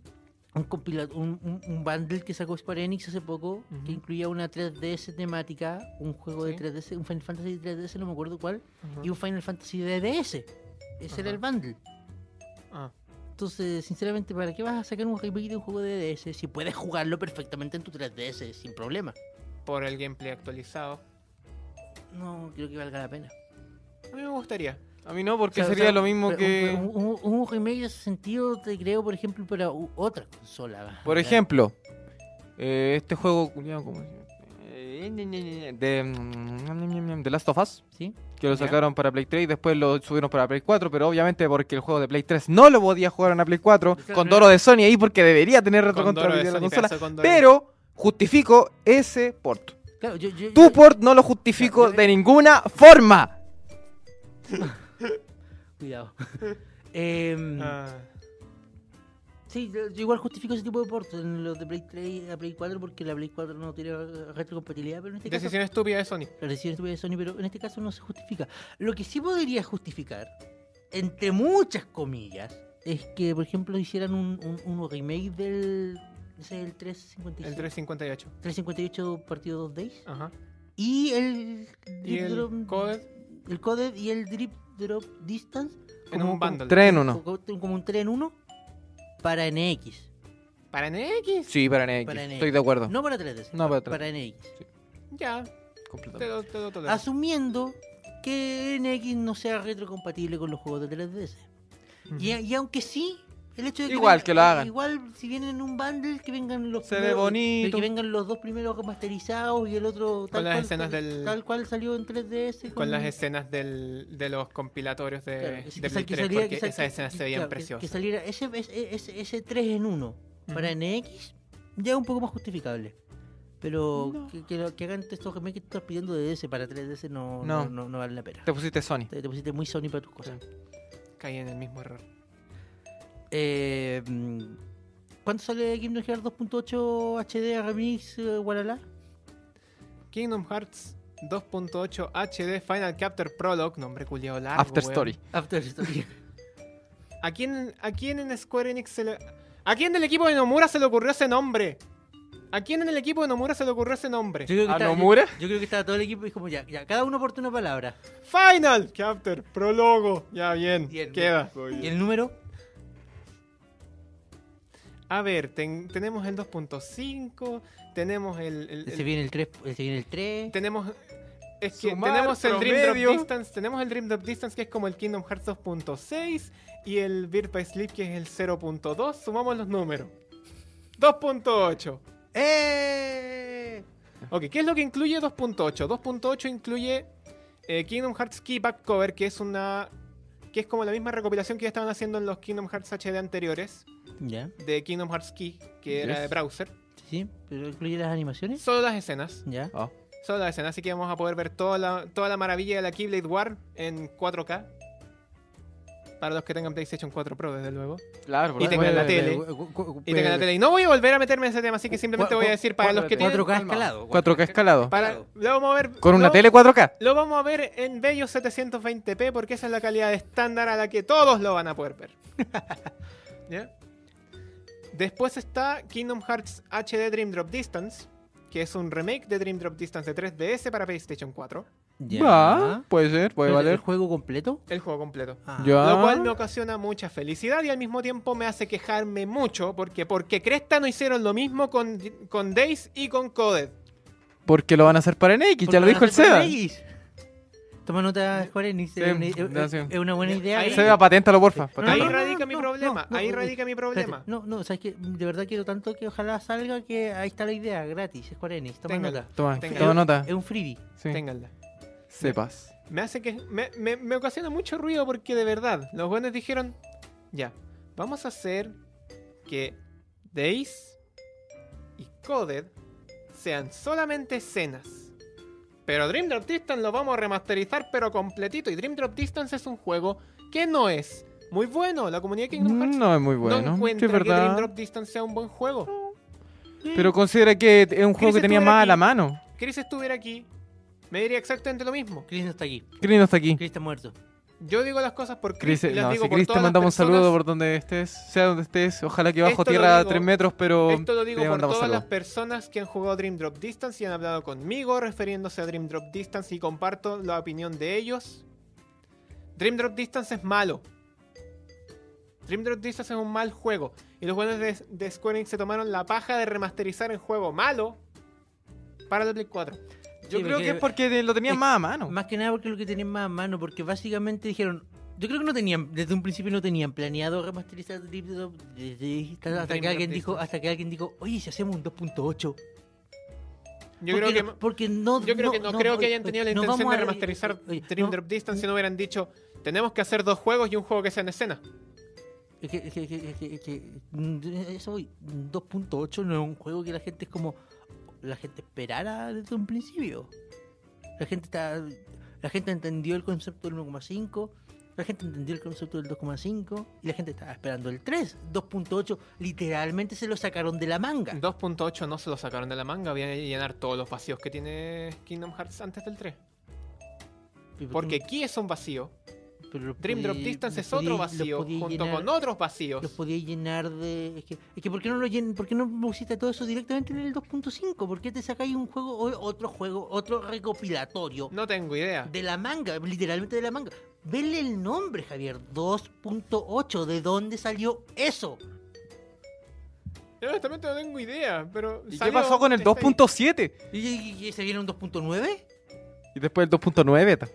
[SPEAKER 1] Un, compila- un, un- un bundle que sacó Square Enix hace poco
[SPEAKER 3] Ujú.
[SPEAKER 1] que incluía una 3DS temática, un juego
[SPEAKER 3] Sí.
[SPEAKER 1] de 3DS, un Final Fantasy 3DS, no me acuerdo cuál,
[SPEAKER 3] Ajá.
[SPEAKER 1] y un Final Fantasy DDS. Ese era
[SPEAKER 3] Ajá.
[SPEAKER 1] el bundle.
[SPEAKER 3] Ah,
[SPEAKER 1] Entonces, sinceramente, ¿para qué vas a sacar un remake de un juego de DS si puedes jugarlo perfectamente en tu 3DS sin problema?
[SPEAKER 3] por el gameplay actualizado.
[SPEAKER 1] No creo que valga la pena.
[SPEAKER 3] A mí me gustaría.
[SPEAKER 2] A mí no, porque
[SPEAKER 1] O sea, o
[SPEAKER 2] sería
[SPEAKER 1] sea,
[SPEAKER 2] lo mismo
[SPEAKER 1] pero
[SPEAKER 2] que...
[SPEAKER 1] Un, un- un- un remake de ese sentido te creo, por ejemplo, para u- otra consola.
[SPEAKER 2] Por
[SPEAKER 1] Ya.
[SPEAKER 2] ejemplo, eh, este juego culiao, ¿cómo se llama? Eh, ñe, ñe, ñe, ñe, de mm, The Last of Us,
[SPEAKER 1] ¿Sí?
[SPEAKER 2] que lo
[SPEAKER 3] Ya.
[SPEAKER 2] sacaron para Play 3 y después lo subieron para Play 4, pero obviamente porque el juego de Play 3 no lo podía jugar en la Play 4,
[SPEAKER 1] Claro,
[SPEAKER 2] con
[SPEAKER 1] claro.
[SPEAKER 2] Doro de Sony ahí porque debería tener
[SPEAKER 3] Condoro de
[SPEAKER 2] retrocontabilidad la
[SPEAKER 3] Sony,
[SPEAKER 2] consola,
[SPEAKER 3] pedazo de Condoro.
[SPEAKER 2] pero justifico ese port.
[SPEAKER 1] Claro, yo, yo-
[SPEAKER 2] Tu
[SPEAKER 1] yo-
[SPEAKER 2] port no lo justifico de ninguna forma.
[SPEAKER 1] Cuidado. Em,
[SPEAKER 3] Ah,
[SPEAKER 1] Sí, yo, yo igual justifico ese tipo de ports en los de Play 3 a Play 4 porque la Play 4 no tiene eh, retrocompatibilidad, pero en este caso...
[SPEAKER 3] decisión estúpida de Sony.
[SPEAKER 1] La decisión de Sony, pero en este caso no se justifica. Lo que sí podría justificar, entre muchas comillas, es que, por ejemplo, hicieran un, un- un remake del... ese es el 355.
[SPEAKER 3] El 358.
[SPEAKER 1] 358 partido 2 days.
[SPEAKER 3] Ajá.
[SPEAKER 1] Y el
[SPEAKER 3] Y
[SPEAKER 1] Drip
[SPEAKER 3] el
[SPEAKER 1] Drop-
[SPEAKER 3] code
[SPEAKER 1] el codec y el Drip Drop Distance
[SPEAKER 3] en
[SPEAKER 1] como-
[SPEAKER 3] un bundle.
[SPEAKER 2] Tren uno.
[SPEAKER 1] co- como un 3 en 1 para NX.
[SPEAKER 3] Para NX.
[SPEAKER 2] Sí, para NX.
[SPEAKER 1] Para NX.
[SPEAKER 2] Estoy de acuerdo.
[SPEAKER 1] No para 3DS.
[SPEAKER 2] No para 3DS.
[SPEAKER 1] Para NX.
[SPEAKER 3] Ya, te
[SPEAKER 2] Completamente.
[SPEAKER 3] lo, te lo
[SPEAKER 1] Ah,
[SPEAKER 3] tolero.
[SPEAKER 1] Asumiendo que NX no sea retrocompatible con los juegos de 3DS. Y, y aunque sí, el hecho de que
[SPEAKER 2] Igual que lo hagan.
[SPEAKER 1] Igual si vienen en un bundle que vengan los
[SPEAKER 2] Se ve
[SPEAKER 1] primeros-
[SPEAKER 2] bonito.
[SPEAKER 1] que vengan los dos primeros masterizados y el otro
[SPEAKER 3] Con las
[SPEAKER 1] cual,
[SPEAKER 3] escenas
[SPEAKER 1] tal-
[SPEAKER 3] del-
[SPEAKER 1] tal cual salió en 3DS
[SPEAKER 3] Con las escenas del, de los compilatorios de,
[SPEAKER 1] Claro, que-
[SPEAKER 3] de
[SPEAKER 1] que sal-
[SPEAKER 3] Play
[SPEAKER 1] que
[SPEAKER 3] 3,
[SPEAKER 1] saliera-
[SPEAKER 3] porque
[SPEAKER 1] que sal-
[SPEAKER 3] esas escenas
[SPEAKER 1] que-
[SPEAKER 3] se veían
[SPEAKER 1] claro, que-
[SPEAKER 3] preciosas.
[SPEAKER 1] Que saliera ese, ese, ese, 3 en 1 para
[SPEAKER 3] Ujú.
[SPEAKER 1] NX ya un poco más justificable. Pero
[SPEAKER 3] No.
[SPEAKER 1] que, que, lo- que hagan estos remakes que estás pidiendo de DS para 3DS no,
[SPEAKER 2] No.
[SPEAKER 1] no. no- no vale la pena.
[SPEAKER 2] Te pusiste Sony.
[SPEAKER 1] Te, te pusiste muy Sony para tus cosas.
[SPEAKER 3] Caí en el mismo error.
[SPEAKER 1] Eh, mm, ¿Cuánto sale Kingdom Hearts 2.8 HD Remix eh, Walala?
[SPEAKER 3] Kingdom Hearts 2.8 HD Final Capture Prologue, nombre culiao
[SPEAKER 1] Ah,
[SPEAKER 3] largo.
[SPEAKER 2] After
[SPEAKER 3] weón.
[SPEAKER 2] Story.
[SPEAKER 1] After Story.
[SPEAKER 3] ¿A quién, ¿A quién en Square Enix se le... ¿A quién del equipo de Nomura se le ocurrió ese nombre? ¿A quién en el equipo de Nomura se le ocurrió ese nombre?
[SPEAKER 1] Yo creo que
[SPEAKER 2] ¿A
[SPEAKER 1] estaba- yo-
[SPEAKER 2] Nomura?
[SPEAKER 1] Yo, creo que estaba todo el equipo y como ya, ya cada uno aporta una palabra.
[SPEAKER 3] Final Capture Prologo. Ya bien,
[SPEAKER 1] Bien,
[SPEAKER 3] queda.
[SPEAKER 1] ¿Y el número?
[SPEAKER 3] A ver, ten- tenemos el 2.5, tenemos el, el- el-
[SPEAKER 1] Se viene el 3, se viene el 3.
[SPEAKER 3] tenemos es que
[SPEAKER 2] Sumar,
[SPEAKER 3] tenemos el Dream
[SPEAKER 2] promedio.
[SPEAKER 3] Drop Distance, tenemos el Dream Drop Distance que es como el Kingdom Hearts 2.6 y el Birth by Sleep que es el 0.2, sumamos los números. 2.8.
[SPEAKER 1] ¡Eh!
[SPEAKER 3] Ok, ¿qué es lo que incluye 2.8? 2.8 incluye eh, Kingdom Hearts Key Back Cover, que es una que es como la misma recopilación que ya estaban haciendo en los Kingdom Hearts HD anteriores
[SPEAKER 1] Ya,
[SPEAKER 3] de Kingdom Hearts Key, que era
[SPEAKER 2] Yes.
[SPEAKER 3] de browser.
[SPEAKER 1] sí, sí, pero incluye las animaciones.
[SPEAKER 3] Solo las escenas.
[SPEAKER 1] Ya.
[SPEAKER 2] Ah.
[SPEAKER 3] Solo la escena, así que vamos a poder ver toda la, toda la maravilla de la Keyblade War en 4K. Para los que tengan PlayStation 4 Pro, desde luego.
[SPEAKER 2] Claro,
[SPEAKER 3] Y
[SPEAKER 2] por
[SPEAKER 3] tengan
[SPEAKER 2] ahí.
[SPEAKER 3] la tele. Y tengan
[SPEAKER 2] Pues
[SPEAKER 3] la tele. Y no voy a volver a meterme en ese tema, así que simplemente
[SPEAKER 1] Cu-
[SPEAKER 3] voy a
[SPEAKER 1] cu-
[SPEAKER 3] decir para los que tienen.
[SPEAKER 1] 4K
[SPEAKER 2] calma.
[SPEAKER 1] escalado.
[SPEAKER 2] 4K escalado.
[SPEAKER 3] Para, lo vamos a ver.
[SPEAKER 2] Con una
[SPEAKER 3] lo-
[SPEAKER 2] tele 4K.
[SPEAKER 3] Lo vamos a ver en bello 720p porque esa es la calidad estándar a la que todos lo van a poder ver. ¿Ya? Después está Kingdom Hearts HD Dream Drop Distance, que es un remake de Dream Drop Distance de 3DS para PlayStation 4.
[SPEAKER 1] Ya.
[SPEAKER 2] Va, puede ser, puede
[SPEAKER 1] ¿Pero ¿El
[SPEAKER 2] valer.
[SPEAKER 1] juego completo?
[SPEAKER 3] El juego completo.
[SPEAKER 1] Ah.
[SPEAKER 2] Ya.
[SPEAKER 3] Lo cual me ocasiona mucha felicidad y al mismo tiempo me hace quejarme mucho porque porque Cresta no hicieron lo mismo con, con Days y con Coded.
[SPEAKER 2] Porque lo van a hacer para NX, ya lo dijo el Seba.
[SPEAKER 1] X. Toma nota, Square Enix.
[SPEAKER 2] Sí,
[SPEAKER 1] es, una, es-
[SPEAKER 2] no, sí.
[SPEAKER 1] es una buena idea.
[SPEAKER 3] Ahí-
[SPEAKER 2] Seba, paténtalo, porfa.
[SPEAKER 3] Ahí
[SPEAKER 1] no, no,
[SPEAKER 2] Paténtalo.
[SPEAKER 3] radica mi
[SPEAKER 1] no,
[SPEAKER 3] problema,
[SPEAKER 1] no, no,
[SPEAKER 3] ahí
[SPEAKER 1] no,
[SPEAKER 3] radica mi
[SPEAKER 1] Espérate,
[SPEAKER 3] problema.
[SPEAKER 1] No, no, sabes que de verdad quiero tanto que ojalá salga que ahí está la idea, gratis, Square Enix. Toma
[SPEAKER 3] Tenga.
[SPEAKER 1] nota.
[SPEAKER 2] Toma,
[SPEAKER 3] Tenga.
[SPEAKER 2] toma nota.
[SPEAKER 1] Es un freebie.
[SPEAKER 2] Sí.
[SPEAKER 3] Ténganla.
[SPEAKER 2] Sepas.
[SPEAKER 3] Me hace que. Me, me- me ocasiona mucho ruido porque de verdad, los buenos dijeron. Ya, vamos a hacer que Days y Coded sean solamente escenas. Pero Dream Drop Distance lo vamos a remasterizar, pero completito. Y Dream Drop Distance es un juego que no es muy bueno. La comunidad de Kingdom Hearts
[SPEAKER 2] No es muy
[SPEAKER 3] no
[SPEAKER 2] bueno. Sí,
[SPEAKER 3] encuentra
[SPEAKER 2] es
[SPEAKER 3] que Dream
[SPEAKER 2] verdad.
[SPEAKER 3] Drop Distance sea un buen juego.
[SPEAKER 2] Pero considera que es un juego
[SPEAKER 3] Chris
[SPEAKER 2] que tenía
[SPEAKER 3] estuviera
[SPEAKER 2] más a la
[SPEAKER 3] aquí.
[SPEAKER 2] mano.
[SPEAKER 3] Chris estuviera aquí, me diría exactamente lo mismo.
[SPEAKER 1] Chris no está aquí.
[SPEAKER 2] Chris no está aquí.
[SPEAKER 1] Chris está muerto.
[SPEAKER 3] Yo digo las cosas por Chris,
[SPEAKER 2] Chris,
[SPEAKER 3] y las
[SPEAKER 2] no,
[SPEAKER 3] digo
[SPEAKER 2] si
[SPEAKER 3] por
[SPEAKER 2] Chris te
[SPEAKER 3] todas las
[SPEAKER 2] manda un saludo
[SPEAKER 3] personas
[SPEAKER 2] por donde estés, sea donde estés, ojalá que bajo
[SPEAKER 3] Esto lo
[SPEAKER 2] tierra a
[SPEAKER 3] digo-
[SPEAKER 2] 3 metros, pero
[SPEAKER 3] Esto lo digo
[SPEAKER 2] te
[SPEAKER 3] por
[SPEAKER 2] mandamos
[SPEAKER 3] todas las
[SPEAKER 2] saludos.
[SPEAKER 3] personas que han jugado Dream Drop Distance y han hablado conmigo refiriéndose a Dream Drop Distance y comparto la opinión de ellos. Dream Drop Distance es malo. Dream Drop Distance es un mal juego. Y los buenos de, de Square Enix se tomaron la paja de remasterizar el juego malo para la Play 4.
[SPEAKER 2] Yo
[SPEAKER 1] Sí,
[SPEAKER 2] creo
[SPEAKER 1] porque-
[SPEAKER 2] que es porque de- lo tenías
[SPEAKER 1] es-
[SPEAKER 2] más a mano.
[SPEAKER 1] Más que nada porque lo que tenían más a mano, porque básicamente dijeron, yo creo que no tenían, desde un principio no tenían planeado remasterizar Deep Drop, desde- hasta, hasta
[SPEAKER 3] Dream
[SPEAKER 1] que
[SPEAKER 3] Drop
[SPEAKER 1] alguien dijo,
[SPEAKER 3] Distance.
[SPEAKER 1] hasta que alguien dijo, oye, si hacemos un 2.8.
[SPEAKER 3] Yo
[SPEAKER 1] porque,
[SPEAKER 3] creo que
[SPEAKER 1] no- porque no,
[SPEAKER 3] Yo creo que no, creo que hayan tenido la
[SPEAKER 1] no
[SPEAKER 3] intención
[SPEAKER 1] vamos
[SPEAKER 3] de
[SPEAKER 1] a-
[SPEAKER 3] remasterizar
[SPEAKER 1] oye,
[SPEAKER 3] Dream
[SPEAKER 1] no-
[SPEAKER 3] Drop Distance si no hubieran dicho, tenemos que hacer dos juegos y un juego que sea en escena.
[SPEAKER 1] Es que, es que- es que- es que- es que- mm, eso voy, 2.8 no es un juego que la gente es como, la gente esperara desde un principio. La gente está, la gente entendió el concepto del 1.5, la gente entendió el concepto del 2.5 y la gente estaba esperando el 3. 2.8 literalmente se lo sacaron de la manga.
[SPEAKER 3] 2.8 no se lo sacaron de la manga, voy a llenar todos los vacíos que tiene Kingdom Hearts antes del 3.
[SPEAKER 1] Pero
[SPEAKER 3] Porque
[SPEAKER 1] tú-
[SPEAKER 3] aquí es un vacío.
[SPEAKER 1] pero lo
[SPEAKER 3] Dream Drop
[SPEAKER 1] podí-
[SPEAKER 3] Distance
[SPEAKER 1] lo
[SPEAKER 3] es otro
[SPEAKER 1] podí- lo
[SPEAKER 3] vacío
[SPEAKER 1] podí
[SPEAKER 3] junto
[SPEAKER 1] llenar-
[SPEAKER 3] con otros vacíos.
[SPEAKER 1] Los podía llenar de. Es que, es que ¿por qué no lo llen, ¿por qué no pusiste todo eso directamente en el 2.5? ¿Por qué te sacáis un juego, o- otro juego, otro recopilatorio
[SPEAKER 3] No tengo idea.
[SPEAKER 1] de la manga, literalmente de la manga? Vele el nombre, Javier. 2.8. ¿De dónde salió eso?
[SPEAKER 3] Yo honestamente no tengo idea, pero.
[SPEAKER 2] ¿Y qué
[SPEAKER 3] salió
[SPEAKER 2] pasó con el
[SPEAKER 3] esta-
[SPEAKER 2] 2.7?
[SPEAKER 1] ¿Y, y- y se viene un 2.9?
[SPEAKER 2] Y después el 2.9. ta.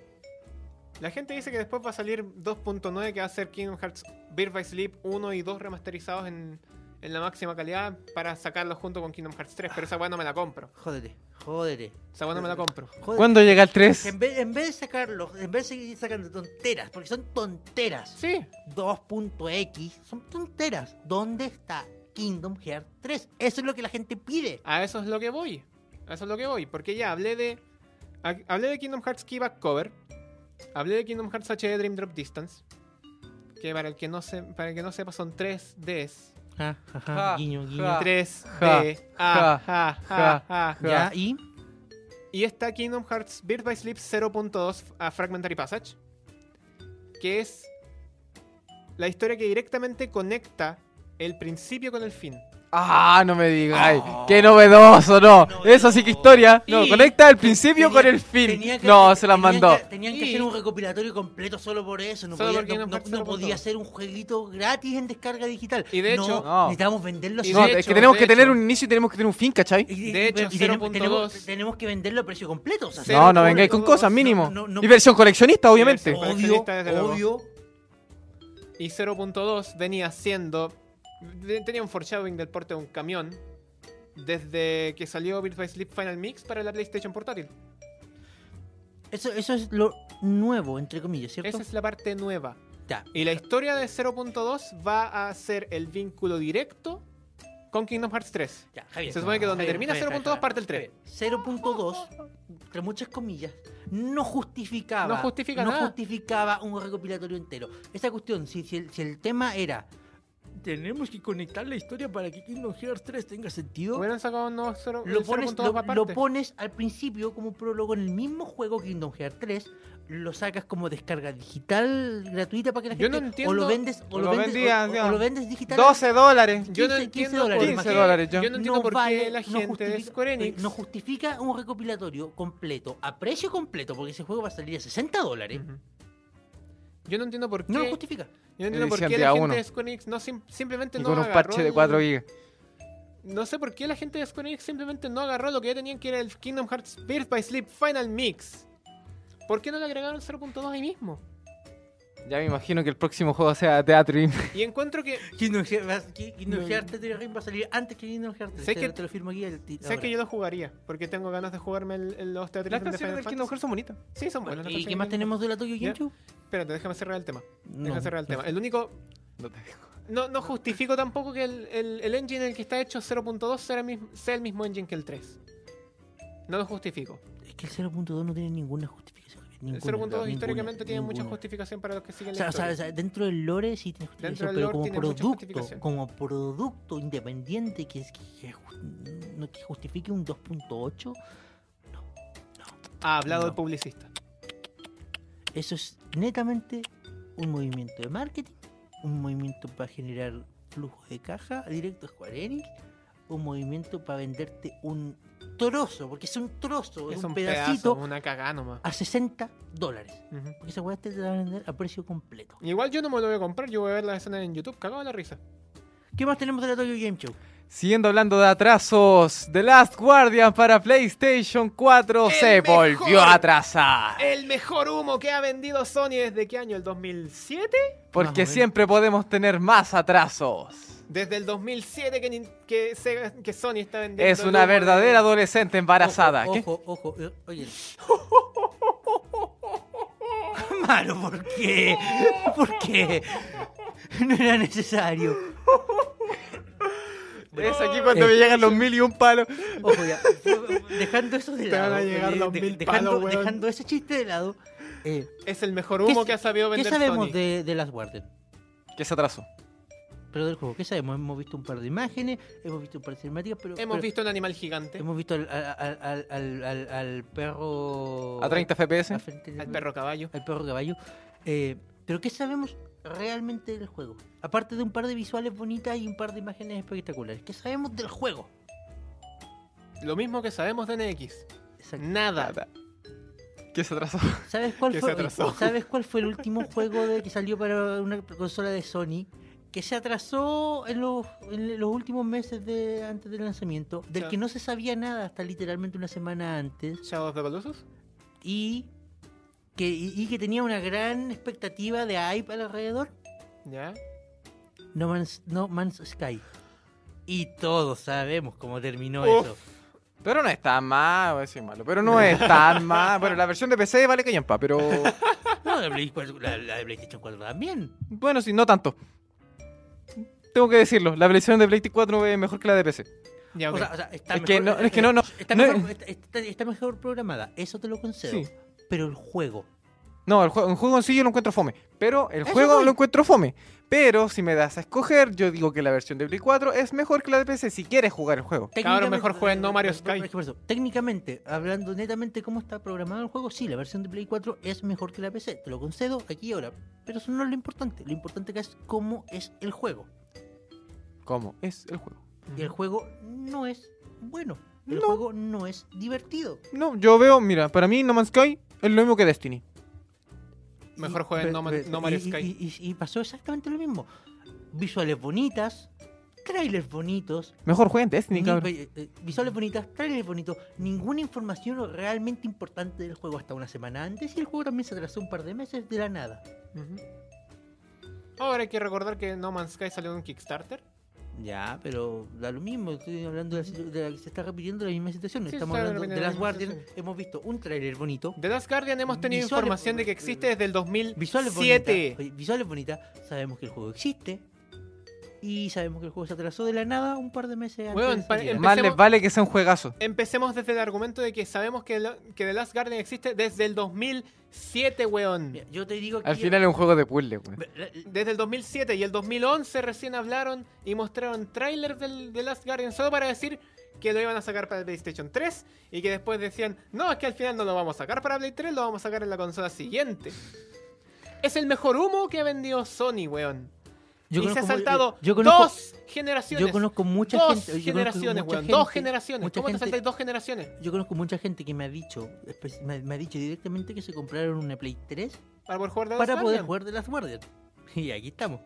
[SPEAKER 3] La gente dice que después va a salir 2.9 que va a ser Kingdom Hearts Birth by Sleep 1 y 2 remasterizados en, en la máxima calidad para sacarlos junto con Kingdom Hearts 3, pero esa weá no me la compro.
[SPEAKER 1] Jódete, jódete.
[SPEAKER 3] Esa weá no me la compro.
[SPEAKER 1] jódete.
[SPEAKER 2] ¿Cuándo llega el 3?
[SPEAKER 1] En vez, en vez de sacarlo, en vez de seguir sacando tonteras, porque son tonteras.
[SPEAKER 3] Sí,
[SPEAKER 1] 2.x son tonteras. ¿Dónde está Kingdom Hearts 3? Eso es lo que la gente pide.
[SPEAKER 3] a eso es lo que voy. A eso es lo que voy. Porque ya hablé de. ha- Hablé de Kingdom Hearts Key Back Cover. Hablé de Kingdom Hearts HD Dream Drop Distance. Que para el que no, se, para el que no sepa son 3Ds.
[SPEAKER 1] Ja, ja,
[SPEAKER 2] Ja,
[SPEAKER 1] guiño, guiño.
[SPEAKER 2] ja.
[SPEAKER 3] 3D.
[SPEAKER 2] ja,
[SPEAKER 3] Ah, ja, ja, ja.
[SPEAKER 1] Ya, y
[SPEAKER 3] Y está Kingdom Hearts Birth by Sleep 0.2 a Fragmentary Passage. Que es la historia que directamente conecta el principio con el fin.
[SPEAKER 2] Ah, no me digas.
[SPEAKER 1] Oh.
[SPEAKER 2] ¡Qué novedoso, no!
[SPEAKER 1] Qué
[SPEAKER 2] Eso sí que
[SPEAKER 1] novedoso.
[SPEAKER 2] historia. No,
[SPEAKER 3] Y-
[SPEAKER 2] conecta el principio
[SPEAKER 1] Tenía-
[SPEAKER 2] con el fin.
[SPEAKER 1] tenía que-
[SPEAKER 2] No, se las
[SPEAKER 1] tenían
[SPEAKER 2] mandó.
[SPEAKER 1] que- tenían que
[SPEAKER 3] Y-
[SPEAKER 1] hacer un recopilatorio completo solo por eso. No
[SPEAKER 3] Solo
[SPEAKER 1] podía,
[SPEAKER 3] por Kingdom
[SPEAKER 1] no- no-
[SPEAKER 3] Hearts
[SPEAKER 1] no
[SPEAKER 3] 0.2.
[SPEAKER 1] podía hacer un jueguito gratis en descarga digital.
[SPEAKER 3] Y de
[SPEAKER 1] No,
[SPEAKER 3] hecho-
[SPEAKER 2] No.
[SPEAKER 1] necesitamos venderlo
[SPEAKER 3] Y
[SPEAKER 1] así.
[SPEAKER 2] No,
[SPEAKER 3] de
[SPEAKER 2] es
[SPEAKER 3] hecho,
[SPEAKER 2] que tenemos
[SPEAKER 3] de
[SPEAKER 2] que tener
[SPEAKER 3] hecho.
[SPEAKER 2] un inicio y tenemos que tener un fin, ¿cachai?
[SPEAKER 1] Y- y-
[SPEAKER 3] de hecho,
[SPEAKER 1] y tenemos,
[SPEAKER 3] 0.2.
[SPEAKER 1] tenemos- tenemos que venderlo a precio completo. o sea,
[SPEAKER 3] Cero
[SPEAKER 2] No, no vengáis con
[SPEAKER 3] punto dos,
[SPEAKER 2] cosas, mínimo.
[SPEAKER 1] no, no, no.
[SPEAKER 2] Y versión coleccionista, obviamente.
[SPEAKER 3] Versión-
[SPEAKER 1] obvio,
[SPEAKER 3] coleccionista, desde luego.
[SPEAKER 1] obvio.
[SPEAKER 3] Y 0.2 venía siendo. de- Tenía un foreshadowing del porte de un camión. Desde que salió Birth by Sleep Final Mix para la PlayStation Portátil.
[SPEAKER 1] Eso, eso es lo nuevo, entre comillas, ¿cierto?
[SPEAKER 3] Esa es la parte nueva.
[SPEAKER 1] Ya.
[SPEAKER 3] Y la historia de 0.2 va a ser el vínculo directo con Kingdom Hearts 3.
[SPEAKER 1] Ya, Javier.
[SPEAKER 3] Se supone que donde
[SPEAKER 1] Javier,
[SPEAKER 3] termina
[SPEAKER 1] Javier,
[SPEAKER 3] 0.2
[SPEAKER 1] Javier,
[SPEAKER 3] parte el 3.
[SPEAKER 1] Javier, 0.2, entre muchas comillas, no justificaba.
[SPEAKER 3] No justifica
[SPEAKER 1] no
[SPEAKER 3] nada.
[SPEAKER 1] justificaba un recopilatorio entero. Esa cuestión, si, si el, si el tema era. Tenemos que conectar la historia para que Kingdom Hearts 3 tenga sentido.
[SPEAKER 3] Hubieran sacado un nuevo 0,
[SPEAKER 1] lo, pones,
[SPEAKER 3] 0.2
[SPEAKER 1] lo,
[SPEAKER 3] aparte.
[SPEAKER 1] lo pones al principio como prólogo en el mismo juego Kingdom Hearts 3. Lo sacas como descarga digital gratuita para que la
[SPEAKER 3] Yo
[SPEAKER 1] gente.
[SPEAKER 3] no
[SPEAKER 1] o lo
[SPEAKER 3] entiendo-
[SPEAKER 1] vendes, o
[SPEAKER 2] lo
[SPEAKER 1] lo vendes,
[SPEAKER 2] vendía,
[SPEAKER 1] o- o
[SPEAKER 2] digamos,
[SPEAKER 1] lo vendes digital.
[SPEAKER 2] 12 dólares.
[SPEAKER 3] yo no
[SPEAKER 1] 15
[SPEAKER 3] entiendo por
[SPEAKER 1] 15
[SPEAKER 3] qué-
[SPEAKER 2] dólares, ya.
[SPEAKER 3] yo no entiendo por
[SPEAKER 1] vale,
[SPEAKER 3] qué la
[SPEAKER 1] no
[SPEAKER 3] gente de
[SPEAKER 1] justifica- eh,
[SPEAKER 3] Square Enix
[SPEAKER 1] No justifica un recopilatorio completo, a precio completo, porque ese juego va a salir a 60 dólares.
[SPEAKER 3] Ujú. Yo no entiendo por qué.
[SPEAKER 1] No lo justifica.
[SPEAKER 3] yo no entiendo por
[SPEAKER 2] Edición
[SPEAKER 3] qué
[SPEAKER 2] de
[SPEAKER 3] la
[SPEAKER 2] a
[SPEAKER 3] gente
[SPEAKER 2] uno.
[SPEAKER 3] de Square Enix no sim- simplemente
[SPEAKER 2] Y
[SPEAKER 3] no
[SPEAKER 2] con un
[SPEAKER 3] agarró
[SPEAKER 2] parche de
[SPEAKER 3] el-
[SPEAKER 2] 4 gigas.
[SPEAKER 3] No sé por qué la gente de Square Enix simplemente no agarró lo que ya tenían que era el Kingdom Hearts Birth by Sleep Final Mix. ¿Por qué no le agregaron 0.2 ahí mismo?
[SPEAKER 2] Ya me imagino que el próximo juego sea Teatro y-
[SPEAKER 3] Y encuentro que
[SPEAKER 1] Kingdom Hearts va- Ki- Kingdom
[SPEAKER 3] No.
[SPEAKER 1] Hearts Theory Ring va a salir antes que Kingdom Hearts 3.
[SPEAKER 3] Sé
[SPEAKER 1] Te,
[SPEAKER 3] que-
[SPEAKER 1] te lo firmo aquí. El
[SPEAKER 3] sé que yo lo jugaría, porque tengo ganas de jugarme el, el- los teatritos
[SPEAKER 2] Las canciones del Kingdom Hearts son bonitas.
[SPEAKER 3] Sí, son buenas. las
[SPEAKER 1] ¿Y
[SPEAKER 3] canciones
[SPEAKER 1] qué más
[SPEAKER 3] de Kingdom
[SPEAKER 1] tenemos de la Tokyo
[SPEAKER 3] Ya.
[SPEAKER 1] Game Show?
[SPEAKER 3] Hearts. Espérate, déjame cerrar el tema.
[SPEAKER 1] No,
[SPEAKER 3] Déjame cerrar el
[SPEAKER 1] no
[SPEAKER 3] tema. El único
[SPEAKER 2] No te dejo.
[SPEAKER 3] No, no justifico tampoco que el, el- el engine en el que está hecho 0.2 sea el, mismo, sea el mismo engine que el 3. No lo justifico.
[SPEAKER 1] sé. Es que el 0.2 no tiene ninguna justificación.
[SPEAKER 3] El
[SPEAKER 1] ninguna,
[SPEAKER 3] 0.2
[SPEAKER 1] ninguna,
[SPEAKER 3] históricamente tiene mucha
[SPEAKER 1] ninguna.
[SPEAKER 3] justificación para los que siguen
[SPEAKER 1] O
[SPEAKER 3] la
[SPEAKER 1] sea, o sea,
[SPEAKER 3] historia.
[SPEAKER 1] o sea, dentro del lore sí tiene
[SPEAKER 3] Dentro
[SPEAKER 1] justificación,
[SPEAKER 3] del
[SPEAKER 1] pero
[SPEAKER 3] lore
[SPEAKER 1] como
[SPEAKER 3] tiene mucha
[SPEAKER 1] producto,
[SPEAKER 3] justificación.
[SPEAKER 1] como producto independiente que, es, que, es ju- no- que justifique un 2.8,
[SPEAKER 3] Ha hablado
[SPEAKER 1] No.
[SPEAKER 3] el publicista.
[SPEAKER 1] eso es netamente un movimiento de marketing, un movimiento para generar flujos de caja directo a Square Enix, un movimiento para venderte un trozo, porque es un trozo, es, un, pedacito,
[SPEAKER 3] pedazo, una cagada nomás.
[SPEAKER 1] a 60 dólares.
[SPEAKER 3] Ujú.
[SPEAKER 1] Porque esa weá te la van a vender a precio completo.
[SPEAKER 3] Igual yo no me lo voy a comprar, yo voy a ver las escenas en YouTube, cagado en la risa.
[SPEAKER 1] ¿Qué más tenemos de la Tokyo Game Show?
[SPEAKER 2] Siguiendo hablando de atrasos, The Last Guardian para PlayStation 4
[SPEAKER 3] ¡El
[SPEAKER 2] se
[SPEAKER 3] mejor!
[SPEAKER 2] volvió a atrasar.
[SPEAKER 3] El mejor humo que ha vendido Sony desde qué año, el 2007?
[SPEAKER 1] Más o
[SPEAKER 2] Porque
[SPEAKER 1] menos.
[SPEAKER 2] siempre podemos tener más atrasos.
[SPEAKER 3] Desde el 2007 que, nin- que, Sega- que Sony está vendiendo.
[SPEAKER 2] Es
[SPEAKER 3] el
[SPEAKER 2] una
[SPEAKER 3] humo de-
[SPEAKER 2] verdadera adolescente embarazada.
[SPEAKER 1] Ojo,
[SPEAKER 2] ¿Qué?
[SPEAKER 1] ojo, ojo, eh, oye. Maro, ¿por qué? ¿Por qué? No era necesario.
[SPEAKER 2] Es aquí
[SPEAKER 1] eh,
[SPEAKER 2] cuando me llegan los mil y un palos.
[SPEAKER 1] Ojo, ya. Dejando eso de
[SPEAKER 3] Te van
[SPEAKER 1] lado.
[SPEAKER 3] a llegar
[SPEAKER 1] eh,
[SPEAKER 3] los mil
[SPEAKER 1] dejando,
[SPEAKER 3] palos, weón.
[SPEAKER 1] dejando ese chiste de lado. eh,
[SPEAKER 3] Es el mejor humo
[SPEAKER 1] ¿Qué-
[SPEAKER 3] que ha sabido
[SPEAKER 1] ¿Qué
[SPEAKER 3] vender
[SPEAKER 1] sabemos
[SPEAKER 3] Sony.
[SPEAKER 1] de, de Last Guardian?
[SPEAKER 2] Que se atrasó.
[SPEAKER 1] Pero del juego, ¿qué sabemos? Hemos visto un par de imágenes, hemos visto un par de cinemáticas, pero.
[SPEAKER 3] Hemos
[SPEAKER 1] pero-
[SPEAKER 3] visto un animal gigante.
[SPEAKER 1] Hemos visto al, al- al- al- al- al perro.
[SPEAKER 2] A 30 FPS.
[SPEAKER 1] a frente de-
[SPEAKER 3] Al perro caballo.
[SPEAKER 1] al perro caballo. Eh, Pero ¿qué sabemos realmente del juego? Aparte de un par de visuales bonitas y un par de imágenes espectaculares. ¿Qué sabemos del juego?
[SPEAKER 3] Lo mismo que sabemos de NX.
[SPEAKER 1] Exacto.
[SPEAKER 3] Nada.
[SPEAKER 2] Que se atrasó.
[SPEAKER 1] ¿Sabes cuál,
[SPEAKER 3] Que
[SPEAKER 1] fue,
[SPEAKER 3] se atrasó.
[SPEAKER 1] ¿Sabes cuál fue el último juego de, que salió para una consola de Sony que se atrasó en los, en los últimos meses de, antes del lanzamiento, del
[SPEAKER 3] Ya.
[SPEAKER 1] que no se sabía nada hasta literalmente una semana antes,
[SPEAKER 3] Shadow of the Colossus.
[SPEAKER 1] y que, y, y que tenía una gran expectativa de hype alrededor,
[SPEAKER 3] Ya.
[SPEAKER 1] No Man's, no Man's Sky. Y todos sabemos cómo terminó
[SPEAKER 3] Uf.
[SPEAKER 1] eso.
[SPEAKER 2] Pero no es tan mal, voy a decir malo. Pero no es tan mal. Bueno, la versión de PC vale que yampa, pero.
[SPEAKER 1] No, la, Play 4 la- la de PlayStation 4 también.
[SPEAKER 2] Bueno, sí, no tanto. Tengo que decirlo, la versión de PlayStation 4 es mejor que la de PC.
[SPEAKER 3] Ya, ok.
[SPEAKER 1] O sea, o sea, está
[SPEAKER 2] Es
[SPEAKER 1] mejor, eh,
[SPEAKER 2] que no- es que no, no,
[SPEAKER 1] Está,
[SPEAKER 2] no-
[SPEAKER 3] eh.
[SPEAKER 1] mejor, está- está- está mejor programada, eso te lo concedo.
[SPEAKER 2] Sí.
[SPEAKER 1] Pero el juego.
[SPEAKER 2] No, el juego, el juego en sí yo lo encuentro fome. Pero el
[SPEAKER 1] Eso
[SPEAKER 2] juego
[SPEAKER 1] voy.
[SPEAKER 2] lo encuentro fome. Pero si me das a escoger, yo digo que la versión de Play 4 es mejor que la de PC si quieres jugar el juego.
[SPEAKER 1] técnicamente-
[SPEAKER 3] mejor jueguen no Mario
[SPEAKER 1] eh, por-
[SPEAKER 3] Sky.
[SPEAKER 1] por eso, técnicamente, hablando netamente cómo está programado el juego, sí, la versión de Play 4 es mejor que la PC, te lo concedo aquí y ahora. Pero eso no es lo importante, lo importante acá es cómo es el juego.
[SPEAKER 2] ¿Cómo? Es el juego.
[SPEAKER 1] Y el juego no es bueno, el
[SPEAKER 2] No.
[SPEAKER 1] juego no es divertido.
[SPEAKER 2] No, yo veo, mira, para mí No Man's Sky es lo mismo que Destiny.
[SPEAKER 3] Mejor
[SPEAKER 1] Y-
[SPEAKER 3] jueguen
[SPEAKER 1] pe-
[SPEAKER 3] No Man-
[SPEAKER 1] pe-
[SPEAKER 3] No Mario
[SPEAKER 1] y- y-
[SPEAKER 3] Sky.
[SPEAKER 1] Y, y pasó exactamente lo mismo. Visuales bonitas, trailers bonitos,
[SPEAKER 2] Mejor jueguen Destiny,
[SPEAKER 1] ni-
[SPEAKER 2] cabrón.
[SPEAKER 1] eh, eh, visuales bonitas, trailers bonitos, ninguna información realmente importante del juego hasta una semana antes y el juego también se atrasó un par de meses de la nada.
[SPEAKER 3] Ahora hay que recordar que No Man's Sky salió en un Kickstarter.
[SPEAKER 1] Ya, pero da lo mismo, estoy hablando de, la situ- de la- se está repitiendo la misma situación.
[SPEAKER 3] Sí,
[SPEAKER 1] Estamos
[SPEAKER 3] está
[SPEAKER 1] hablando de
[SPEAKER 3] repitiendo la
[SPEAKER 1] Last
[SPEAKER 3] misma
[SPEAKER 1] Guardian,
[SPEAKER 3] situación.
[SPEAKER 1] hemos visto un trailer bonito,
[SPEAKER 3] The Last Guardian hemos tenido
[SPEAKER 1] Visuales-
[SPEAKER 3] información de que existe desde el
[SPEAKER 1] visuales
[SPEAKER 3] 2007.
[SPEAKER 1] bonitas, oye, visuales bonitas, sabemos que el juego existe y sabemos que el juego se atrasó de la nada un par de meses antes.
[SPEAKER 3] Weón,
[SPEAKER 1] de
[SPEAKER 3] pa-
[SPEAKER 1] salir.
[SPEAKER 3] empecemos-
[SPEAKER 2] Más les vale que sea un juegazo.
[SPEAKER 3] Empecemos desde el argumento de que sabemos que, lo- que The Last Guardian existe desde el 2007, weón.
[SPEAKER 1] Mira, yo te digo
[SPEAKER 2] Al
[SPEAKER 1] aquí-
[SPEAKER 2] final es un juego de puzzle, güey.
[SPEAKER 1] Ve- la- la-
[SPEAKER 3] Desde el 2007 y el 2011 recién hablaron y mostraron trailers del The Last Guardian solo para decir que lo iban a sacar para el PlayStation 3 y que después decían, no, es que al final no lo vamos a sacar para Play 3, lo vamos a sacar en la consola siguiente. Es el mejor humo que ha vendido Sony, weón.
[SPEAKER 1] yo
[SPEAKER 3] y se ha
[SPEAKER 1] conozco-
[SPEAKER 3] saltado
[SPEAKER 1] yo conozco-
[SPEAKER 3] dos generaciones.
[SPEAKER 1] Yo conozco mucha
[SPEAKER 3] dos
[SPEAKER 1] gente. yo conozco
[SPEAKER 3] generaciones,
[SPEAKER 1] mucha
[SPEAKER 3] weón. Dos
[SPEAKER 1] gente-
[SPEAKER 3] generaciones.
[SPEAKER 1] mucha
[SPEAKER 3] ¿Cómo te
[SPEAKER 1] gente-
[SPEAKER 3] saltáis dos generaciones?
[SPEAKER 1] Yo conozco mucha gente que me ha dicho, espe- me, me ha dicho directamente que se compraron una Play 3
[SPEAKER 3] Para poder jugar The Last
[SPEAKER 1] para poder
[SPEAKER 3] Guardian.
[SPEAKER 1] jugar de las Guardian. Y aquí estamos.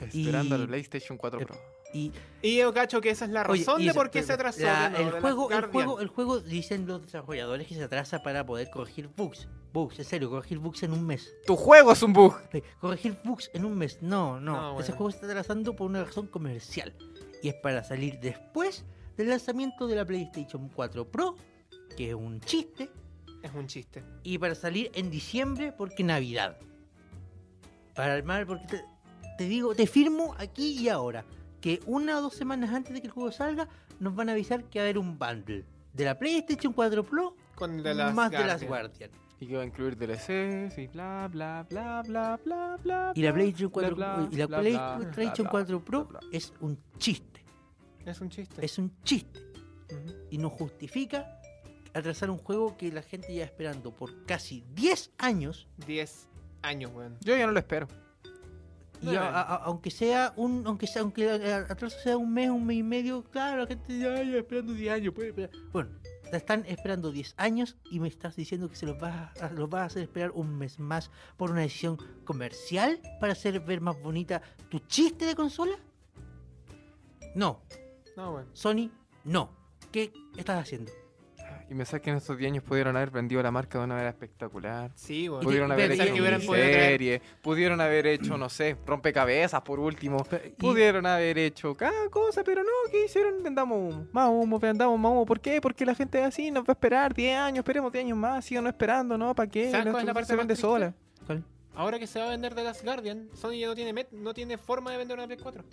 [SPEAKER 2] Esperando
[SPEAKER 1] Y-
[SPEAKER 2] al PlayStation 4 Pro.
[SPEAKER 1] Y
[SPEAKER 3] Y yo cacho que esa es la
[SPEAKER 1] Oye,
[SPEAKER 3] razón
[SPEAKER 1] y
[SPEAKER 3] de
[SPEAKER 1] se-
[SPEAKER 3] por qué se atrasó.
[SPEAKER 1] la-
[SPEAKER 3] de nuevo,
[SPEAKER 1] el,
[SPEAKER 3] The Last
[SPEAKER 1] juego, el,
[SPEAKER 3] Guardian.
[SPEAKER 1] juego, el juego dicen los desarrolladores que se atrasa para poder corregir bugs. Bugs, en serio, corregir bugs en un mes.
[SPEAKER 2] Tu juego es un bug.
[SPEAKER 1] Eh, Corregir bugs en un mes. No, no.
[SPEAKER 2] Ah,
[SPEAKER 3] No,
[SPEAKER 1] Ese
[SPEAKER 3] bueno.
[SPEAKER 1] juego se está atrasando por una razón comercial. Y es para salir después del lanzamiento de la PlayStation 4 Pro, que es un chiste.
[SPEAKER 3] Es un chiste.
[SPEAKER 1] Y para salir en diciembre porque Navidad. Para armar, porque te, te digo, te firmo aquí y ahora. Que una o dos semanas antes de que el juego salga, nos van a avisar que va a haber un bundle. De la PlayStation 4 Pro
[SPEAKER 3] Con The Last
[SPEAKER 1] más de
[SPEAKER 3] Guardian.
[SPEAKER 1] las Guardian.
[SPEAKER 2] Y que va a incluir DLCs y bla, bla, bla, bla, bla, bla.
[SPEAKER 1] Y la
[SPEAKER 2] bla,
[SPEAKER 1] PlayStation 4,
[SPEAKER 2] bla, bla,
[SPEAKER 1] y la
[SPEAKER 2] bla, bla,
[SPEAKER 1] PlayStation
[SPEAKER 2] bla,
[SPEAKER 1] 4 Pro
[SPEAKER 2] bla, bla.
[SPEAKER 1] es un chiste.
[SPEAKER 3] Es un chiste.
[SPEAKER 1] Es un chiste.
[SPEAKER 3] Ujú.
[SPEAKER 1] y no justifica atrasar un juego que la gente lleva esperando por casi 10 años.
[SPEAKER 3] 10 años, weón.
[SPEAKER 2] Yo ya no lo espero.
[SPEAKER 1] Y
[SPEAKER 3] Nueve
[SPEAKER 1] a- a- a- aunque sea un aunque sea aunque el atraso sea un mes, un mes y medio, claro, la gente ya lleva esperando 10 años, puede esperar. Bueno, la están esperando 10 años y me estás diciendo que se los vas a, los vas a hacer esperar un mes más por una decisión comercial para hacer ver más bonita tu chiste de consola? No,
[SPEAKER 3] No, weón.
[SPEAKER 1] Sony, no. ¿Qué estás haciendo?
[SPEAKER 2] Y me que en estos 10 años pudieron haber vendido la marca de una manera espectacular.
[SPEAKER 3] Sí, weón.
[SPEAKER 2] Pudieron
[SPEAKER 1] y
[SPEAKER 2] haber
[SPEAKER 1] pensar
[SPEAKER 2] hecho
[SPEAKER 1] que hubieran
[SPEAKER 3] podido traer-
[SPEAKER 2] serie, pudieron haber hecho, no sé, rompecabezas por último. Pudieron haber hecho cada cosa, pero no, ¿qué hicieron? Vendamos humo, más humo, vendamos más humo. ¿Por qué? Porque la gente es así, nos va a esperar 10 años, esperemos 10 años más, sigan no esperando, ¿no? ¿Para qué?
[SPEAKER 3] ¿Sabes
[SPEAKER 2] Nuestra
[SPEAKER 3] cuál es la
[SPEAKER 2] cosa
[SPEAKER 3] parte
[SPEAKER 2] se
[SPEAKER 3] más
[SPEAKER 2] vende
[SPEAKER 3] triste?
[SPEAKER 2] sola.
[SPEAKER 1] ¿Cuál?
[SPEAKER 3] Ahora que se va a vender The Last Guardian, Sony ya no tiene, met- no tiene forma de vender una Play 4.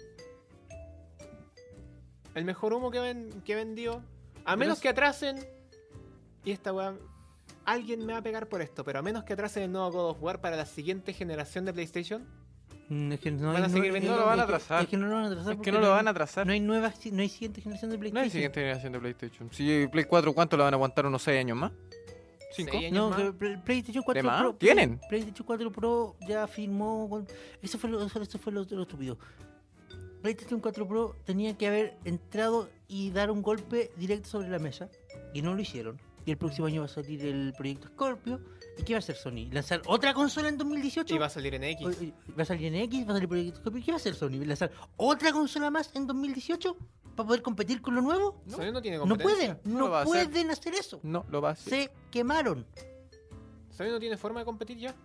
[SPEAKER 3] El mejor humo que, ven- que vendió. A menos
[SPEAKER 2] es-
[SPEAKER 3] que atrasen. Y esta weá. Alguien me va a pegar por esto, pero a menos que atrasen el nuevo God of War para la siguiente generación de PlayStation.
[SPEAKER 1] Mm, Es que no,
[SPEAKER 3] Van a
[SPEAKER 1] hay-
[SPEAKER 3] seguir
[SPEAKER 1] no,
[SPEAKER 3] vendiendo,
[SPEAKER 1] no,
[SPEAKER 2] lo van a
[SPEAKER 1] es que-
[SPEAKER 2] atrasar.
[SPEAKER 1] Es que no lo van a atrasar.
[SPEAKER 2] Es que
[SPEAKER 1] porque
[SPEAKER 2] no lo van a
[SPEAKER 1] No
[SPEAKER 2] atrasar.
[SPEAKER 1] hay nueva, no hay siguiente generación de
[SPEAKER 2] No hay
[SPEAKER 1] PlayStation.
[SPEAKER 2] siguiente generación de PlayStation. Si Play 4, ¿cuánto la van a aguantar? ¿Unos 6 años más? ¿Cinco?
[SPEAKER 3] Seis
[SPEAKER 1] No,
[SPEAKER 3] años más.
[SPEAKER 1] que Play- PlayStation 4
[SPEAKER 2] ¿De más?
[SPEAKER 1] Pro.
[SPEAKER 2] ¿Tienen?
[SPEAKER 1] PlayStation 4 Pro ya firmó. con- Eso fue lo, eso, eso fue lo, lo estúpido. PlayStation 4 Pro tenía que haber entrado y dar un golpe directo sobre la mesa. Y no lo hicieron. Y el próximo año va a salir el proyecto Scorpio. ¿Y qué va a hacer Sony? ¿Lanzar otra consola en 2018?
[SPEAKER 3] Y va a salir en X.
[SPEAKER 1] Oye, oye, ¿Va a salir en X? ¿Va a salir por X? ¿Qué va a hacer Sony? ¿Lanzar otra consola más en 2018? ¿Para poder competir con lo nuevo?
[SPEAKER 3] Sony no tiene
[SPEAKER 1] No
[SPEAKER 3] competencia.
[SPEAKER 1] pueden,
[SPEAKER 2] No lo
[SPEAKER 1] no
[SPEAKER 2] va a hacer.
[SPEAKER 1] pueden hacer eso.
[SPEAKER 2] No, lo va a hacer.
[SPEAKER 1] Se quemaron.
[SPEAKER 3] Sony no tiene forma de competir ya.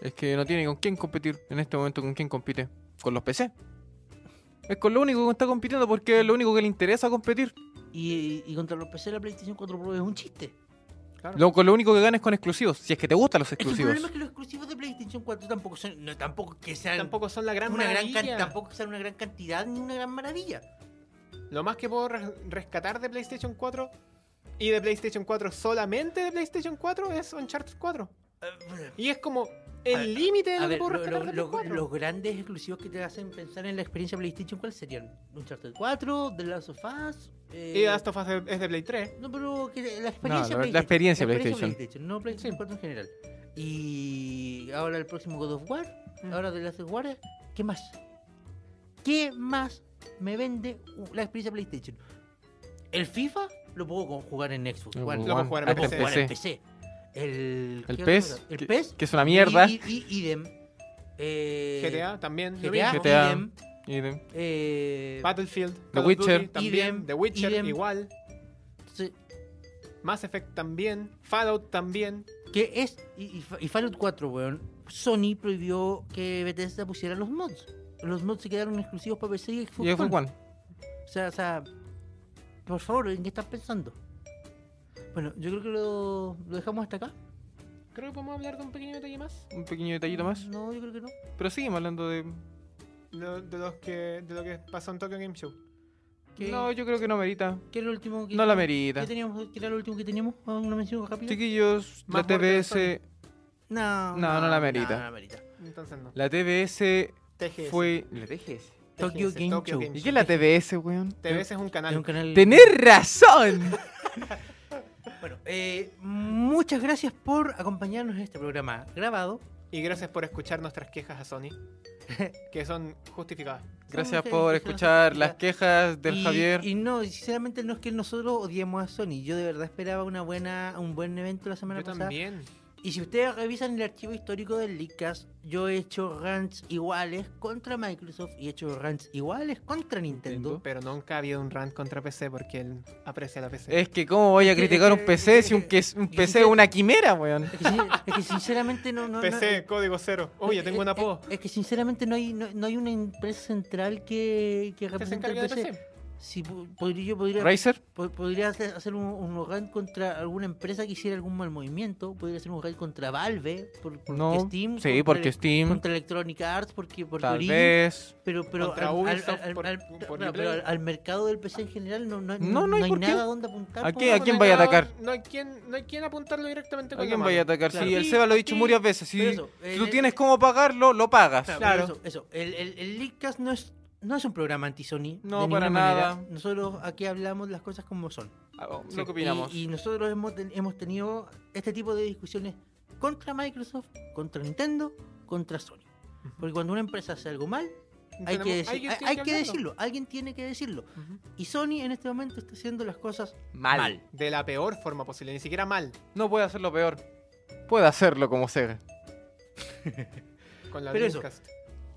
[SPEAKER 2] Es que no tiene con quién competir en este momento. ¿Con quién compite? Con los PC. Es con lo único que está compitiendo porque es lo único que le interesa competir.
[SPEAKER 1] Y, y contra los PC la PlayStation 4 Pro es un chiste.
[SPEAKER 3] Claro.
[SPEAKER 2] Lo, con lo único que gana es con exclusivos. Si es que te gustan los
[SPEAKER 1] Es que el problema
[SPEAKER 2] exclusivos.
[SPEAKER 1] es que los exclusivos de PlayStation 4 tampoco son, no, tampoco que sean
[SPEAKER 3] Tampoco son la gran
[SPEAKER 1] una gran
[SPEAKER 3] maravilla.
[SPEAKER 1] can- tampoco sean una gran cantidad ni una gran maravilla.
[SPEAKER 3] Lo más que puedo res- rescatar de PlayStation 4 y de PlayStation 4 solamente de PlayStation 4 es Uncharted 4.
[SPEAKER 1] Eh,
[SPEAKER 3] Y es como
[SPEAKER 1] A ver,
[SPEAKER 3] el límite de
[SPEAKER 1] A
[SPEAKER 3] lo que
[SPEAKER 1] ver,
[SPEAKER 3] puedo
[SPEAKER 1] lo-
[SPEAKER 3] rescatar
[SPEAKER 1] lo-
[SPEAKER 3] de
[SPEAKER 1] lo-
[SPEAKER 3] Play 4.
[SPEAKER 1] los grandes exclusivos que te hacen pensar en la experiencia PlayStation, ¿cuáles serían? Uncharted 4, The Last of Us. eh,
[SPEAKER 3] Y Last of Us es de es de Play 3.
[SPEAKER 1] No, pero que la experiencia
[SPEAKER 2] No, la- la,
[SPEAKER 1] PlayStation,
[SPEAKER 2] experiencia
[SPEAKER 1] la
[SPEAKER 2] PlayStation.
[SPEAKER 1] no PlayStation
[SPEAKER 3] Sí.
[SPEAKER 1] 4 en general. Y ahora el próximo God of War,
[SPEAKER 3] Mm.
[SPEAKER 1] ahora The Last of Us, ¿qué más? ¿Qué más me vende u- la experiencia PlayStation? ¿El FIFA? Lo puedo con- jugar en Xbox One, lo
[SPEAKER 2] No, pues,
[SPEAKER 3] puedo
[SPEAKER 2] bueno,
[SPEAKER 3] jugar en
[SPEAKER 1] puedo
[SPEAKER 2] hasta
[SPEAKER 3] PC.
[SPEAKER 1] jugar en PC. El,
[SPEAKER 2] El
[SPEAKER 1] ¿qué otra
[SPEAKER 2] PES,
[SPEAKER 1] cosa? El
[SPEAKER 2] que-
[SPEAKER 1] PES.
[SPEAKER 2] Que es una mierda.
[SPEAKER 1] Y, y- y- idem. Eh,
[SPEAKER 3] GTA también. lo
[SPEAKER 1] GTA,
[SPEAKER 3] mismo.
[SPEAKER 2] GTA.
[SPEAKER 1] idem,
[SPEAKER 2] Y-
[SPEAKER 1] eh,
[SPEAKER 3] Battlefield.
[SPEAKER 2] The
[SPEAKER 3] Call of
[SPEAKER 2] Witcher.
[SPEAKER 3] Duty también.
[SPEAKER 1] Idem,
[SPEAKER 3] The Witcher
[SPEAKER 1] idem.
[SPEAKER 3] igual.
[SPEAKER 1] sí,
[SPEAKER 3] Mass Effect también. Fallout también.
[SPEAKER 1] que es y, y Fa- y Fallout 4, weón. Sony prohibió que Bethesda pusiera los mods. Los mods se quedaron exclusivos para PC y Xbox
[SPEAKER 2] Y fue
[SPEAKER 1] One. O sea, o sea, por favor, ¿en qué estás pensando? Bueno, yo creo que lo, lo dejamos hasta acá.
[SPEAKER 3] Creo que podemos hablar de un pequeño detalle más.
[SPEAKER 2] Un pequeño detallito más.
[SPEAKER 1] No, yo creo que no.
[SPEAKER 2] Pero seguimos hablando de.
[SPEAKER 3] Lo- de, los que, de lo que pasó en Tokyo Game Show.
[SPEAKER 1] ¿Qué,
[SPEAKER 2] No, yo creo que no merita.
[SPEAKER 1] qué era lo último que
[SPEAKER 2] No la
[SPEAKER 1] ¿Qué
[SPEAKER 2] merita.
[SPEAKER 1] teníamos? ¿Qué era lo último que teníamos? Ah, ¿Una mención rápida?
[SPEAKER 2] Chiquillos, la
[SPEAKER 3] Más borde del
[SPEAKER 2] TBS.
[SPEAKER 1] No,
[SPEAKER 2] No, no la merita.
[SPEAKER 1] No, la merita.
[SPEAKER 3] Entonces no.
[SPEAKER 2] La TBS
[SPEAKER 3] TGS.
[SPEAKER 2] fue. ¿La TGS?
[SPEAKER 1] Tokyo
[SPEAKER 3] TGS,
[SPEAKER 1] Game
[SPEAKER 3] Tokyo
[SPEAKER 1] Show.
[SPEAKER 3] Game
[SPEAKER 2] ¿Y qué es la TBS, weón?
[SPEAKER 3] TBS es un canal.
[SPEAKER 1] Es un canal-
[SPEAKER 2] ¡Tenés razón!
[SPEAKER 1] Bueno, eh, muchas gracias por acompañarnos en este programa grabado.
[SPEAKER 3] Y gracias por escuchar nuestras quejas a Sony. que son justificadas.
[SPEAKER 2] Gracias
[SPEAKER 1] Son
[SPEAKER 2] por
[SPEAKER 1] ustedes que
[SPEAKER 2] escuchar
[SPEAKER 1] son-
[SPEAKER 2] las quejas del
[SPEAKER 1] Y-
[SPEAKER 2] Javier.
[SPEAKER 1] Y no, y sinceramente no es que nosotros odiemos a Sony. Yo de verdad esperaba una buena, un buen evento la semana
[SPEAKER 3] Yo
[SPEAKER 1] pasada.
[SPEAKER 3] también.
[SPEAKER 1] Y si ustedes revisan el archivo histórico del Leakcast, yo he hecho rants iguales contra Microsoft y he hecho rants iguales contra Nintendo.
[SPEAKER 3] Pero nunca ha habido un rant contra PC porque él aprecia la
[SPEAKER 1] Eh,
[SPEAKER 3] PC.
[SPEAKER 2] Es que, ¿cómo voy a
[SPEAKER 1] Es que-
[SPEAKER 2] criticar
[SPEAKER 1] es
[SPEAKER 2] un
[SPEAKER 1] que-
[SPEAKER 2] PC si un, que es- un
[SPEAKER 1] es
[SPEAKER 2] PC es
[SPEAKER 1] que-
[SPEAKER 2] una quimera, weón?
[SPEAKER 1] Es que, sin- es que sinceramente no... eh, no eh, no-
[SPEAKER 3] PC, código cero. Oye, tengo una apodo.
[SPEAKER 1] Es que sinceramente no hay, no, no hay una empresa central que, que
[SPEAKER 3] ¿Qué se
[SPEAKER 1] represente el
[SPEAKER 3] encarga de
[SPEAKER 1] PC.
[SPEAKER 3] PC?
[SPEAKER 1] Si po- podría, yo podría,
[SPEAKER 2] ¿Razer?
[SPEAKER 1] po- podría hacer hacer un, un rant contra alguna empresa que hiciera algún mal movimiento. Podría hacer un rant contra Valve, por, porque
[SPEAKER 2] No.
[SPEAKER 1] Steam.
[SPEAKER 2] sí,
[SPEAKER 1] contra
[SPEAKER 2] porque
[SPEAKER 1] el-
[SPEAKER 2] Steam.
[SPEAKER 1] Contra Electronic Arts, porque por
[SPEAKER 2] Tal vez.
[SPEAKER 1] Pero, pero,
[SPEAKER 3] Contra
[SPEAKER 1] al, al-
[SPEAKER 3] Ubisoft
[SPEAKER 1] al-
[SPEAKER 3] por-
[SPEAKER 1] al-
[SPEAKER 3] por
[SPEAKER 1] no,
[SPEAKER 3] Uplay.
[SPEAKER 1] pero al- al mercado del PC en general no, no,
[SPEAKER 2] No, no hay
[SPEAKER 1] hay
[SPEAKER 2] por qué.
[SPEAKER 1] nada donde apuntar.
[SPEAKER 2] ¿A
[SPEAKER 1] po.
[SPEAKER 2] qué- a
[SPEAKER 3] No,
[SPEAKER 2] quién
[SPEAKER 3] no hay
[SPEAKER 2] vaya a
[SPEAKER 3] nada-
[SPEAKER 2] atacar?
[SPEAKER 3] No hay quien, no hay quien apuntarlo directamente con
[SPEAKER 2] ¿Alguien
[SPEAKER 3] la
[SPEAKER 2] vaya a
[SPEAKER 3] mano.
[SPEAKER 2] atacar?
[SPEAKER 1] Claro.
[SPEAKER 2] Sí, el
[SPEAKER 3] Sí,
[SPEAKER 2] Seba lo ha dicho
[SPEAKER 3] sí.
[SPEAKER 2] muchas veces. Si
[SPEAKER 1] Pero eso, eh,
[SPEAKER 2] tú
[SPEAKER 1] eh,
[SPEAKER 2] tienes cómo pagarlo, lo pagas.
[SPEAKER 1] Claro,
[SPEAKER 3] Claro.
[SPEAKER 1] Eso, eso. El, el, el Leakcast no es, no es un programa anti-Sony.
[SPEAKER 2] No,
[SPEAKER 1] de
[SPEAKER 2] para
[SPEAKER 1] ninguna manera.
[SPEAKER 2] nada.
[SPEAKER 1] Nosotros aquí hablamos las cosas como son.
[SPEAKER 2] Ah, oh,
[SPEAKER 3] Sí.
[SPEAKER 2] Lo que opinamos.
[SPEAKER 1] Y, y nosotros hemos, ten- hemos tenido este tipo de discusiones contra Microsoft, contra Nintendo, contra Sony. Porque cuando una empresa hace algo mal, hay que,
[SPEAKER 3] Tenemos-
[SPEAKER 1] decir-
[SPEAKER 3] alguien
[SPEAKER 1] hay-
[SPEAKER 3] tiene
[SPEAKER 1] hay que
[SPEAKER 3] hablarlo.
[SPEAKER 1] decirlo, alguien tiene que decirlo.
[SPEAKER 3] Ujú.
[SPEAKER 1] Y Sony en este momento está haciendo las cosas
[SPEAKER 2] Mal.
[SPEAKER 1] mal.
[SPEAKER 3] De la peor forma posible, ni siquiera mal.
[SPEAKER 2] No puede hacerlo peor. Puede hacerlo como Sega.
[SPEAKER 3] Con la
[SPEAKER 1] Pero eso.
[SPEAKER 3] Dreamcast.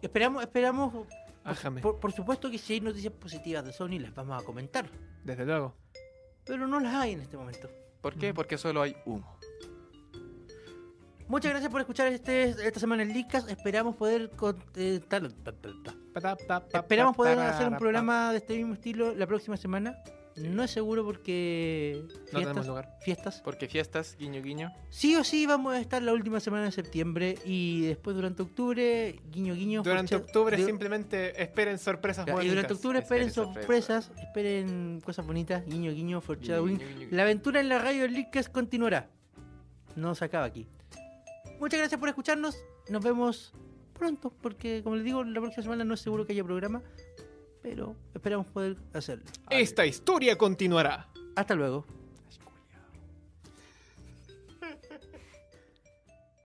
[SPEAKER 1] Esperamos, esperamos
[SPEAKER 3] Ájame.
[SPEAKER 1] por, por supuesto que si hay noticias positivas de Sony las vamos a comentar,
[SPEAKER 3] Desde luego.
[SPEAKER 1] pero no las hay en este momento.
[SPEAKER 2] ¿Por qué? Porque solo hay humo.
[SPEAKER 1] Muchas gracias por escuchar este, esta semana el Licas. Esperamos poder contar- Esperamos poder hacer un programa de este mismo estilo la próxima semana. No es seguro porque
[SPEAKER 3] No tenemos
[SPEAKER 1] fiestas,
[SPEAKER 3] lugar.
[SPEAKER 1] fiestas.
[SPEAKER 2] Porque fiestas, guiño, guiño.
[SPEAKER 1] Sí o sí vamos a estar la última semana de septiembre y después durante octubre, guiño guiño.
[SPEAKER 3] Durante
[SPEAKER 1] fecha-
[SPEAKER 3] octubre
[SPEAKER 1] de-
[SPEAKER 3] simplemente esperen sorpresas
[SPEAKER 1] Ya, Y
[SPEAKER 3] bonitas.
[SPEAKER 1] durante octubre esperen
[SPEAKER 2] Esperen sorpresas.
[SPEAKER 1] sorpresas, esperen cosas bonitas, guiño guiño,
[SPEAKER 2] Guiño,
[SPEAKER 1] foreshadowing.
[SPEAKER 2] guiño, guiño.
[SPEAKER 1] La aventura en la radio del Leadcast continuará. No se acaba aquí. Muchas gracias por escucharnos. Nos vemos pronto, porque como les digo, la próxima semana no es seguro que haya programa, pero esperamos poder hacerlo.
[SPEAKER 3] Esta historia continuará.
[SPEAKER 1] Hasta luego.